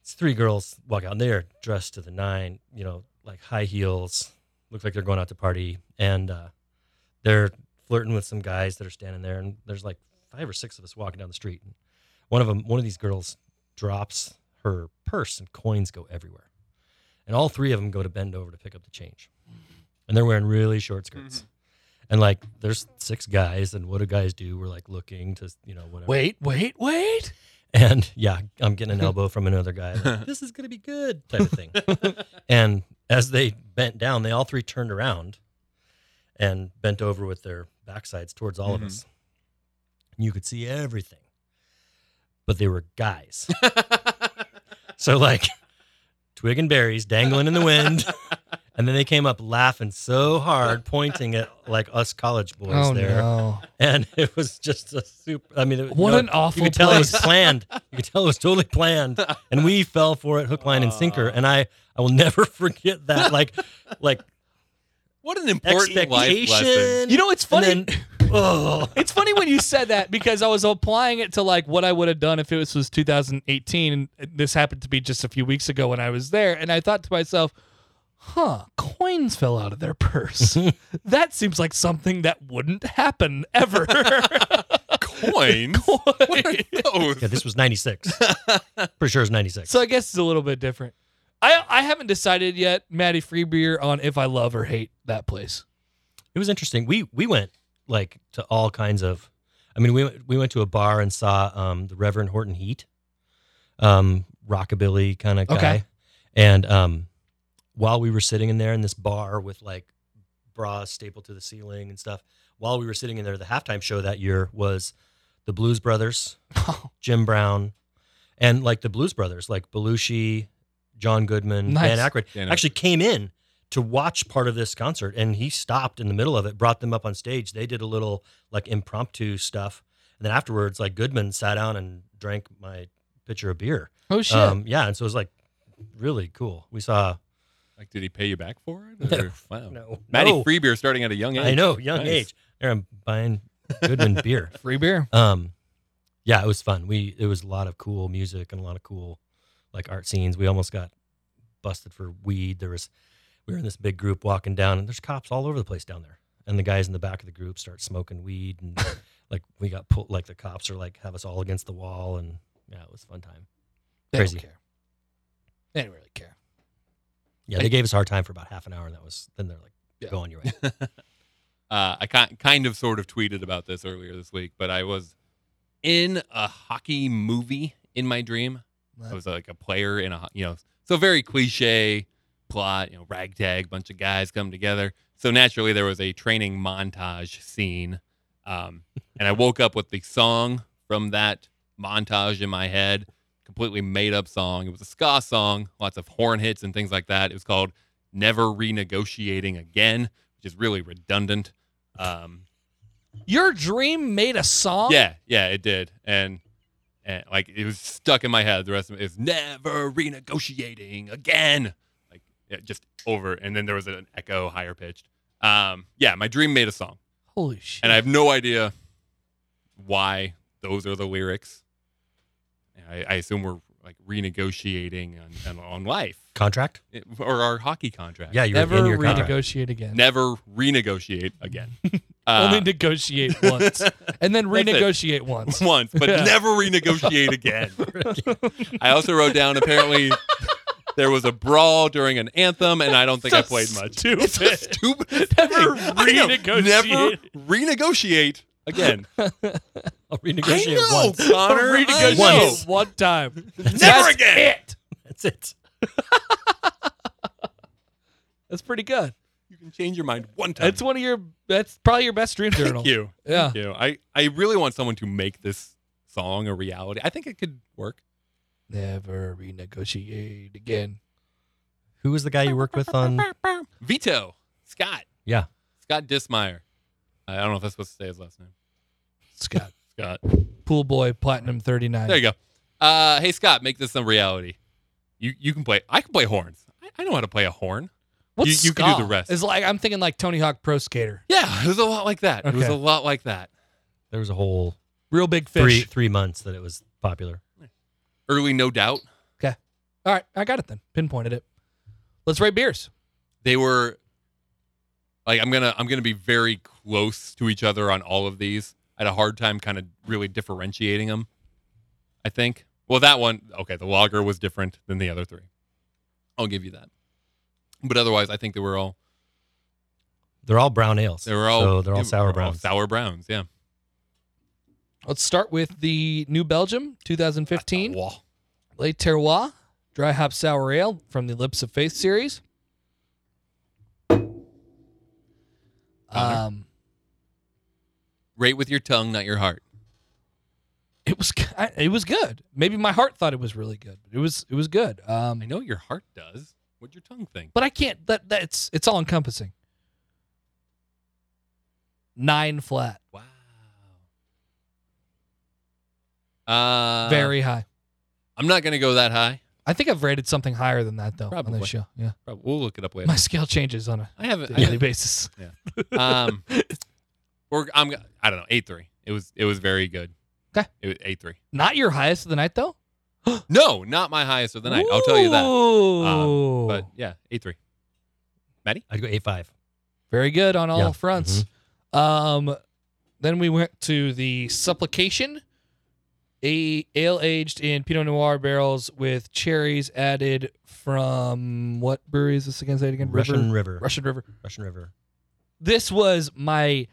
It's three girls walk out, and they're dressed to the nine, you know, like high heels, look like they're going out to party, and uh, they're flirting with some guys that are standing there, and there's like five or six of us walking down the street. And one of them, one of these girls, drops her purse, and coins go everywhere, and all three of them go to bend over to pick up the change, and they're wearing really short skirts. And like, there's six guys, and what do guys do? We're like looking to, you know, whatever.
Wait, wait, wait.
And yeah, I'm getting an elbow from another guy. like, this is going to be good type of thing. and as they bent down, they all three turned around and bent over with their backsides towards all
Mhm.
of
Mm-hmm.
us. And you could see everything, but they were guys. so, like, twig and berries dangling in the wind. And then they came up laughing so hard, pointing at like us college boys there
Oh, no!
and it was just a super. I mean, it,
What
you know,
an awful
You could tell it
place.
was planned. You could tell it was totally planned, and we fell for it, hook, line, and sinker. And I, I will never forget that. Like, like
What an important life lesson.
expectation.
You know,
and
it's funny.
then- oh,
it's funny when you said that because I was applying it to like what I would have done if it was, was 2018, and this happened to be just a few weeks ago when I was there, and I thought to myself, "Huh, coins fell out of their purse. that seems like something that wouldn't happen ever."
Coins. What are those?
yeah, this was '96. Pretty sure it was '96.
so I guess it's a little bit different. I I haven't decided yet, Maddie Freebeer, on if I love or hate that place.
It was interesting. We we went like to all kinds of. I mean, we went- we went to a bar and saw um, the Reverend Horton Heat, um, rockabilly kind of guy.
Okay.
And um, while we were sitting in there in this bar with like bras stapled to the ceiling and stuff, while we were sitting in there, the halftime show that year was the Blues Brothers, Jim Brown, and like the Blues Brothers, like Belushi, John Goodman,
Nice.
Dan Aykroyd,
Dan Aykroyd.
actually came in to watch part of this concert, and he stopped in the middle of it, brought them up on stage. They did a little like impromptu stuff, and then afterwards, like Goodman sat down and drank my pitcher of beer.
Oh shit!
Um, yeah, and so it was like really cool. We saw
Like, did he pay you back for it? Or, wow.
no,
Matty
no,
Freebeer starting at a young age.
I know, young
Nice.
age. There, I'm buying Goodman beer.
Free beer.
Um, yeah, it was fun. We it was a lot of cool music and a lot of cool like art scenes. We almost got busted for weed. There was we were in this big group walking down, and there's cops all over the place down there. And the guys in the back of the group start smoking weed, and like we got pulled. Like the cops are like have us all against the wall, and yeah, it was a fun time.
They
Crazy.
don't care. They don't really care.
Yeah, they gave us a hard time for about half an hour, and that was then they're like,
Yeah.
"Go on your way."
Uh, I ki- kind of sort of tweeted about this earlier this week, but I was in a hockey movie in my dream. I was like a player in a, ho- you know, so very cliche plot, you know, ragtag, bunch of guys come together. So naturally, there was a training montage scene. Um, and I woke up with the song from that montage in my head, completely made up song. It was a ska song, lots of horn hits and things like that. It was called Never Renegotiating Again, which is really redundant. Um,
Your dream made a song.
yeah, yeah, it did, and and like it was stuck in my head. The rest of it is never renegotiating again, like yeah, just over. And then there was an echo, higher pitched. Um, yeah, my dream made a song,
Holy shit!
and I have no idea why those are the lyrics. And I, I assume we're like renegotiating on, on, on life
Contract?
it- or our hockey contract.
Yeah, you were
never
in your contract.
renegotiate again.
never renegotiate again. Uh,
Only negotiate once, and then
That's it.
renegotiate once.
once, but
Yeah.
never renegotiate again. I also wrote down apparently there was a brawl during an anthem, and I don't think I
So
played much.
stupid.
It's a stupid
Never
thing. I know.
renegotiate.
Never renegotiate again.
I'll
I
renegotiate
know,
once.
Connor. I
renegotiate
know.
Once.
one time.
Never
That's
again.
It.
That's it.
That's pretty good.
You can change your mind one time.
That's one of your. That's probably your best dream journal.
Thank you.
Yeah.
Thank you. I, I really want someone to make this song a reality. I think it could work.
Never renegotiate again.
Who was the guy you worked with on?
Vito. Scott.
Yeah.
Scott Dismeyer. I don't know if that's supposed to say his last name.
Scott,
Scott.
pool boy, platinum thirty nine.
There you go. Uh, hey Scott, make this some reality. You you can play. I can play horns. I, I know how to play a horn.
What's
You- you can do
ska?
the rest.
It's like I'm thinking like Tony Hawk Pro Skater.
Yeah, it was a lot like that. It was
Okay.
a lot like that.
There was a whole
Real big fish.
three three months that it was popular.
Early, no doubt.
All right, I got it then. Pinpointed it. Let's rate beers.
They were like I'm gonna I'm gonna be very close to each other on all of these. I had a hard time kind of really differentiating them. I think. Well, that one. Okay, the logger was different than the other three. I'll give you that. But otherwise, I think they were all
They're all brown ales.
they were all
so they're all
they were
sour browns.
sour browns. Yeah.
Let's start with the New Belgium 2015
Wow.
Les Terroirs Dry Hop Sour Ale from the Lips of Faith series.
Connor?
Um,
Rate with your tongue, not your heart.
it was ki- I- it was good. Maybe my heart thought it was really good, but it was it was good. Um,
I know your heart does. What'd your tongue think?
but I can't. That that's it's all encompassing. Nine flat,
Wow. Uh,
very high.
I'm not gonna go that high.
I think I've rated something higher than that though on
Probably.
this show. Yeah,
Prob- We'll look it up later.
my scale changes on a
I haven't. I
daily
haven't
basis.
um, we're, I'm. I don't know. Eight three. It was. It was very good.
Okay.
It was eight three.
Not your highest of the night though.
No, not my highest of the night. I'll tell you that. Uh,
Ooh.
But yeah, eight three.
I'd go eight five.
Very good on all
Yeah. Mm-hmm.
fronts. Um, then we went to the supplication, a ale aged in Pinot Noir barrels with cherries added from what brewery is this again? Say it again.
Russian
River?
River.
Russian River.
Russian River.
This was my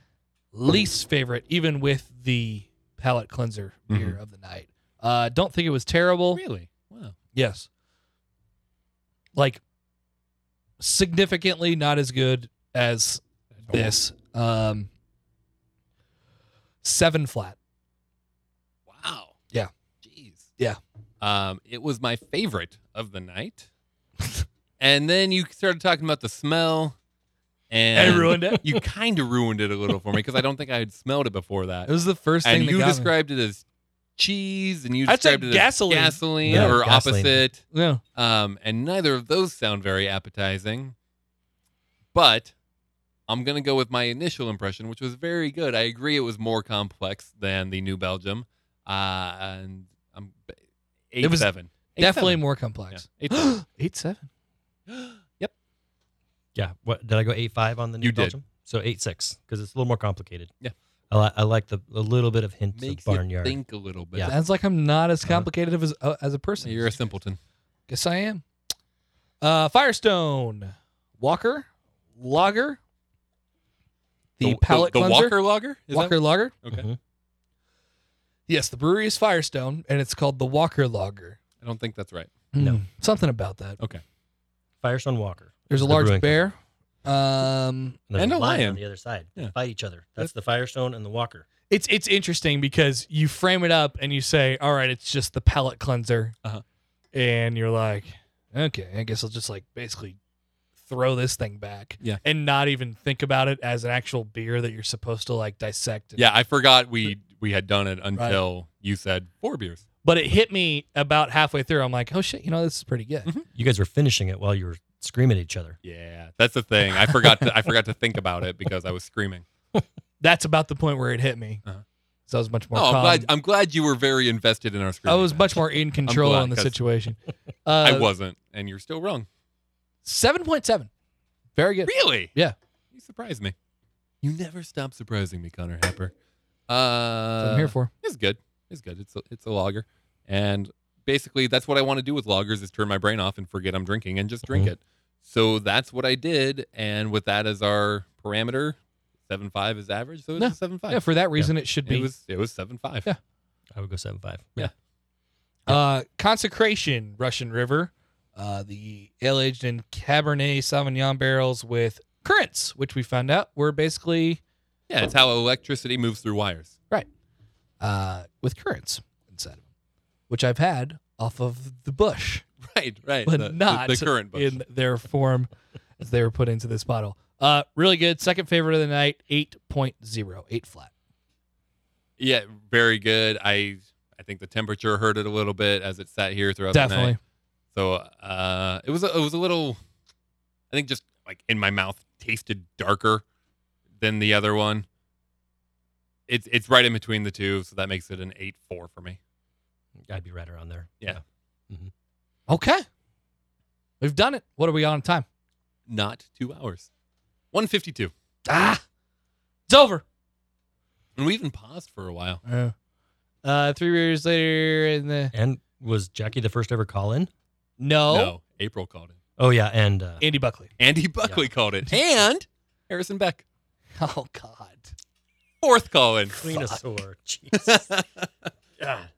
least favorite, even with the palate cleanser beer of the night. Uh, don't think it was terrible.
Mm-hmm. Really? Wow.
Yes. Like significantly not as good as this. Um seven flat.
Wow.
Yeah.
Jeez.
Yeah.
Um, it was my favorite of the night. And then you started talking about the smell, and
And ruined it.
you kind of ruined it a little for me because I don't think I had smelled it before that.
It was the first thing
and
that
you
got me.
described it as cheese, and you
I'd say
described it
gasoline.
as gasoline
Yeah,
or
gasoline.
opposite.
No.
Um, and neither of those sound very appetizing. But I'm gonna go with my initial impression, which was very good. I agree, it was more complex than the New Belgium, uh, and I'm eight
was
seven. Eight,
Definitely
seven.
more complex.
Yeah, eight, seven.
Eight seven.
Yeah. What did I go eight five on the new
You did.
Belgium? So eight six because it's a little more complicated.
Yeah.
I, li- I like the a little bit of hints
Makes
of
you
barnyard.
think a little bit.
Yeah.
Sounds like I'm not as complicated of as uh, as a person.
Uh-huh. You're a simpleton.
Guess I am. Uh, Firestone, Walker, Lager, the, palate
the,
cleanser,
Walker Lager. Is
Walker Lager.
That? Okay.
Mhm.
Yes, the brewery is Firestone, and it's called the Walker Lager.
I don't think that's right.
No, something about that.
Oh,
Firestone Walker.
There's a
The
large
brewing
bear. Um,
there's
And a lion.
on the other side. They
Yeah.
fight each other. That's the Firestone and the Walker.
it's it's interesting because you frame it up and you say, "All right, it's just the palate cleanser,"
Uh-huh.
and you're like, "Okay, I guess I'll just like basically throw this thing back,
Yeah.
and not even think about it as an actual beer that you're supposed to like dissect."
Yeah, I forgot we we had done it until you said four beers.
But it hit me about halfway through. I'm like, "Oh shit, you know this is pretty
Mm-hmm.
good."
You guys were finishing it while you were screaming at each other.
Yeah, that's the thing. I forgot to I forgot to think about it because I was screaming.
That's about the point where it hit me.
Uh-huh.
So I was much more.
Oh, I'm
calm.
glad I'm glad you were very invested in our
I
screaming.
was
match.
much more in control
glad,
on the
'cause-
situation. Uh,
I wasn't, and you're still wrong.
seven point seven, very good.
Really?
Yeah.
You surprised me. You never stop surprising me, Connor Happer. Uh,
That's what I'm here for.
It's good. It's good. It's a, it's a lager, and basically that's what I want to do with lagers is turn my brain off and forget I'm drinking and just drink
Mm-hmm.
Mhm.
it. So that's what I did, and with that as our parameter, seven five is average. So it's
No.
a seven five.
Yeah, for that reason, it should be.
it was it was seven five.
Yeah.
I would go seven five.
Yeah.
Uh, Consecration, Russian River, uh, the ale aged in Cabernet Sauvignon barrels with currants, which we found out were basically
Yeah, it's how electricity moves through wires.
uh, with currants inside of them, which I've had off of the bush,
Right, right.
but
the, the-
not
the, current bush.
in their form as they were put into this bottle. Uh, really good. Second favorite of the night, 8.0, 8 flat.
Yeah, very good. I I think the temperature hurt it a little bit as it sat here throughout the
Definitely.
night. So uh, it was a, it was a little, I think just like in my mouth tasted darker than the other one. It's it's right in between the two, so that makes it an eight four for me.
I'd be right around there.
Yeah.
Okay. We've done it. What are we on time?
Not two hours, one fifty two,
Ah, it's over.
and we even paused for a while.
Uh, uh, three years later, in the
And was Jackie the first ever call in?
no,
No, April called it.
Oh yeah, and uh,
Andy Buckley.
Andy Buckley called it, and Harrison Beck
Oh God,
fourth call in.
Cleanosaur. Jesus. God.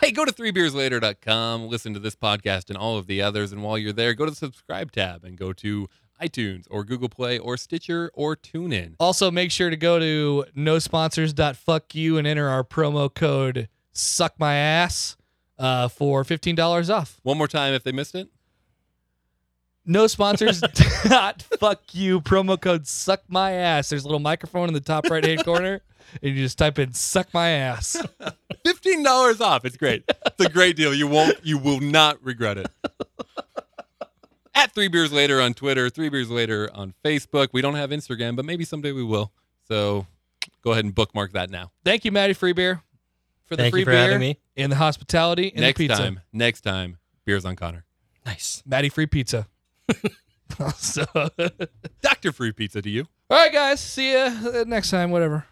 Hey, go to threebeerslater.com, listen to this podcast and all of the others. And while you're there, go to the subscribe tab and go to iTunes or Google Play or Stitcher or TuneIn.
Also, make sure to go to nosponsors.fuckyou and enter our promo code "suck my ass" uh, for fifteen dollars off.
One more time if they missed it.
No sponsors dot fuck you promo code "suck my ass." There's a little microphone in the top right hand corner, and you just type in "suck my ass."
$15 off. It's great. It's a great deal. You won't you will not regret it. At Three Beers Later on Twitter, Three Beers Later on Facebook. We don't have Instagram, but maybe someday we will. So go aad and bookmark that now.
Thank you, Maddie Free Beer, for the
Thank
free
you for
beer
having me.
and the hospitality and
next
the pizza.
time, next time, Beers on Connor.
Nice.
Maddie Free Pizza. so, all
Dr. Free Pizza to you.
right, guys. See you next time. Whatever.